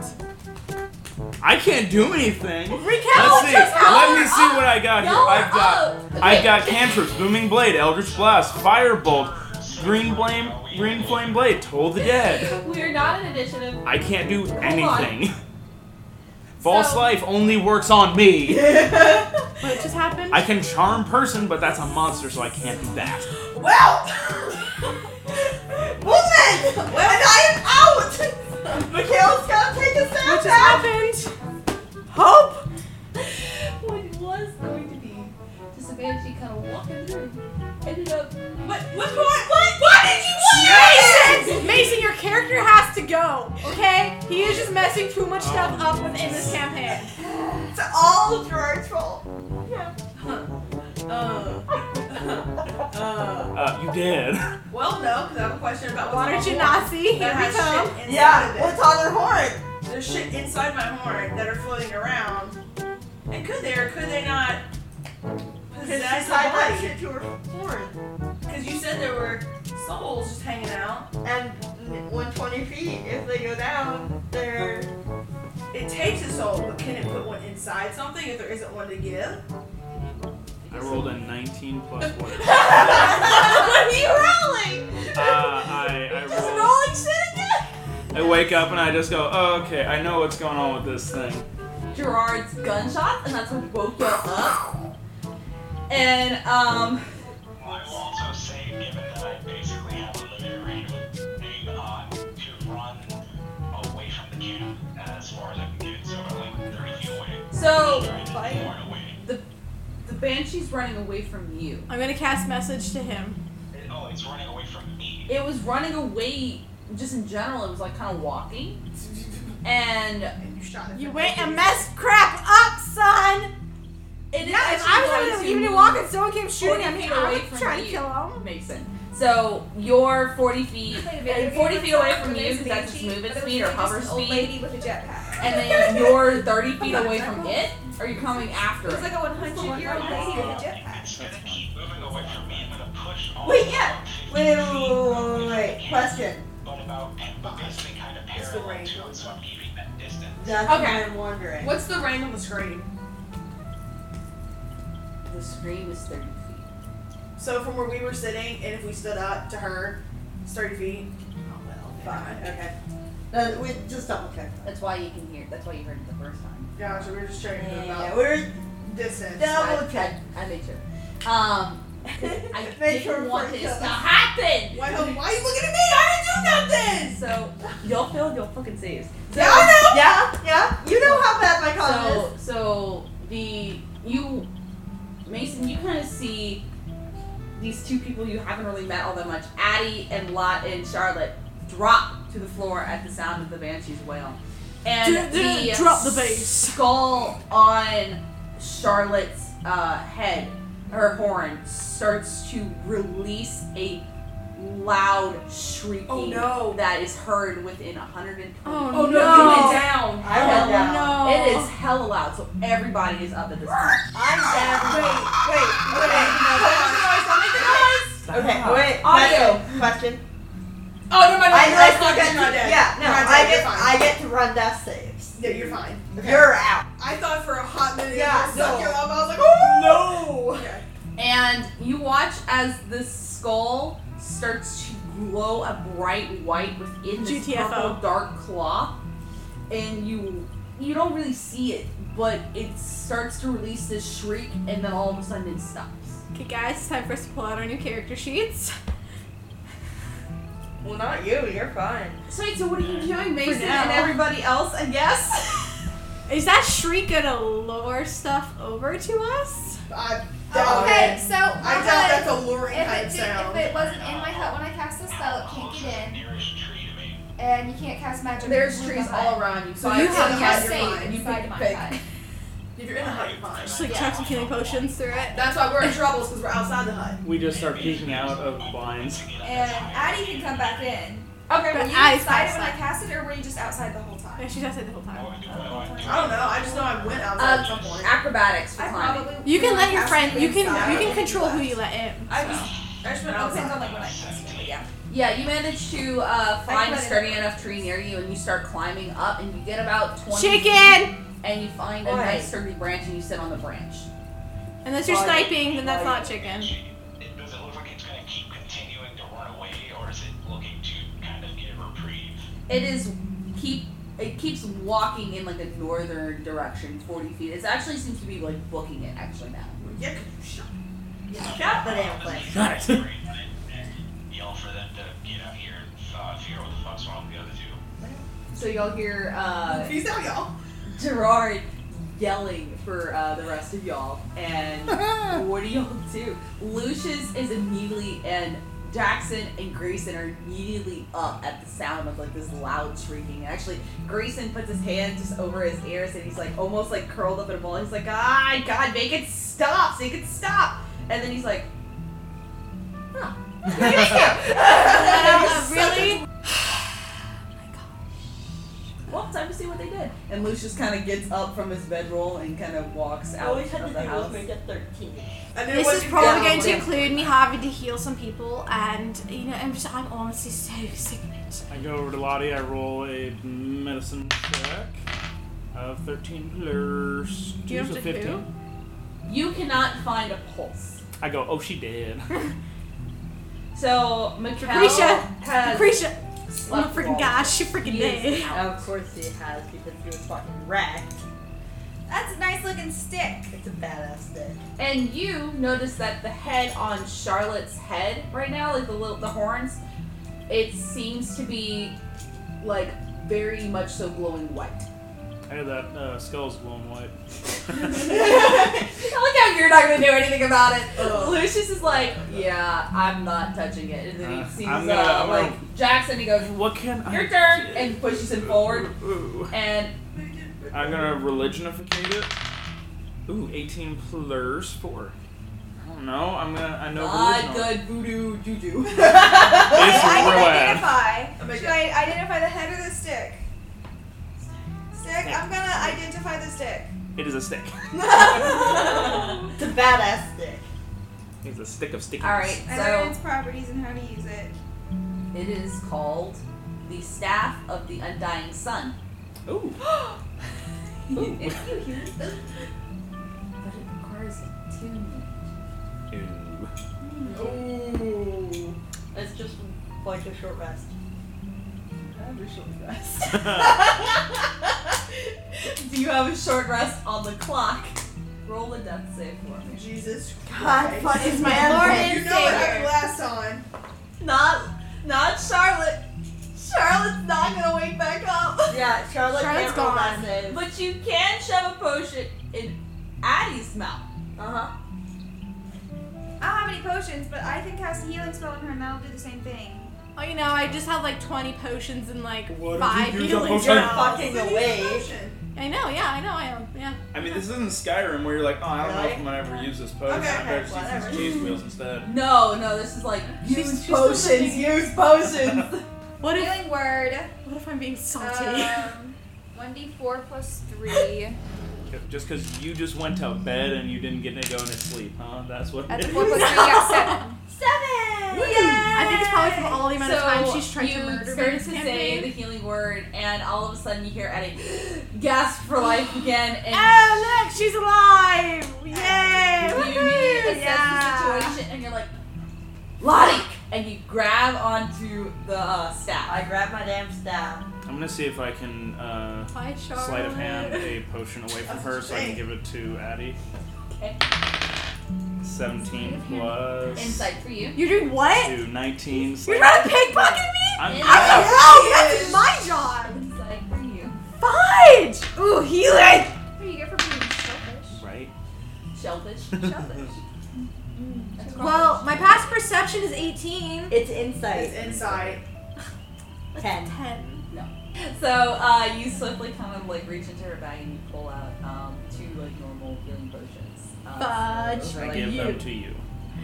I can't *laughs* do anything. Recap Let's what see. just Let me happened. see what I got here. Y'all are I've got up. Okay. I've got cantrips, booming blade, eldritch blast, firebolt, green flame, green flame blade, toll the dead. We are not an initiative. I can't do on. *laughs* anything. False So- life only works on me. What just happened? I can charm person, but that's a monster, so I can't do that. Well, *laughs* woman, well, I am out. Mikhail's gonna take us out. what just happened? Hope. What it was going to be just a banshee kind of walking through, ended up. What? What? What? What, what did you want? Mason! Mason, your character has to go, okay? He is just messing too much stuff up within this campaign. It's all Gerard's fault. *laughs* Uh, you did. *laughs* Well, no, because I have a question about Water what's on my horn. Genasi, here we That has come. shit inside Yeah, of it. what's on her horn? There's shit inside my horn that are floating around. And could they or could they not Because possess she a tied that body? shit to her horn. Because you said there were souls just hanging out. And 120 feet, if they go down, *laughs* they're. It takes a soul, but can it put one inside something if there isn't one to give? I rolled a 19 *laughs* plus 1. uh, what are you rolling? I, I rolled. Oh, I wake up and I just go, oh, okay, I know what's going on with this thing. Gerard's gunshots, and that's what woke y'all up. And um, I will also say, given that I basically have a limited range of aim on, to run away from the camp as far as I can get, so I'm like 30 feet away. so. Far away. The banshee's running away from you. I'm gonna cast message to him. It- oh, it's running away from me. It was running away just in general. It was like kind of walking. And And you shot it. You went and messed crap up, son! it Yeah, if I was having to even walk and someone came shooting at me, I would try to kill him. Makes sense. So you're 40 feet, Wait a minute, and if 40 you feet were away talking from to you this because that's its banshee, movement but it was speed or really just hover an old speed, lady with a jetpack. and then you're 30 feet away from it. Are you coming after It's it? like a 100 year old lady with a It's jetpack. gonna keep moving away from me. I'm gonna push all Wait, yeah. of Wait, wait, wait, wait, wait, wait. Question. But about but basically kind of It's the parallel range. to it, so I'm keeping that distance. That's what Okay. I'm wondering. What's the range on the screen? The scream is 30 feet. So from where we were sitting, and if we stood up to her, it's 30 feet. Oh, well. Fine. Okay. No, we just double check. That's why you can hear. That's why you heard it the first time. Gotcha. We were just checking Yeah, about we're distance. double I- check. I, I made sure. Um, I *laughs* Make sure didn't want for each this to *laughs* other. happen. Why, why are you looking at me? I didn't do nothing. So y'all failed your fucking saves. So, Yeah, I know. Yeah, yeah. You know how bad my con is. so so the you Mason, you kind of see these two people you haven't really met all that much, Addie and Lot and Charlotte, drop to the floor at the sound of the banshee's wail, and D- d- the drop the bass. skull on Charlotte's uh, head, her horn starts to release a loud shrieking Oh, no. that is heard within 120 Oh, Oh, you no. went down. I went Hella- down. No. It is hella loud, so everybody is up at this point. I'm dead. Wait, wait, wait. Okay, wait. Audio. Question. question. Oh, no, my I God. like to get You're dead. Yeah, no, You're dead, I you're get fine. I get to run death saves. Yeah, you're fine. You're out. I thought for a hot minute. Yeah, Yeah. Suck no. you up. I was like, oh. No. Okay. And you watch as the skull starts to glow a bright white within this GTFO. purple dark cloth, and you you don't really see it, but it starts to release this shriek, and then all of a sudden it stops. Okay, guys, it's time for us to pull out our new character sheets. Well, not you. You're fine. So, wait, so what are you doing, Mason and now. everybody else? I guess. Is that shriek gonna lure stuff over to us? I doubt Okay, it. so I doubt that's a luring If type it, did, sound. if it wasn't in my hut when I cast the spell, it can't get in, Nearest tree to me. and you can't cast magic. There's from trees the hut. all around you, So so I you take have it to out cast of your your mind. You Inside pick my pick. hut. If you're in a hut, you're fine. Just like chuck some healing potions through it. That's why we're in trouble, because we're outside the hut. We just start peeking out of the blinds. And Addie can come back in. Okay, Were but you I inside it when I cast it, or were you just outside the whole time? Yeah, she's outside the whole time. Oh, I don't know. I just know I went outside at some Um, point. acrobatics for I climbing. probably. You can would've let your cast friend. it You can. inside. You can control who you let in. I was. I just went outside. Depends on like when I cast it. but Yeah. Yeah, you manage to uh, find a put it sturdy in. enough tree near you, and you start climbing up, and you get about twenty. feet, Chicken. And you find a Why? nice sturdy branch, and you sit on the branch. Unless you're Why? sniping, then that's Why? not chicken. It- Does it look like it's going to keep continuing to run away, or is it looking to kind of get a reprieve? It is keep. It keeps walking in like a northern direction, forty feet. It actually seems to be like booking it actually now. Yeah, shut Shut the damn thing. Got it. Yell for them to get out here and uh, figure out what the fuck's wrong with the other two. So y'all hear uh, up. Peace out, y'all. Gerard yelling for uh, the rest of y'all, and what do y'all do? Lucius is immediately and Jackson and Grayson are immediately up at the sound of like this loud shrieking. And actually, Grayson puts his hand just over his ears and he's like almost like curled up in a ball. He's like, "Ah, God, make it stop! Make it stop!" And then he's like, *laughs* "Huh." Uh, *sighs* really? Oh Well, time to see what they did. And Lucius kind of gets up from his bedroll and kind of walks out of the house. at 13. And then This what is you probably got- going to include me having to heal some people, and you know, I'm just. I'm honestly so sick of it. I go over to Lottie. I roll a medicine check of 13 plus Do you have so to 15. who? You cannot find a pulse. I go, oh, she did. *laughs* So Mikkel Lucretia! has Lucretia, oh my slept freaking well. gosh, she freaking He is did. out. Of course he has because he was fucking wrecked. That's a nice looking stick. It's a badass day. And you notice that the head on Charlotte's head right now, like the little the horns, it seems to be like very much so glowing white. *laughs* I hear that uh, skull's glowing white. I like how you're not gonna do anything about it. Lucius is like, yeah, I'm not touching it. And then Uh, he sees I'm uh, gonna- I'm like Jackson. He goes, what can I? your turn, and pushes him forward. Ooh. And I'm gonna religionificate it. Ooh, 18 plus 4. I don't know. I'm gonna. I know religion. not good voodoo juju. *laughs* It's I can real bad. Oh my identify. Should God. I identify the head or the stick? Stick. I'm gonna identify the stick. It is a stick. It's a badass day. It's a stick of stickiness. Alright, I learned so its properties and how to use it. it is called the Staff of the Undying Sun. *gasps* Ooh. if you use them. But it requires attunement. Ooh. Ooh. It's just like a short rest. Every short rest. I Do you have a short rest on the clock? Roll a death save for me. Jesus God, Christ. fuck is my Lord Lord. you and know what Savior. happened last time. Not, not Charlotte. Charlotte's not gonna wake back up. Yeah, Charlotte Charlotte's can't roll that gone. save. But you can shove a potion in Addie's mouth. Uh-huh. I don't have any potions, but I can cast a healing spell on her and that'll do the same thing. Oh, you know, I just have like 20 potions and like What if five you use a healing. potion? You're You're fucking away. I know, yeah, I know, I am. Yeah. mean, this isn't Skyrim where you're like, oh, I don't know if I'm gonna ever use this potion. Okay, I better just whatever. use these cheese wheels instead. No, no, this is like use potions, use potions. What if, Oh, Healing word. what if I'm being salty? *laughs* Um, 1d4 plus 3. Just because you just went to bed and you didn't get to go to sleep, huh? That's what. That's *laughs* it a is. 4 *laughs* plus 3, you got 7. Seven. I think it's probably from all the amount so of times she's tried you to murder me. in started this to say the campaign. healing word, and all of a sudden you hear Addie *gasps* gasp for *gasps* life again, and Oh, look, she's alive! Yay! you woohoo! assess yeah. the situation, and you're like, Lottie, and you grab onto the uh, staff. I grabbed my damn staff. I'm gonna see if I can uh, Hi, Charlotte. sleight of hand a potion away from her so I can give it to Addie. Okay. 17 plus Insight for you. You're doing what? two, 19. You're sleight- trying to pickpocket me? I'm- I'm I'm- like, no, that's my job! Insight for you. Fudge! Ooh, healing! What do you get for being selfish? Right? Shellfish. Shellfish. That's Well, my past perception is 18. It's It's insight. inside. Ten. 10. So uh, you swiftly kind of like reach into her bag and you pull out um, two like normal healing potions. Uh, Fudge. so I like, give you- them to you.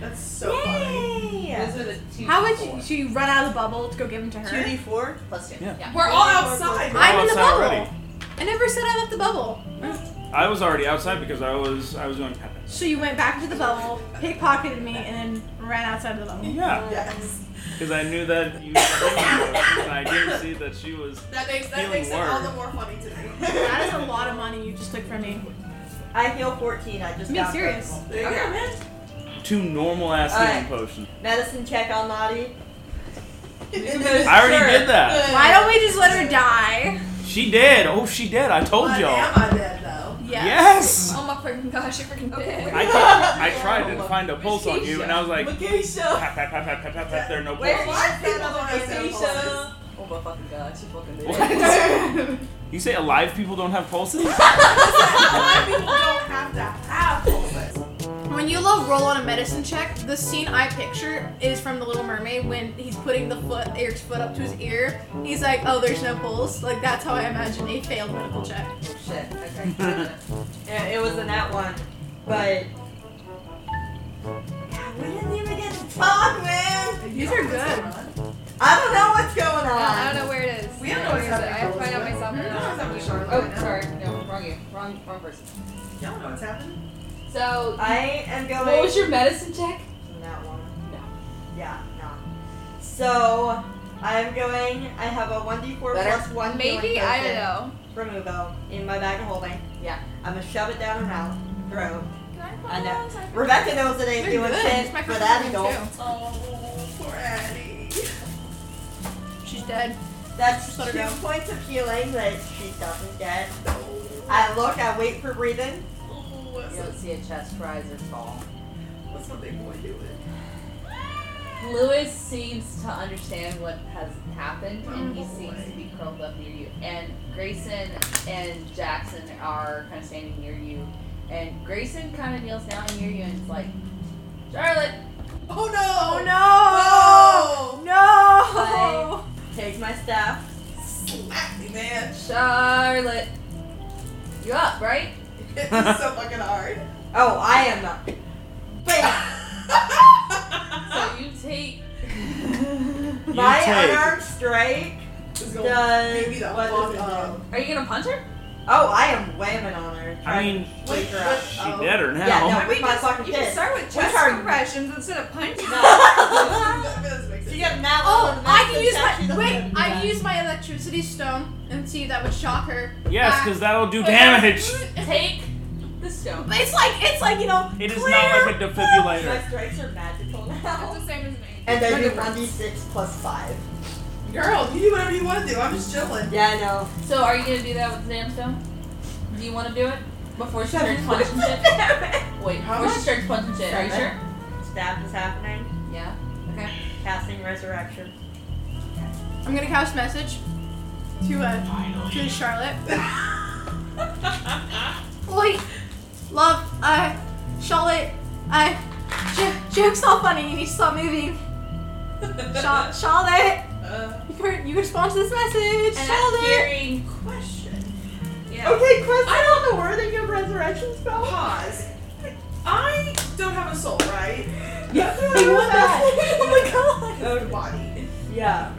That's so funny. Yay! Those are the two. How would four. you, should you run out of the bubble to go give them to her? 2d4? Plus two. Yeah. We're all outside. I'm in the outside bubble. already. I never said I left the bubble. I was already outside because I was I was doing peppers. So you went back to the bubble, pickpocketed me, and then ran outside of the bubble. Yeah, Yes. because I knew that you. I didn't see that she was. That makes that Healing makes it all word. the more funny to me. That is a lot of money you just took from me. I heal 14. I just I'm being got serious. purple. There you go. Two normal ass All healing potions. Medicine check on Naughty. *laughs* I already did that. Why don't we just let her die? She did. Oh, she did. I told But y'all. am I dead though? Yes. Oh my freaking gosh, I freaking did. I, can't- I tried to find a pulse on you, and I was like, Lakeisha! pat, pat, pat, pat, pat, pat, pat, there are no Where pulses. was People that other don't have Lakeisha? Oh my fucking god, she fucking did What? it. Oh, You say alive people don't have pulses? People don't have to have pulses. When you love roll on a medicine check, the scene I picture is from The Little Mermaid when he's putting the foot, Eric's foot up to his ear. He's like, oh, there's no pulse. Like, that's how I imagine a failed medical check. Shit, okay. yeah, it was in that one, but. God, we didn't even get to talk, man! These are good. I don't know what's going I on. don't know where it is. We don't I know what's where it is. happening I have to find out with myself. No one knows how to Charlotte. Oh, sorry. No, wrong you. Wrong, wrong person. Y'all know what's happening. So, I am going. what was your medicine check? That one. No. Yeah, no. So, I'm going. I have a 1d4 Better? plus 1 Maybe, healing I potion. don't know. from Ubo in my bag of holding. Yeah. I'm gonna shove it down her mouth. Throw. Can I I find know. out? I Rebecca knows it ain't They're doing good. shit, It's my but first that time don't. too. Oh, poor Addie. She's dead. That's Just let her two go. points of healing that she doesn't get. I look, I wait for breathing. Oh, You what's, don't see a chest rise or fall. what's my big boy doing? Lewis seems to understand what has happened, and he seems to be curled up near you. And Grayson and Jackson are kind of standing near you, and Grayson kind of kneels down near you and is like, "Charlotte, Oh no! Oh, no! No! Take my staff. Smack me, man. Charlotte, you up, right?" It's so fucking hard. Oh, I am not. Bam! So you take. You my take. unarmed strike It's gonna does. be the what fuck is it? up. Are you gonna punch her? Uh, Oh, I am whamming on her. I trying to mean, wake her up. she Oh. dead or now. Yeah, no, We with my just- fucking you should fist. start with We're chest trying- compressions instead of punching. So you got mad on Oh, the I mouth can and use tattoo my the wait. fucking I back. can use my electricity stone and see if that would shock her. Yes, back. because that'll do damage. Take the stone. But it's like it's like you know. It is clear. not like a defibrillator. My strikes are magical now. That's the same as me. *laughs* And they do 1d6 plus 5. Girl, you do whatever you want to do. I'm just chilling. Yeah, I know. So are you gonna do that with the damn stone? Do you want to do it before she starts punching shit? Wait, How before she much? starts punching shit. Are you sure? Seven. Stab is happening. Yeah. Okay. Casting resurrection. I'm gonna cast message to uh to Charlotte. Oi, love, uh, Charlotte, uh, j- joke's not funny. You need to stop *laughs* moving. Char- Charlotte, Uh, you can you can respond to this message. And I'm Charlotte. hearing question. Yeah. Okay, Quest, I don't know where they your resurrection spell. pause. I don't have a soul, right? Yeah, I want *laughs* oh my god. No body. Yeah.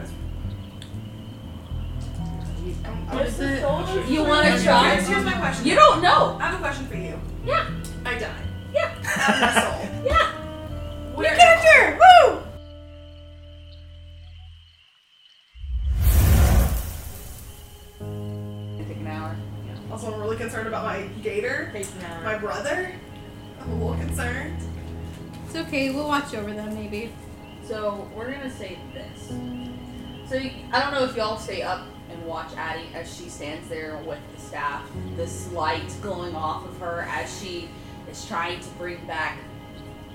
What's the- Oh, You want to try? Here's, here's my question. You don't know. I have a question for you. Yeah. I died. Yeah. I have no soul. Yeah. Where? Character, woo! Take an hour. Also, I'm really concerned about my gator, Take an hour. my brother. I'm a little concerned. It's okay. We'll watch over them maybe. So we're gonna say this. So y- I don't know if y'all stay up and watch Addie as she stands there with the staff, this light glowing off of her as she is trying to bring back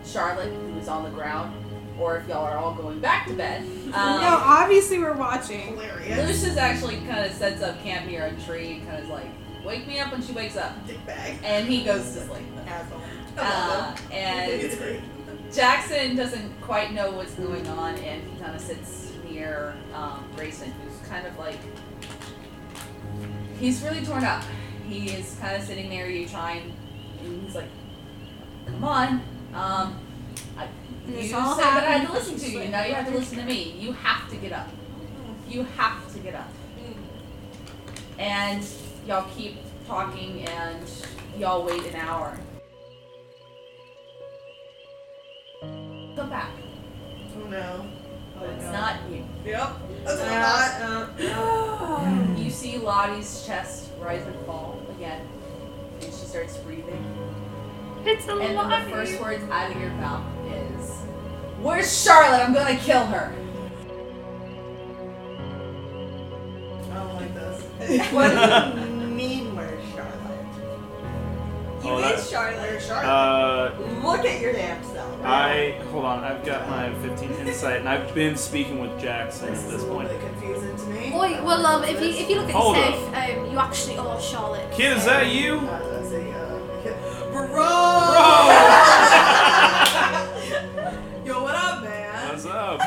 Charlotte, who is on the ground, or if y'all are all going back to bed. Um, no, obviously we're watching. Hilarious. Lucius actually kind of sets up camp near a tree and kind of like, wake me up when she wakes up, Dick bag. and he goes to sleep. Asshole. Uh, and It's great. Jackson doesn't quite know what's going on, and he kind of sits near um, Grayson, who's kind of like he's really torn up. He is kind of sitting there, you trying, and he's like, "Come on, um, I, And you it's said all that I had to happening. listen to you. Now you have to listen to me. You have to get up. You have to get up." And y'all keep talking, and y'all wait an hour. Come back. Oh no. It's not you. Yep. That's what I'm Uh, uh, You see Lottie's chest rise and fall again, and she starts breathing. It's a And then the first words out of your mouth is, "Where's Charlotte? I'm gonna kill her." not. I don't like *laughs* this. what do you mean, where's Charlotte? Oh, You that- is Charlotte. Uh, Look at your damn self. I hold on. I've got my 15 insight, and I've been speaking with Jackson This at is a this little point. bit confusing to me. Oi, well, um, if you if you look at Hold the safe, um, you actually are Charlotte. Kid, is that you? Uh, let's see, uh, yeah. Bro! Bro! *laughs* Yo, what up, man? *laughs* What's up?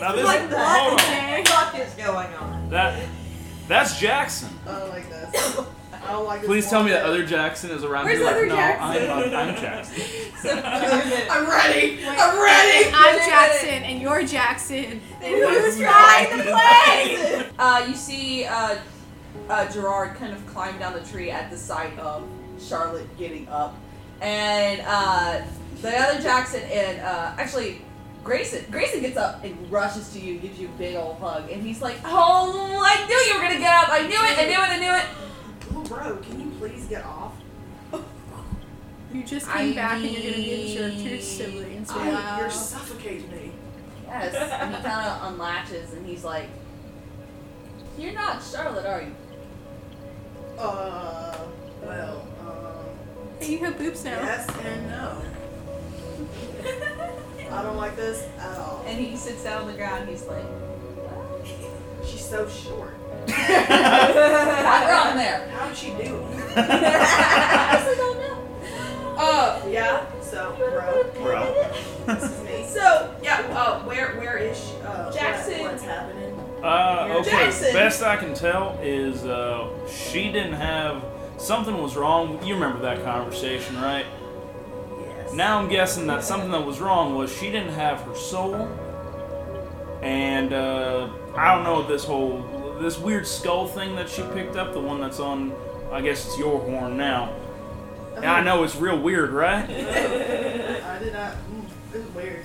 Now this What the hold on. fuck is going on? That that's Jackson. I don't like this. I don't like this. Please tell me that one other Jackson is around. Where's Be like, other no, Jackson?" I'm, not- *laughs* I'm Jackson. bit. I'm ready. I'm ready. I'm Jackson, and you're Jackson. Who's trying to play? Uh, you see uh, uh, Gerard kind of climb down the tree at the sight of Charlotte getting up, and uh, the other Jackson and uh, actually Grayson. Grayson gets up and rushes to you, gives you a big old hug, and he's like, "Oh, I knew you were gonna get up. I knew it. I knew it. I knew it." Oh, bro, can you please get off? You just I came back, and you're gonna be the need- two siblings. I- Wow. You're suffocating me. Yes, and he kind of unlatches, and he's like, "You're not Charlotte, are you?" Uh, well, um, Hey, you have boobs now. yes and no. *laughs* I don't like this at all. And he sits down on the ground. He's like, She's so short. "Not wrong there." *laughs* How'd she do it? I honestly don't know. Uh, yeah. So, bro, *laughs* *laughs* Bro. this is me. So, yeah. Uh, where, where is she? Uh, what- Jackson. what's happening? Uh, okay. Jackson. Best I can tell is uh, she didn't have something was wrong. You remember that conversation, right? Yes. Now I'm guessing that something that was wrong was she didn't have her soul, and uh, I don't know this whole this weird skull thing that she picked up, the one that's on, I guess it's your horn now. Yeah, Uh-huh. I know it's real weird, right? Oh. *laughs* I did not. Mm, this is weird.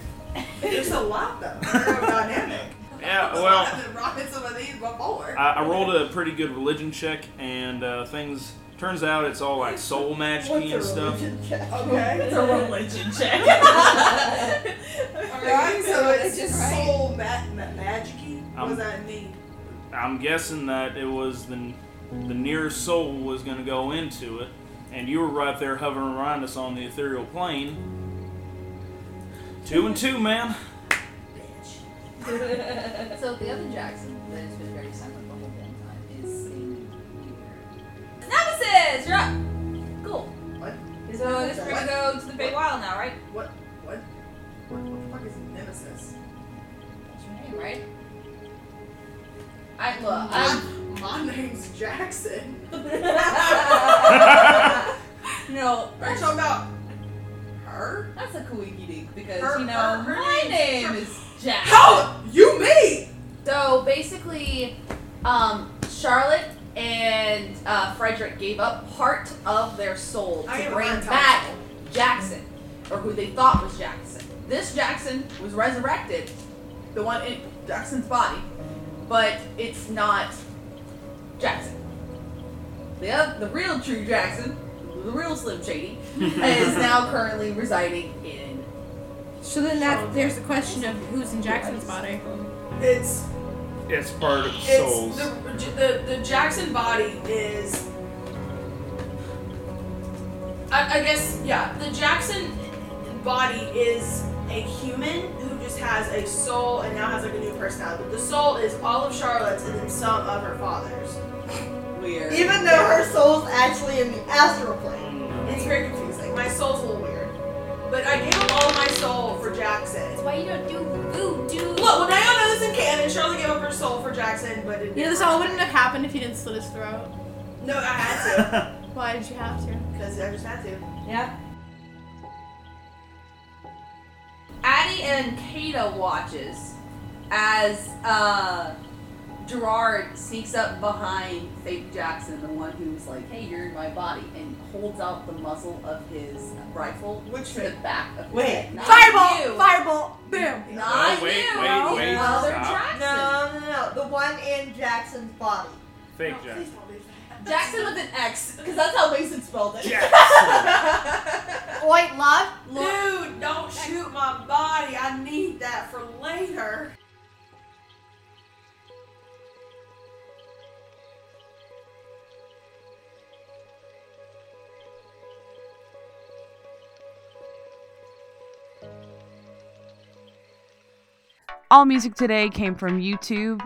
There's a lot *laughs* though. They're dynamic. Yeah, There's a well, lot. I've been rocking some of these before. I, I rolled a pretty good religion check, and uh, things turns out it's all like soul magic What's a and stuff. religion *laughs* check? Okay. It's a religion check. Alright, so it's Just just right. soul ma- ma- magic What Um, does that mean? I'm guessing that it was the the nearest soul was going to go into it, and you were right there hovering around us on the ethereal plane. Two and two, man. *laughs* so the other Jackson that has been very silent the whole damn time is singing. Nemesis, you're up. Cool. What? So I guess we're gonna go to the big wild now, right? What? What? What the fuck is Nemesis? That's your name, right? I look. My, *laughs* I'm, my name's Jackson. *laughs* no, Are you talking about her? That's a coinky dink because Her- you know her- her my name's- name is Jack. How? You me? So basically, um, Charlotte and uh, Frederick gave up part of their soul I to am bring on top. back Jackson, or who they thought was Jackson. This Jackson was resurrected, the one in Jackson's body, but it's not Jackson. The oth- the real true Jackson, the real Slim Shady, is now currently residing in. So then that there's the question of who's in Jackson's body. It's It's part of it's souls. the, the the Jackson body is. I, I guess yeah. The Jackson body is a human who just has a soul and now has like a new personality. But the soul is all of Charlotte's and then some of her father's. Weird. Even though her *laughs* soul's actually in the astral plane. It's very confusing. My soul's a little weird. But I gave up all my soul for Jackson. That's why you don't do voodoo. Look, when I know this in canon, Charlie gave up her soul for Jackson, but it You know, this all wouldn't have happened if you didn't slit his throat. No, I had to. Why did you have to? Because I just had to. Yeah. Addie and Kata watches as uh, Gerard sneaks up behind fake Jackson, the one who's like, "Hey, you're in my body," and holds out the muzzle of his rifle Which to the back of his Wait. head. Not you. Fireball! Fireball! Boom! Not Oh, wait, you. wait, wait, Other Jackson. stop. No, no, no. The one in Jackson's body. *laughs* Fake No, Jackson. please don't do that. Jackson with an X, because that's how Mason spelled *laughs* it. Jackson. White love? Lord. Dude, don't shoot my body. I need that for later. All music today came from YouTube.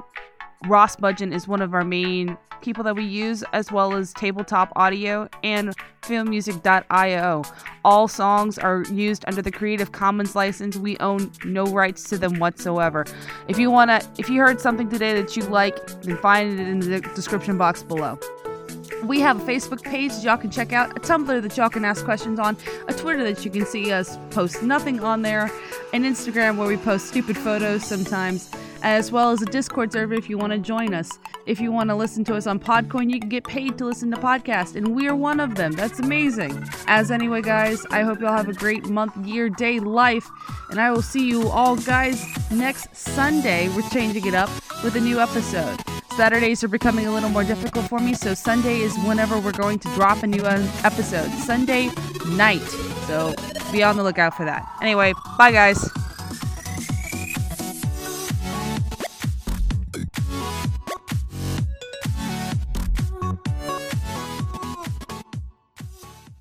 Ross Budgeon is one of our main people that we use, as well as Tabletop Audio and filmmusic.io. All songs are used under the Creative Commons license. We own no rights to them whatsoever. If you wanna if you heard something today that you like, then find it in the description box below. We have a Facebook page that y'all can check out, a Tumblr that y'all can ask questions on, a Twitter that you can see us post nothing on there, an Instagram where we post stupid photos sometimes, as well as a Discord server if you want to join us. If you want to listen to us on Podcoin, you can get paid to listen to podcasts, and we're one of them. That's amazing. As anyway, guys, I hope y'all have a great month, year, day, life, and I will see you all guys next Sunday. We're changing it up with a new episode. Saturdays are becoming a little more difficult for me, so Sunday is whenever we're going to drop a new uh, episode. Sunday night. So be on the lookout for that. Anyway, bye guys.